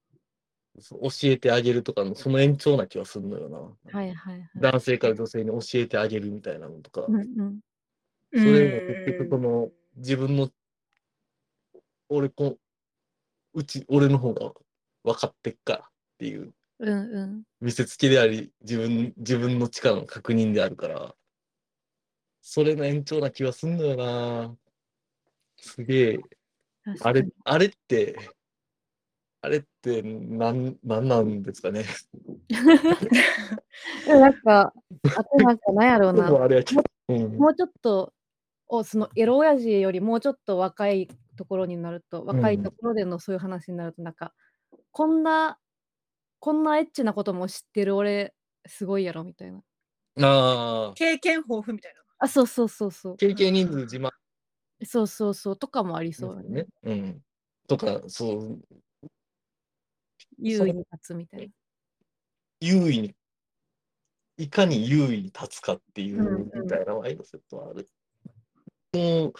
[SPEAKER 2] そう教えてあげるとかのその延長な気はするのよな。
[SPEAKER 4] はいはいはい。
[SPEAKER 2] 男性から女性に教えてあげるみたいなのとか、
[SPEAKER 4] うんうん。
[SPEAKER 2] それも結局その自分の俺こうち俺の方が分かってっからっていう。
[SPEAKER 4] うんうん。
[SPEAKER 2] 見せつけであり自分自分の力の確認であるからそれの延長な気はすんのよなすげえ
[SPEAKER 4] 確か
[SPEAKER 2] あれ
[SPEAKER 4] に
[SPEAKER 2] あれってあれってなんなんなんですかね
[SPEAKER 4] でもなんか、あとなんかなんやろう
[SPEAKER 2] 僕 *laughs*
[SPEAKER 4] な。
[SPEAKER 2] はあれやけど、うん、
[SPEAKER 4] もうちょっと、おそのエロ親父よりもうちょっと若いところになると、若いところでのそういう話になると、なんか、こんな、こんなエッチなことも知ってる俺、すごいやろみたいな。
[SPEAKER 2] ああ
[SPEAKER 3] 経験豊富みたいな。
[SPEAKER 4] あ、そうそうそうそう。
[SPEAKER 2] 経験人数自慢
[SPEAKER 4] そうそうそう。とかもあり
[SPEAKER 2] です
[SPEAKER 4] そ
[SPEAKER 2] よ
[SPEAKER 4] うだね。
[SPEAKER 2] ねうんとかそう
[SPEAKER 4] 優位に立つみたい
[SPEAKER 2] 優位にいかに優位に立つかっていう
[SPEAKER 4] うんうん
[SPEAKER 2] みたいなワイドセットはあるこ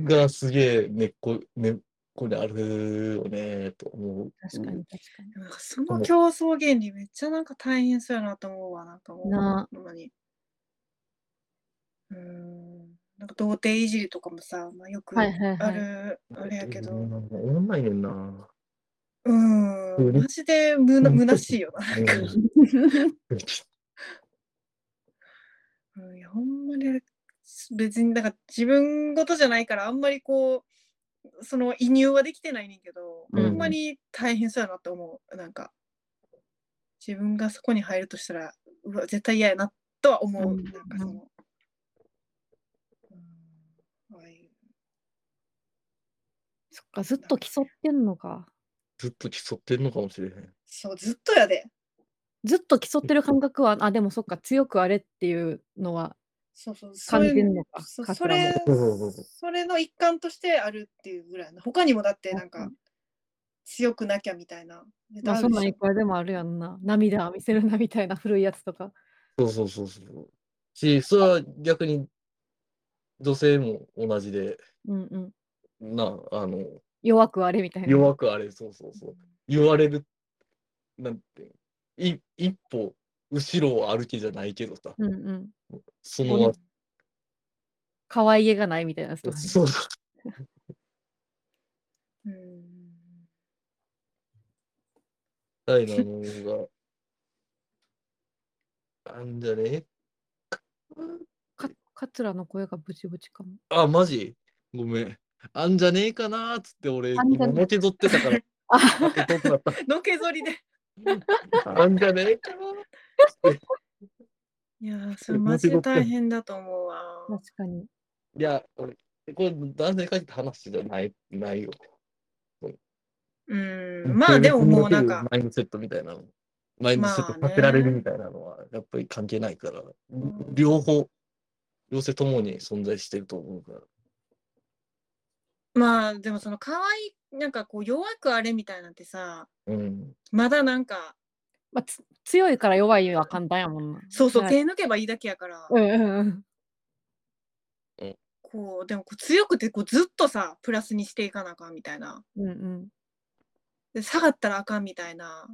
[SPEAKER 2] がすげえ根っこ、根っこにあるよね、と思う。
[SPEAKER 4] 確かに確かに。
[SPEAKER 3] なんかその競争原理めっちゃなんか大変そうやなと思うわなんかもう
[SPEAKER 4] な
[SPEAKER 3] ほんまにうーんなんか童貞いじりとかもさ、まあ、よく
[SPEAKER 4] は
[SPEAKER 3] あ
[SPEAKER 4] い
[SPEAKER 3] る、
[SPEAKER 4] はいはい。
[SPEAKER 3] あれやけど
[SPEAKER 2] うん。思んないねんな。
[SPEAKER 3] うーんマジでむな虚しいよななんか、うん、いやほんまにあれ別になんか自分事じゃないからあんまりこうその移入はできてないねんけど、
[SPEAKER 2] うん
[SPEAKER 3] ほんまに大変そうやなと思うなんか自分がそこに入るとしたらうわ絶対嫌やなとは思う、
[SPEAKER 4] うん
[SPEAKER 3] なんかその、うんああいう
[SPEAKER 4] そっか、ずっと競ってんのか。
[SPEAKER 2] ずっと競ってんのかもしれへん。
[SPEAKER 3] そうずっとやで
[SPEAKER 4] ずっと競ってる感覚は、あ、でもそっか、強くあれっていうのは
[SPEAKER 3] そうそうそう
[SPEAKER 4] 感
[SPEAKER 3] い
[SPEAKER 4] じ
[SPEAKER 3] う
[SPEAKER 4] てんのか。
[SPEAKER 3] そ
[SPEAKER 4] カス
[SPEAKER 3] そ
[SPEAKER 4] ラも
[SPEAKER 3] れ
[SPEAKER 2] そうそうそうそう
[SPEAKER 3] それの一環としてあるっていうぐらいの他にもだってなんか強くなきゃみたいなネタ
[SPEAKER 4] まあ、
[SPEAKER 3] あ
[SPEAKER 4] そ
[SPEAKER 3] る
[SPEAKER 4] ん
[SPEAKER 3] で
[SPEAKER 4] なん
[SPEAKER 3] し
[SPEAKER 4] い
[SPEAKER 3] ょ
[SPEAKER 4] くらでもあるやんな。涙見せるなみたいな古いやつとか。
[SPEAKER 2] そうそうそうそう。し、それは逆に女性も同じで、
[SPEAKER 4] うんうん。
[SPEAKER 2] な、あの、
[SPEAKER 4] 弱くあれみたいな。
[SPEAKER 2] 弱くあれ、そうそうそう。言われる、なんていうの、い一歩後ろを歩きじゃないけどさ、
[SPEAKER 4] うんうん。
[SPEAKER 2] その、
[SPEAKER 4] 可愛げがないみたいなやつとかね。
[SPEAKER 2] そうそう
[SPEAKER 3] うん
[SPEAKER 2] たいなのが、あんじゃね
[SPEAKER 4] か桂の声がブチブチかも。 *laughs*
[SPEAKER 2] あ、マジごめん。あんじゃねえかなーっつって俺、
[SPEAKER 4] あんじゃ
[SPEAKER 2] 今
[SPEAKER 4] ね
[SPEAKER 2] のけぞってたから、
[SPEAKER 4] あ
[SPEAKER 2] 負けとくなった
[SPEAKER 3] のけぞりで
[SPEAKER 2] あんじゃねえかなーっつって。
[SPEAKER 3] いやーそれマジで大変だと思うわ。
[SPEAKER 4] 確かに。
[SPEAKER 2] いや、俺、これ男性に限った話じゃない、ないよ。
[SPEAKER 3] うん、まあでももうなんか、
[SPEAKER 2] マインドセットみたいなの。マインドセットか
[SPEAKER 3] まあね
[SPEAKER 2] けられるみたいなのは、やっぱり関係ないから、
[SPEAKER 3] ん
[SPEAKER 2] 両方、両性ともに存在してると思うから。
[SPEAKER 3] まあでもその可愛いなんかこう弱くあれみたいなんてさ、
[SPEAKER 2] うん。
[SPEAKER 3] まだなんか、
[SPEAKER 4] まあ、つ強いから弱いは簡単やもんな。
[SPEAKER 3] そうそう、
[SPEAKER 4] はい
[SPEAKER 3] 手抜けばいいだけやから、
[SPEAKER 4] うんうんうん。
[SPEAKER 3] こう、でもこう強くてこうずっとさ、プラスにしていかなあかんみたいな。
[SPEAKER 4] うんうん。
[SPEAKER 3] で下がったらあかんみたいな、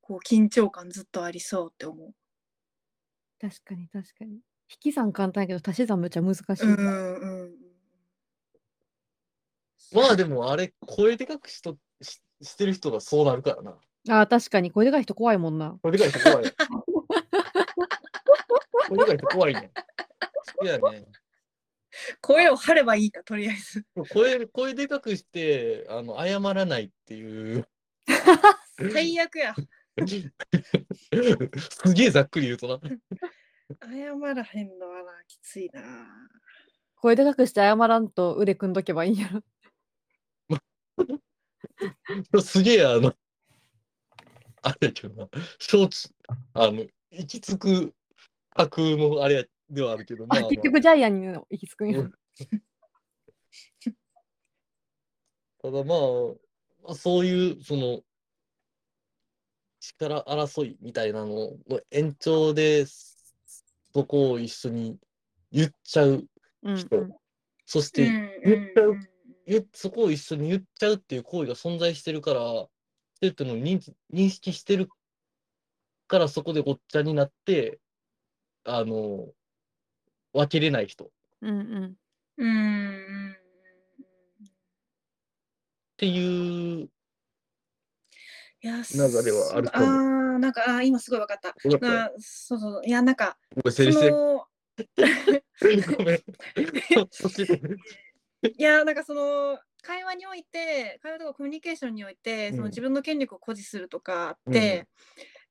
[SPEAKER 3] こう緊張感ずっとありそうって思う。
[SPEAKER 4] 確かに確かに。引き算簡単やけど足し算むっちゃ難しい。
[SPEAKER 3] うんうん。
[SPEAKER 2] まあでも、あれ、声でかくしとししてる人がそうなるからな。
[SPEAKER 4] ああ、確かに。これでかい人怖いもんな。
[SPEAKER 2] 声でかい人
[SPEAKER 3] *laughs*
[SPEAKER 2] 怖い。声でかい人怖いね。いやね。
[SPEAKER 3] 声を張ればいいか、とりあえ *laughs* ず。
[SPEAKER 2] 声、声でかくして、あの、謝らないっていう。 *laughs*
[SPEAKER 3] 最悪や。
[SPEAKER 2] すげえざっくり言うとな。
[SPEAKER 3] 謝らへんのはな、きついな。
[SPEAKER 4] 声でかくして謝らんと腕組んどけばいいんやろ。
[SPEAKER 2] すげえ、あの、あれやけどな、承知、あの、行き着く架空のあれやではあるけど、ま
[SPEAKER 4] あ、
[SPEAKER 2] あ、まあ
[SPEAKER 4] *laughs* 結局ジャイアンに行き着くんや。
[SPEAKER 2] うんただまあ、まあ、そういう、その、力争いみたいなのの延長で、そこを一緒に言っちゃう、
[SPEAKER 4] うん
[SPEAKER 2] 人
[SPEAKER 4] うん
[SPEAKER 2] そし
[SPEAKER 3] う
[SPEAKER 2] て、言っちゃうん言っそこを一緒に言っちゃうっていう行為が存在してるから、してるっていうのを認知認識してるから、そこでごっちゃになって、あの、分けれない人っ
[SPEAKER 4] うんうん。
[SPEAKER 3] うんうん
[SPEAKER 2] ていう、
[SPEAKER 3] いや
[SPEAKER 2] 中ではあると
[SPEAKER 3] ああ
[SPEAKER 2] 思う
[SPEAKER 3] ーなんかあー今すごい分かった。
[SPEAKER 2] ごめん、
[SPEAKER 3] あーそうそういやなんかそ
[SPEAKER 2] 整理して、
[SPEAKER 3] の
[SPEAKER 2] ごめん、そっちで、
[SPEAKER 3] いやなんかその会話において会話とかコミュニケーションにおいてその
[SPEAKER 2] うん
[SPEAKER 3] 自分の権力を誇示するとか
[SPEAKER 2] うん
[SPEAKER 3] って、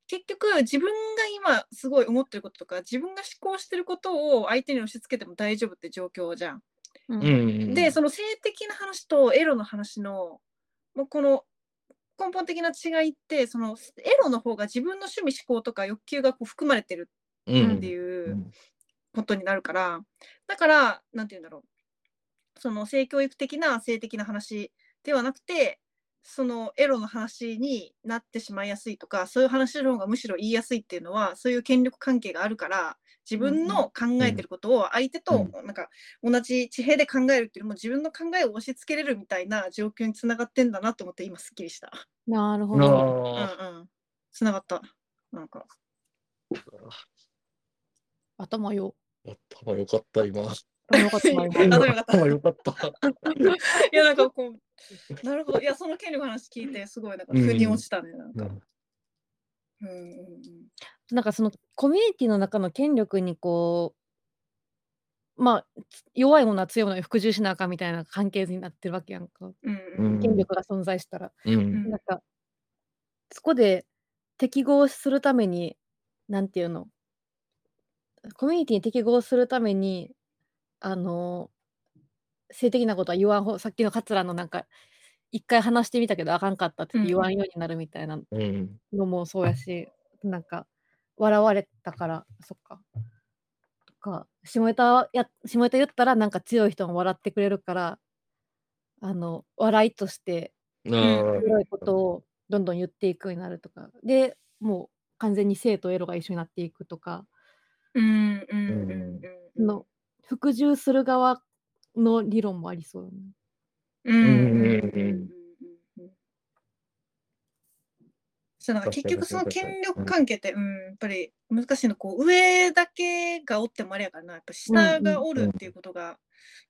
[SPEAKER 3] 結局自分が今すごい思ってることとか自分が思考してることを相手に押し付けても大丈夫って状況じゃん。
[SPEAKER 4] うん
[SPEAKER 2] うんうん、
[SPEAKER 3] でその性的な話とエロの話のもうこの根本的な違いってそのエロの方が自分の趣味思考とか欲求がこう含まれてる
[SPEAKER 2] う
[SPEAKER 3] って
[SPEAKER 2] ん、
[SPEAKER 3] いううんことになるから、だからなんて言うんだろうその性教育的な性的な話ではなくてそのエロの話になってしまいやすいとかそういう話の方がむしろ言いやすいっていうのはそういう権力関係があるから自分の考えてることを相手となんか同じ地平で考えるっていうよりも自分の考えを押し付けれるみたいな状況につながってんだなと思って今すっきりした。
[SPEAKER 4] なるほ
[SPEAKER 3] う
[SPEAKER 4] ど。
[SPEAKER 3] ん
[SPEAKER 2] あ
[SPEAKER 3] うん、つながったなんか
[SPEAKER 4] 頭よ。
[SPEAKER 2] ー頭良かった、今。
[SPEAKER 4] 頭よかったな
[SPEAKER 2] *laughs*
[SPEAKER 3] え頭良
[SPEAKER 4] 今
[SPEAKER 3] かった
[SPEAKER 2] 頭良かった。
[SPEAKER 3] いやなんかこうなるほどいやその権力の話聞いてすごいなんか腑に落ちたねなんか。
[SPEAKER 2] うん
[SPEAKER 3] うんうんうん
[SPEAKER 4] なんかそのコミュニティの中の権力にこう、まあ、つ弱いものは強いものに服従しなあかんみたいな関係図になってるわけやんか。
[SPEAKER 3] うん
[SPEAKER 4] 権力が存在したら。
[SPEAKER 2] うん。
[SPEAKER 4] なんか、そこで適合するために、なんていうの、コミュニティに適合するために、あの、性的なことは言わんほさっきの桂のなんか、一回話してみたけどあかんかったって言って言わんようになるみたいな
[SPEAKER 2] うん。
[SPEAKER 4] のもそうやし、なんか、笑われたから、そっか。とか、下ネタや、下ネタ言ったら、なんか強い人も笑ってくれるから、あの、笑いとして、
[SPEAKER 2] あー
[SPEAKER 4] 黒いことをどんどん言っていくようになるとかでもう完全に性とエロが一緒になっていくとか
[SPEAKER 3] うんうんうんうんうん
[SPEAKER 4] の服従する側の理論もありそうよね。
[SPEAKER 3] うんうんうん
[SPEAKER 2] うんうんうん
[SPEAKER 3] うんそうなんか結局その権力関係って、うん、やっぱり難しいのこう上だけがおってもあれやからなやっぱ下がおるっていうことが、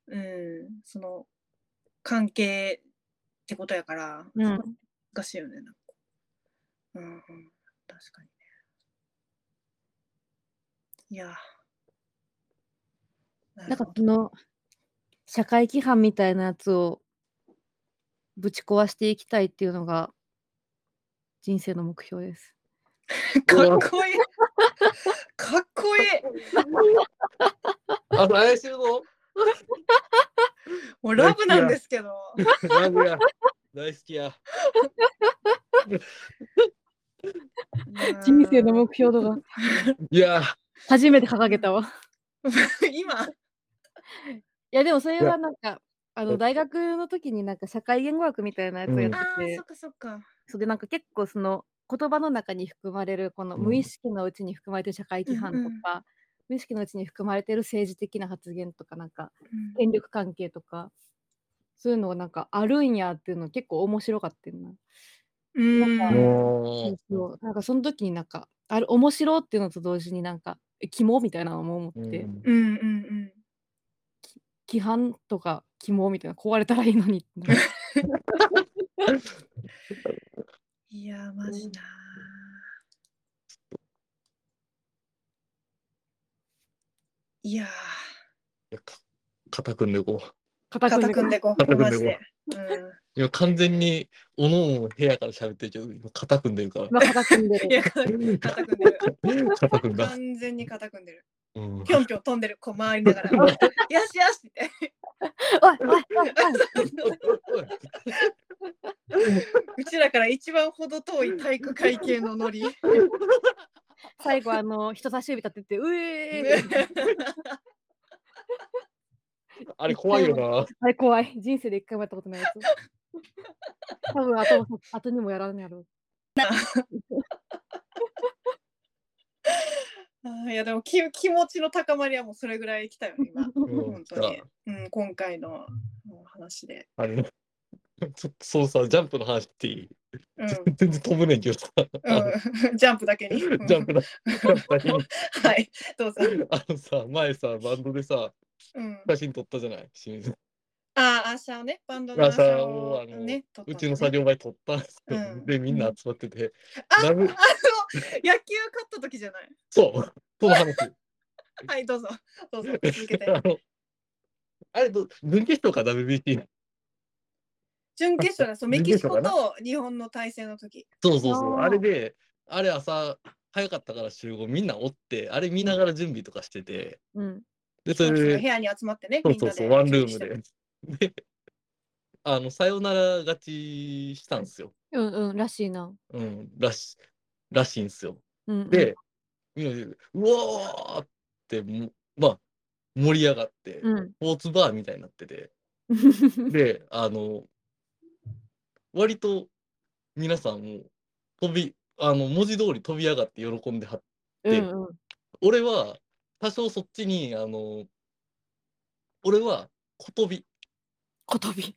[SPEAKER 3] うんその関係ってことやから、
[SPEAKER 4] うん
[SPEAKER 3] 難しいよねなんか、うんうん、確かにねいやな
[SPEAKER 4] なん
[SPEAKER 3] る
[SPEAKER 4] か
[SPEAKER 3] ほど
[SPEAKER 4] その社会規範みたいなやつをぶち壊していきたいっていうのが人生の目標です。
[SPEAKER 3] かっこいい *laughs* かっこいい
[SPEAKER 2] あ、来週の
[SPEAKER 3] もうラブなんです *laughs* けど。
[SPEAKER 2] ラブや。大好きや。
[SPEAKER 4] 人生の目標とか
[SPEAKER 2] いやー、
[SPEAKER 4] 初めて掲げたわ。
[SPEAKER 3] *laughs* 今、
[SPEAKER 4] *laughs* いやでもそれ
[SPEAKER 2] いや
[SPEAKER 4] はなんかあの大学の時になんか社会言語学みたいなやつを
[SPEAKER 2] う
[SPEAKER 4] やっ
[SPEAKER 2] ん
[SPEAKER 4] て
[SPEAKER 3] ああ
[SPEAKER 4] て。
[SPEAKER 3] ー、そっかそっか。
[SPEAKER 4] そうでなんか結構その言葉の中に含まれるこの
[SPEAKER 2] うん
[SPEAKER 4] 無意識のうちに含まれてる社会規範とか、
[SPEAKER 3] うんうん
[SPEAKER 4] 無意識のうちに含まれてる政治的な発言とかなんか権力関係とかそういうのがなんかあるんやっていうの結構面白かったよな。
[SPEAKER 3] うん。うん
[SPEAKER 2] もう。
[SPEAKER 4] そうなんかその時になんかある面白っていうのと同時になんかえ肝みたいなのも思って、
[SPEAKER 2] うん
[SPEAKER 3] うんうん
[SPEAKER 4] 規範とか肝みたいな壊れたらいいのにって
[SPEAKER 3] *laughs*
[SPEAKER 4] なんか
[SPEAKER 3] いやー、マジなー。いやー、
[SPEAKER 2] いやか肩組んでいこう。
[SPEAKER 4] 固
[SPEAKER 3] 肩
[SPEAKER 4] く
[SPEAKER 3] 組ん
[SPEAKER 4] ん
[SPEAKER 3] で
[SPEAKER 4] で
[SPEAKER 3] こ
[SPEAKER 2] 肩
[SPEAKER 3] う、
[SPEAKER 2] 組ん
[SPEAKER 3] マ
[SPEAKER 2] でこう
[SPEAKER 3] ジで。う
[SPEAKER 2] 今完全におのおの部屋から喋ってるけど、今肩組んでるから。
[SPEAKER 4] まあ固くんで
[SPEAKER 3] ん、い
[SPEAKER 4] る
[SPEAKER 3] や、肩組んでる。
[SPEAKER 2] 肩組んだ。
[SPEAKER 3] 完全に肩組んでる。
[SPEAKER 2] うん
[SPEAKER 3] ぴょんぴょん飛んでる、こう回りながら。 *laughs* よしよしって。
[SPEAKER 4] おいおいおいおい
[SPEAKER 3] うちらから一番ほど遠い体育会系の *laughs* ノリ。
[SPEAKER 4] 最後あの人差し指立てて「うえー!」
[SPEAKER 2] あれ怖いよな。
[SPEAKER 4] あれ怖い。 *laughs* 人生で一回もやったことない *laughs* やつ。多分後も後にもやらんやろう。
[SPEAKER 3] あーいやでもき気持ちの高まりはもうそれぐらい来たよね今
[SPEAKER 2] *laughs* うん
[SPEAKER 3] 本当に、うん、今回のもう話で、
[SPEAKER 2] あのちょっとそうさ、ジャンプの話っていい
[SPEAKER 3] うん
[SPEAKER 2] 全然飛ぶねんけどさ、
[SPEAKER 3] うん、 *laughs* ジャンプだけに、
[SPEAKER 2] ジ
[SPEAKER 3] うん
[SPEAKER 2] ャンプの話
[SPEAKER 3] はいどうぞ、
[SPEAKER 2] あのさ、前さ、バンドでさ、
[SPEAKER 3] うん、
[SPEAKER 2] 写真撮ったじゃない清水
[SPEAKER 3] ああアーシャーねバンドのアーシャーをね撮った
[SPEAKER 2] う
[SPEAKER 3] ね
[SPEAKER 2] ちの作業場に撮ったんですよ
[SPEAKER 3] うん
[SPEAKER 2] で、みんな集まってて、
[SPEAKER 3] ああ
[SPEAKER 2] ラ
[SPEAKER 3] の
[SPEAKER 2] ブ
[SPEAKER 3] 野球勝った時じゃない
[SPEAKER 2] そう、その話。
[SPEAKER 3] はいどうぞどうぞ続けて
[SPEAKER 2] *laughs* あのあれど、準決勝か、WBC。
[SPEAKER 3] 準決勝だそうメ
[SPEAKER 2] 準
[SPEAKER 3] キ
[SPEAKER 2] 決
[SPEAKER 3] シコ
[SPEAKER 2] 勝かな
[SPEAKER 3] と日本の対戦の時
[SPEAKER 2] そうそうそう。
[SPEAKER 4] あー
[SPEAKER 2] あれで、あれ朝、早かったから集合、みんなおって、あれ見ながら準備とかしてて、
[SPEAKER 4] うん。
[SPEAKER 2] で、そ
[SPEAKER 3] その
[SPEAKER 2] れ
[SPEAKER 3] 部
[SPEAKER 2] で、
[SPEAKER 3] 屋に集まってね
[SPEAKER 2] そ
[SPEAKER 3] み
[SPEAKER 2] うんそ
[SPEAKER 3] な
[SPEAKER 2] うそ
[SPEAKER 3] で
[SPEAKER 2] う、ワンル
[SPEAKER 3] 準
[SPEAKER 2] ー
[SPEAKER 3] *laughs* 備して
[SPEAKER 2] ムで。で、あの、さよなら勝ちしたんすよ。
[SPEAKER 4] うんうん。らしいな。
[SPEAKER 2] うん、らし、らしいんすよ。
[SPEAKER 4] うん、うん。
[SPEAKER 2] で、みんなで、うおーって、もまあ、盛り上がって、
[SPEAKER 4] うん。
[SPEAKER 2] スポーツバーみたいになってて、で、あの、割と皆さんも飛び、あの、文字通り飛び上がって喜んではっ
[SPEAKER 4] う
[SPEAKER 2] で
[SPEAKER 4] んうん
[SPEAKER 2] 俺は多少そっちに、あの、俺は小飛び、
[SPEAKER 4] ことび。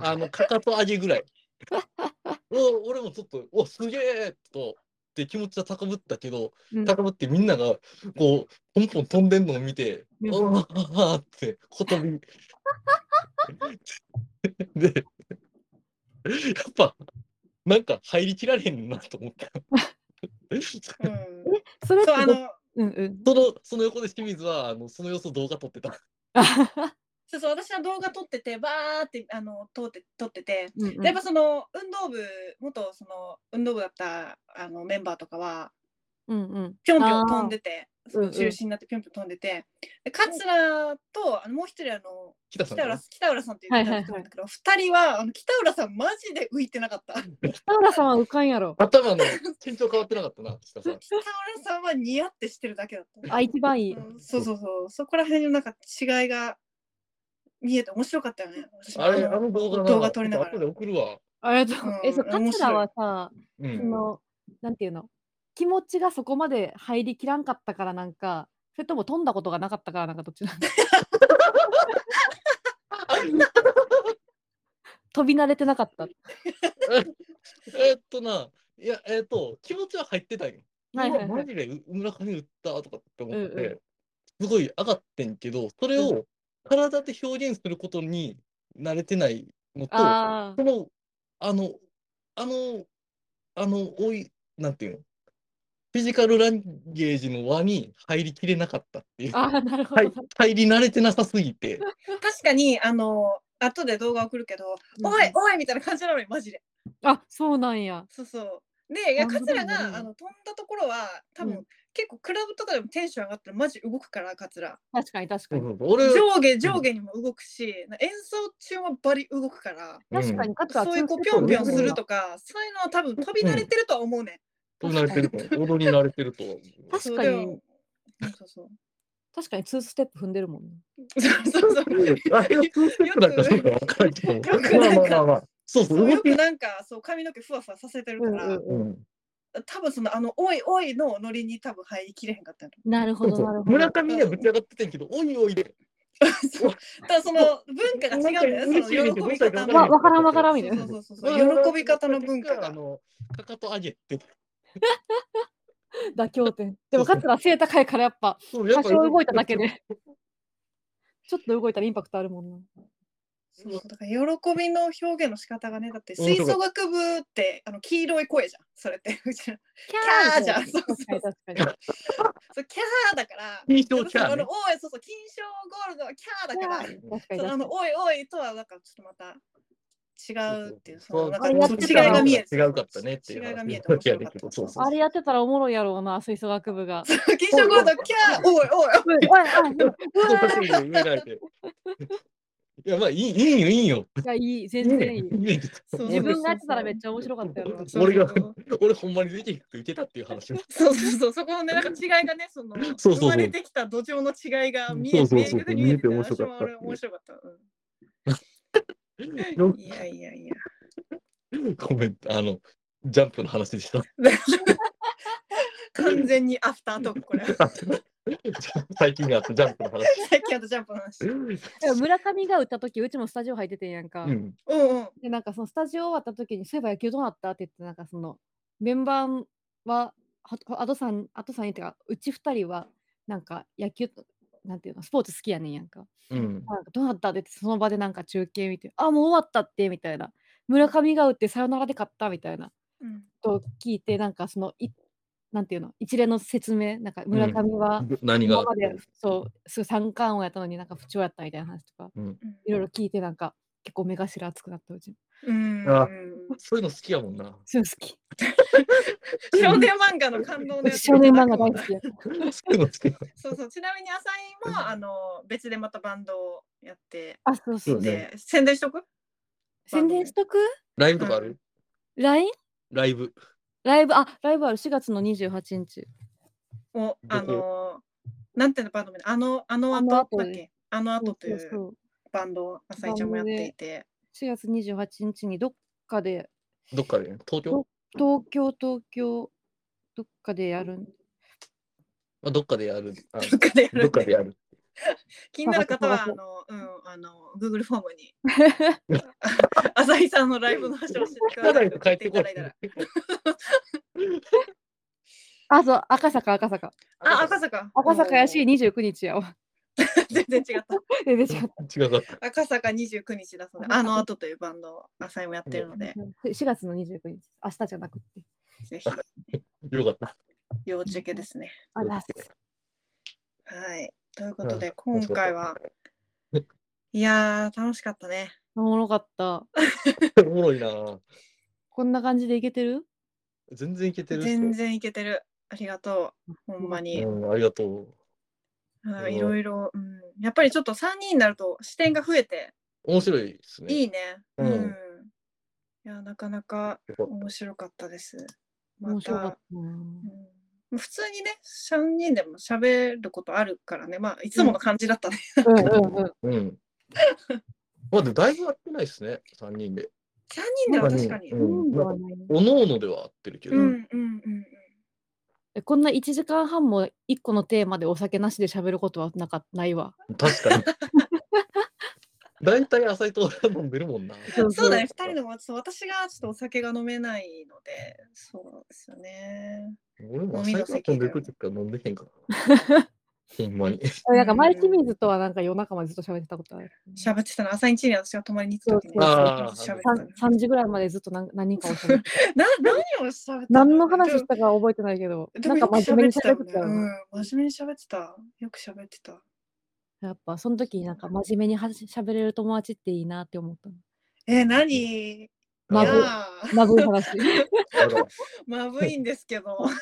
[SPEAKER 2] あの、かかと上げぐらい。お俺もちょっと、おすげえと、って気持ちは高ぶったけど、
[SPEAKER 4] うん
[SPEAKER 2] 高ぶってみんなが、こう、ポンポン飛んでんのを見て、
[SPEAKER 4] うん
[SPEAKER 2] おーって、小飛び。で、やっぱ、なんか入りきられへんなと思った。
[SPEAKER 3] うん
[SPEAKER 4] それって
[SPEAKER 3] そうあ
[SPEAKER 4] ど
[SPEAKER 3] の
[SPEAKER 4] うん
[SPEAKER 2] *laughs*
[SPEAKER 4] うん。
[SPEAKER 2] その、その横で清水は、あの、その様子を動画撮ってた。
[SPEAKER 3] そうそう私は動画撮っててバーってあの撮って撮ってて
[SPEAKER 4] うんうん
[SPEAKER 3] でやっぱその運動部元その運動部だったあのメンバーとかは
[SPEAKER 4] うんうん。
[SPEAKER 3] ぴょんぴょん飛んでてそ
[SPEAKER 4] うんう
[SPEAKER 3] の
[SPEAKER 4] ん
[SPEAKER 3] 中心になってぴょんぴょん飛んでてで桂とあのもう一人あの
[SPEAKER 2] 北さん
[SPEAKER 3] 北
[SPEAKER 2] かな
[SPEAKER 3] 浦北浦さんっていう人がいるんだけど二人はあの北浦さんマジで浮いてなかった北
[SPEAKER 4] 田浦さんは浮かんやろ。
[SPEAKER 2] 頭の身長変わってなかったな、北さん。
[SPEAKER 3] 浦さんはニヤってしてるだけだった、
[SPEAKER 4] あ、一番いい。
[SPEAKER 3] うんそうそうそうそこら辺のなんか違いが見えて面白かったよね *laughs* 私も
[SPEAKER 2] あれ、あの動画な
[SPEAKER 3] 動画撮りながら
[SPEAKER 2] 後で送るわ。
[SPEAKER 4] ありがと
[SPEAKER 3] う
[SPEAKER 4] う
[SPEAKER 3] ん。
[SPEAKER 4] え、そう、
[SPEAKER 3] 面白
[SPEAKER 4] 桂
[SPEAKER 3] い
[SPEAKER 4] はさ、
[SPEAKER 2] う
[SPEAKER 4] そ
[SPEAKER 2] ん。
[SPEAKER 4] の、なんていうの。気持ちがそこまで入りきらんかったからなんか、それとも飛んだことがなかったからなんかどっちなんだ飛び慣れてなかった。
[SPEAKER 2] えーっとな、いや、えーっと、気持ちは入ってたんよ。
[SPEAKER 4] はいはいはいう
[SPEAKER 2] わマジでう村上打ったとかって思って、
[SPEAKER 4] うんう
[SPEAKER 2] すごい上がってんけど、それを体で表現することに慣れてないのと、
[SPEAKER 4] あ
[SPEAKER 2] その、あの、あの、あの、おい、なんていうの、フィジカルランゲージの輪に入りきれなかったっていう。
[SPEAKER 4] あ、ああ、なるほど。
[SPEAKER 2] 入入り慣れてなさすぎ
[SPEAKER 4] *laughs*
[SPEAKER 2] て。
[SPEAKER 3] 確かにあの後で動画送るけど「おいおい!」みたいな感じなのにマジで
[SPEAKER 4] あ、そうなんや。
[SPEAKER 3] そうそう。で、いや、
[SPEAKER 4] なるほど
[SPEAKER 3] 桂
[SPEAKER 4] なるほ
[SPEAKER 3] が
[SPEAKER 4] ど
[SPEAKER 3] あの飛んだところは、多分、
[SPEAKER 4] うん
[SPEAKER 3] 結構クラブとかでもテンション上がったら、マジ動くから、桂。
[SPEAKER 4] 確かに確かに。
[SPEAKER 2] 俺、
[SPEAKER 3] 上下、上下にも動くし、演奏中はバリ動くから、
[SPEAKER 4] 確かに、桂は
[SPEAKER 3] そういうこう、ぴ
[SPEAKER 4] 通
[SPEAKER 3] ょ
[SPEAKER 4] 常通
[SPEAKER 3] んぴ
[SPEAKER 4] りだ
[SPEAKER 3] ょん
[SPEAKER 4] もんな
[SPEAKER 3] するとか、そういうのは多分飛び慣れてるとは思うね。
[SPEAKER 2] うん慣れてると思う。踊り慣れてると思う。
[SPEAKER 4] 確かに、
[SPEAKER 3] そうそう
[SPEAKER 4] 確かに2ステップ踏んでるもんね。
[SPEAKER 3] そう。そうそうそう。
[SPEAKER 2] あれがツーステップなんかどうかわからんけど。
[SPEAKER 3] よくなんか
[SPEAKER 2] まあまあまあまあ。そうそう、動
[SPEAKER 3] よ
[SPEAKER 2] き
[SPEAKER 3] く。なんかそう髪の毛ふわふわさせてるから、
[SPEAKER 2] うん
[SPEAKER 3] 多分そのあの「おいおい」のノリに多分入りきれへんかったんやと
[SPEAKER 4] なる
[SPEAKER 2] そ
[SPEAKER 4] ほ
[SPEAKER 2] う
[SPEAKER 4] ど、
[SPEAKER 2] そ
[SPEAKER 4] なる
[SPEAKER 2] う
[SPEAKER 4] ほど。
[SPEAKER 2] 村上にはぶち上がっててんけど、おいおいで。
[SPEAKER 3] 思う *laughs* そうだからその文化が違うんだよねその喜び方の
[SPEAKER 4] わわからんわからんみたいな
[SPEAKER 3] そうそうそうそう喜び方の文化
[SPEAKER 2] あ
[SPEAKER 3] が。
[SPEAKER 2] の、かかと上げって。
[SPEAKER 4] *laughs* 妥協点。でも、
[SPEAKER 2] そうそう
[SPEAKER 4] 桂は背高いからやっぱ、
[SPEAKER 2] そう
[SPEAKER 4] 多少動いただけ。で。 *laughs* ちょっと動いたらインパクトあるもんな。
[SPEAKER 3] そうだから喜びの表現の仕方がねだって
[SPEAKER 2] 面
[SPEAKER 3] 吹
[SPEAKER 2] 白か
[SPEAKER 3] 奏
[SPEAKER 2] っ
[SPEAKER 3] 楽部ってあの黄色い声じゃんそれって *laughs* うちの
[SPEAKER 4] キ
[SPEAKER 3] ャーじゃん
[SPEAKER 4] 確かに確かに。
[SPEAKER 3] そうキャーだから
[SPEAKER 2] 印
[SPEAKER 3] そ
[SPEAKER 2] 象
[SPEAKER 3] の
[SPEAKER 2] キャ
[SPEAKER 3] あ
[SPEAKER 2] ー
[SPEAKER 3] の
[SPEAKER 2] ね。
[SPEAKER 3] おいそうそう金賞ゴールドはキャーだから
[SPEAKER 4] 確かに
[SPEAKER 3] そのあ
[SPEAKER 4] 確
[SPEAKER 3] の
[SPEAKER 4] かに。
[SPEAKER 3] おいおいとはなんかちょっとまた違うっていうそのなんか
[SPEAKER 4] あれやっ
[SPEAKER 3] そ
[SPEAKER 4] て
[SPEAKER 3] う
[SPEAKER 4] た
[SPEAKER 3] 違いが見えて
[SPEAKER 2] 違うかったねって
[SPEAKER 3] 違
[SPEAKER 2] いう
[SPEAKER 3] い
[SPEAKER 2] 話
[SPEAKER 3] が見えて
[SPEAKER 2] *laughs*
[SPEAKER 3] 面白かった
[SPEAKER 2] そうそう
[SPEAKER 4] あれやってたらおもろいやろうな、吹奏楽部が。
[SPEAKER 3] そう金賞ゴールドキャーおいおいおい
[SPEAKER 4] おいおいおい
[SPEAKER 2] そう確かに上られて。いや、まあ、いい、いいよ、いいよ。
[SPEAKER 4] いや、いい、
[SPEAKER 2] い
[SPEAKER 4] 全然いい。
[SPEAKER 2] いよ。
[SPEAKER 3] そう
[SPEAKER 4] 自分がやってたらめっちゃ面白かったよな。
[SPEAKER 3] そう
[SPEAKER 2] 俺が
[SPEAKER 3] そう
[SPEAKER 2] 俺、ほんまにできなくていけたっていう話。
[SPEAKER 3] そうそうそうそこのねなんか違いがねその
[SPEAKER 2] そうそう
[SPEAKER 3] 生まれてきた土壌の違いが見
[SPEAKER 2] そ
[SPEAKER 3] え
[SPEAKER 2] うそう
[SPEAKER 3] て
[SPEAKER 2] そう
[SPEAKER 3] 明確に
[SPEAKER 2] 見
[SPEAKER 3] 見
[SPEAKER 2] え
[SPEAKER 3] え
[SPEAKER 2] て
[SPEAKER 3] て
[SPEAKER 2] 面
[SPEAKER 3] 面
[SPEAKER 2] 白かった
[SPEAKER 3] 白かった面白かった、うん
[SPEAKER 2] よ
[SPEAKER 3] いやいやいや。
[SPEAKER 2] ごめん、あの、ジャンプの話でした。
[SPEAKER 3] 完全にアフタートークこれ。
[SPEAKER 2] *laughs* 最近あったジャンプの話。
[SPEAKER 3] 最近あとジャンプの話。
[SPEAKER 4] いや村上が打った時うちもスタジオ入っててんやんか。
[SPEAKER 2] うん、
[SPEAKER 3] うんうん。
[SPEAKER 4] で、なんかそのスタジオ終わった時に、そういえば野球どうなったって言って、なんかそのメンバーは、あとあとさん、あとさんっていうか、うち二人は、なんか野球と、なんていうの、スポーツ好きやねんやんか。
[SPEAKER 2] うん、
[SPEAKER 4] なんかどうなったって言って、その場でなんか中継見て、あ、もう終わったって、みたいな。村上が打って、さよならで勝った、みたいな。
[SPEAKER 3] うん
[SPEAKER 4] と聞いて、なんかその、いなんていうの、一連の説明、なんか村
[SPEAKER 2] うん
[SPEAKER 4] 上は、
[SPEAKER 2] 何が
[SPEAKER 4] 今まで、そう、すごい三冠王やったのになんか不調やったみたいな話とか、いろいろ聞いて、なんか結構目頭熱くなったうちも。
[SPEAKER 3] うん。
[SPEAKER 2] あ
[SPEAKER 3] うん
[SPEAKER 2] そういうの好きやもんな。
[SPEAKER 4] そういうの好き。
[SPEAKER 3] 少年漫画の感動のやつ。
[SPEAKER 4] 少年漫画大好きや。
[SPEAKER 2] そういうの好きや。
[SPEAKER 3] そうそう。ちなみに浅井もあの別でまたバンドをやって
[SPEAKER 4] *laughs* あ、そうそう。
[SPEAKER 2] そうね
[SPEAKER 3] で宣伝しとく？
[SPEAKER 4] 宣伝しとく
[SPEAKER 2] ライブとかある
[SPEAKER 4] ?LINE?
[SPEAKER 2] ライブ。
[SPEAKER 4] ライブ、あ、ライブある4月の28日。
[SPEAKER 3] おあ
[SPEAKER 2] ど
[SPEAKER 3] のなんていうのバンド名あのあの
[SPEAKER 4] あの
[SPEAKER 3] 後
[SPEAKER 4] 後
[SPEAKER 3] だっけ？あの後とい
[SPEAKER 4] そうそう
[SPEAKER 3] うバンドを浅井ちゃんもやっていて。
[SPEAKER 4] 4月28日にどっかで、
[SPEAKER 2] どっかで、東京、
[SPEAKER 4] 東京、東京、どっかでやるん。
[SPEAKER 2] まあ、どっかでやる。
[SPEAKER 3] *laughs*
[SPEAKER 2] あ
[SPEAKER 3] どっかでや
[SPEAKER 2] どっ
[SPEAKER 3] るん
[SPEAKER 2] かで
[SPEAKER 3] で。
[SPEAKER 2] やる。
[SPEAKER 3] 気になる方は、あ
[SPEAKER 4] 探
[SPEAKER 3] の、うん、あの、Google フォームに、 *laughs* 浅井さんのライブの話を教えてくださいと
[SPEAKER 2] 帰
[SPEAKER 3] 言
[SPEAKER 2] っ
[SPEAKER 3] って
[SPEAKER 2] て
[SPEAKER 3] い
[SPEAKER 2] こ
[SPEAKER 3] ただ
[SPEAKER 2] ないい
[SPEAKER 3] たら。。
[SPEAKER 4] あ、そう、赤坂、赤坂。
[SPEAKER 3] あ、赤坂。
[SPEAKER 4] 赤坂やしい29日やわ。 *laughs*
[SPEAKER 3] 全然違った。
[SPEAKER 4] 全然違っ
[SPEAKER 2] 違かった。
[SPEAKER 3] 赤坂29日だそうで、あの後というバンドを浅井もやってるので、
[SPEAKER 4] た。4月の29日、明日じゃなくて。
[SPEAKER 3] ぜひ、
[SPEAKER 2] よかった。
[SPEAKER 3] 要注意ですね。
[SPEAKER 4] あら、
[SPEAKER 3] はい。ということで、今回は、いやー、楽しかったね。
[SPEAKER 4] おもろかった。
[SPEAKER 2] おもろいなぁ
[SPEAKER 4] こんな感じでいけてる
[SPEAKER 2] 全然いけてる。
[SPEAKER 3] 全然いけてる。ありがとう。ほんまに。
[SPEAKER 2] うん、ありがとう。
[SPEAKER 3] うん
[SPEAKER 2] うん
[SPEAKER 3] いろいろ、うん。やっぱりちょっと3人になると視点が増えて、
[SPEAKER 2] 面白いですね。
[SPEAKER 3] いいね。
[SPEAKER 2] う
[SPEAKER 3] う。
[SPEAKER 2] んん
[SPEAKER 3] いや、なかなか
[SPEAKER 2] よかっ
[SPEAKER 3] 面白かったです。ま
[SPEAKER 4] 面白かったた、な。
[SPEAKER 3] うん普通にね、3人でも喋ることあるからね、まあ、いつもの感じだったね。
[SPEAKER 4] うんうんうん。
[SPEAKER 2] たうん。まあ、でもだいぶ合ってないですね、三人で。
[SPEAKER 3] 3人では確かに。
[SPEAKER 2] うん
[SPEAKER 4] うんではないね
[SPEAKER 2] おのおのでは合ってるけど、
[SPEAKER 3] うんうんうん。
[SPEAKER 4] えこんな1時間半も1個のテーマでお酒なしで喋ることはなかっないわ。
[SPEAKER 2] 確かに。大体浅いと俺は飲んでるもんな。
[SPEAKER 3] そうだね、2人のもそう私がちょっとお酒が飲めないので、そうなんですよね。
[SPEAKER 2] 俺も浅いと飲んでくるから飲んでへんから。ほんまに。
[SPEAKER 4] えなんかマルチミーズとはなんか夜中までずっと喋ってたことある。
[SPEAKER 3] 喋ってたの、朝一に私が泊まりに行った時に
[SPEAKER 4] そうそ
[SPEAKER 2] あ
[SPEAKER 4] う
[SPEAKER 2] ー
[SPEAKER 3] 喋ってた
[SPEAKER 4] さ
[SPEAKER 3] の
[SPEAKER 4] ん3時ぐらいまでずっと何何かを喋 *laughs* ってた。
[SPEAKER 3] な何を喋ってた
[SPEAKER 4] 何の話し
[SPEAKER 3] で
[SPEAKER 4] たかは覚えてないけど、
[SPEAKER 3] も
[SPEAKER 4] なんか真面目に喋ってた
[SPEAKER 3] よ
[SPEAKER 4] よ
[SPEAKER 3] ね。
[SPEAKER 4] ね。
[SPEAKER 3] うん、真面目に喋ってた。よく喋ってた。
[SPEAKER 4] やっぱその時なんか真面目に話し喋れる友達っていいなって思ったの。
[SPEAKER 3] えー、何
[SPEAKER 4] ま
[SPEAKER 2] ま
[SPEAKER 4] ぶ
[SPEAKER 3] いや
[SPEAKER 2] ぶ
[SPEAKER 3] ー
[SPEAKER 4] *laughs* ラブい話。
[SPEAKER 3] まぶいんですけど。 *laughs*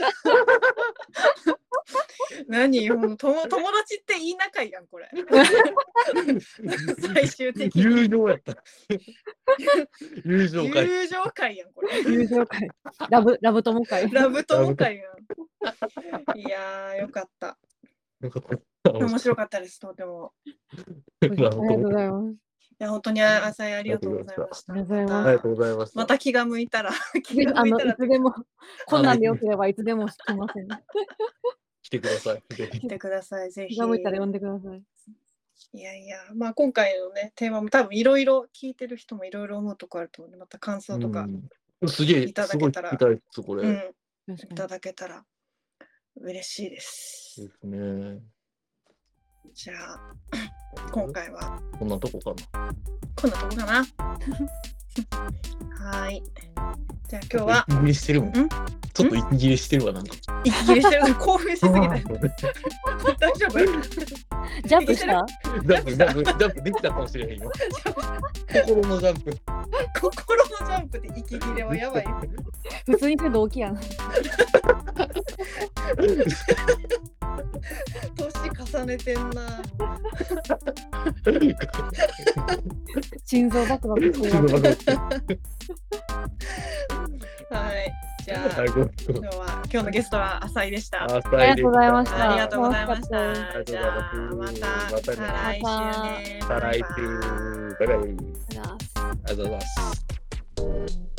[SPEAKER 3] 何ほんとも友達っていい仲いやん、これ。
[SPEAKER 4] *laughs*
[SPEAKER 3] 最終的に。
[SPEAKER 2] 友情やった。友情会。
[SPEAKER 3] 友情会やん、これ。
[SPEAKER 4] 友情会。ラブ、ラブ友会。
[SPEAKER 3] ラブ友会やん。いやー、よかった。
[SPEAKER 2] よかった。
[SPEAKER 3] 面白かったです、とても。
[SPEAKER 4] あ
[SPEAKER 2] ブ
[SPEAKER 4] りがとうございます。
[SPEAKER 3] いや、本当にあ浅井ありがとうございました。
[SPEAKER 4] ありがとうございます
[SPEAKER 2] ありがとうございました。
[SPEAKER 3] また気が向いたら、気
[SPEAKER 4] ぜひ
[SPEAKER 3] が
[SPEAKER 4] あ
[SPEAKER 3] 向い
[SPEAKER 4] の、
[SPEAKER 3] た
[SPEAKER 4] い
[SPEAKER 3] ら
[SPEAKER 4] つで *laughs* も、困難でよければいつでも来ません。
[SPEAKER 2] 来てください。ぜひ
[SPEAKER 3] 来てください、ぜひ。
[SPEAKER 4] 気が向いたら呼んでください。
[SPEAKER 3] いやいや、まあ今回のね、テーマも多分いろいろ聞いてる人もいろいろ思うとこあると思うんで、また感想とか、
[SPEAKER 2] うんすげえ、
[SPEAKER 3] いただ
[SPEAKER 2] すご
[SPEAKER 3] け
[SPEAKER 2] い
[SPEAKER 3] たら
[SPEAKER 2] 聞きたいです、これ。
[SPEAKER 3] うん、
[SPEAKER 2] で
[SPEAKER 4] 確
[SPEAKER 3] い
[SPEAKER 4] か
[SPEAKER 3] た
[SPEAKER 4] に。
[SPEAKER 3] だけたら嬉しいです。
[SPEAKER 2] すね。
[SPEAKER 3] じゃあ、今回は
[SPEAKER 2] こんなとこかな。
[SPEAKER 3] こんなとこか
[SPEAKER 4] *laughs*
[SPEAKER 3] な。はーい。じゃあ今日は、
[SPEAKER 2] 息切れしてるもん。
[SPEAKER 3] ん
[SPEAKER 2] ちょっと息切れしてるわ、なんか。
[SPEAKER 3] 息切れしてる
[SPEAKER 4] *laughs*
[SPEAKER 3] の興奮しすぎて、大丈夫
[SPEAKER 4] ジャンプした
[SPEAKER 2] ジャンプ、ジャンプ、ジャンプできたかもしれへんよ。心のジャンプ。
[SPEAKER 3] 心のジャンプで息切れはやばいよ。
[SPEAKER 4] 普通にけど大きいやん。
[SPEAKER 3] 年重ねてんな。
[SPEAKER 4] 心臓バクバクしてるわ
[SPEAKER 2] は
[SPEAKER 3] はい。じゃあ、
[SPEAKER 2] い、ごめん
[SPEAKER 3] 今日は、今日のゲストは浅井でした。
[SPEAKER 2] あ
[SPEAKER 4] ありがとうございまし
[SPEAKER 3] あ
[SPEAKER 4] た
[SPEAKER 3] りがとうございまし
[SPEAKER 4] 楽
[SPEAKER 3] た。じゃあ、ま
[SPEAKER 2] ありがとうございます
[SPEAKER 3] た、再来週ね。
[SPEAKER 2] 再来週。バイバイ。ありが
[SPEAKER 4] な。
[SPEAKER 2] とうございます。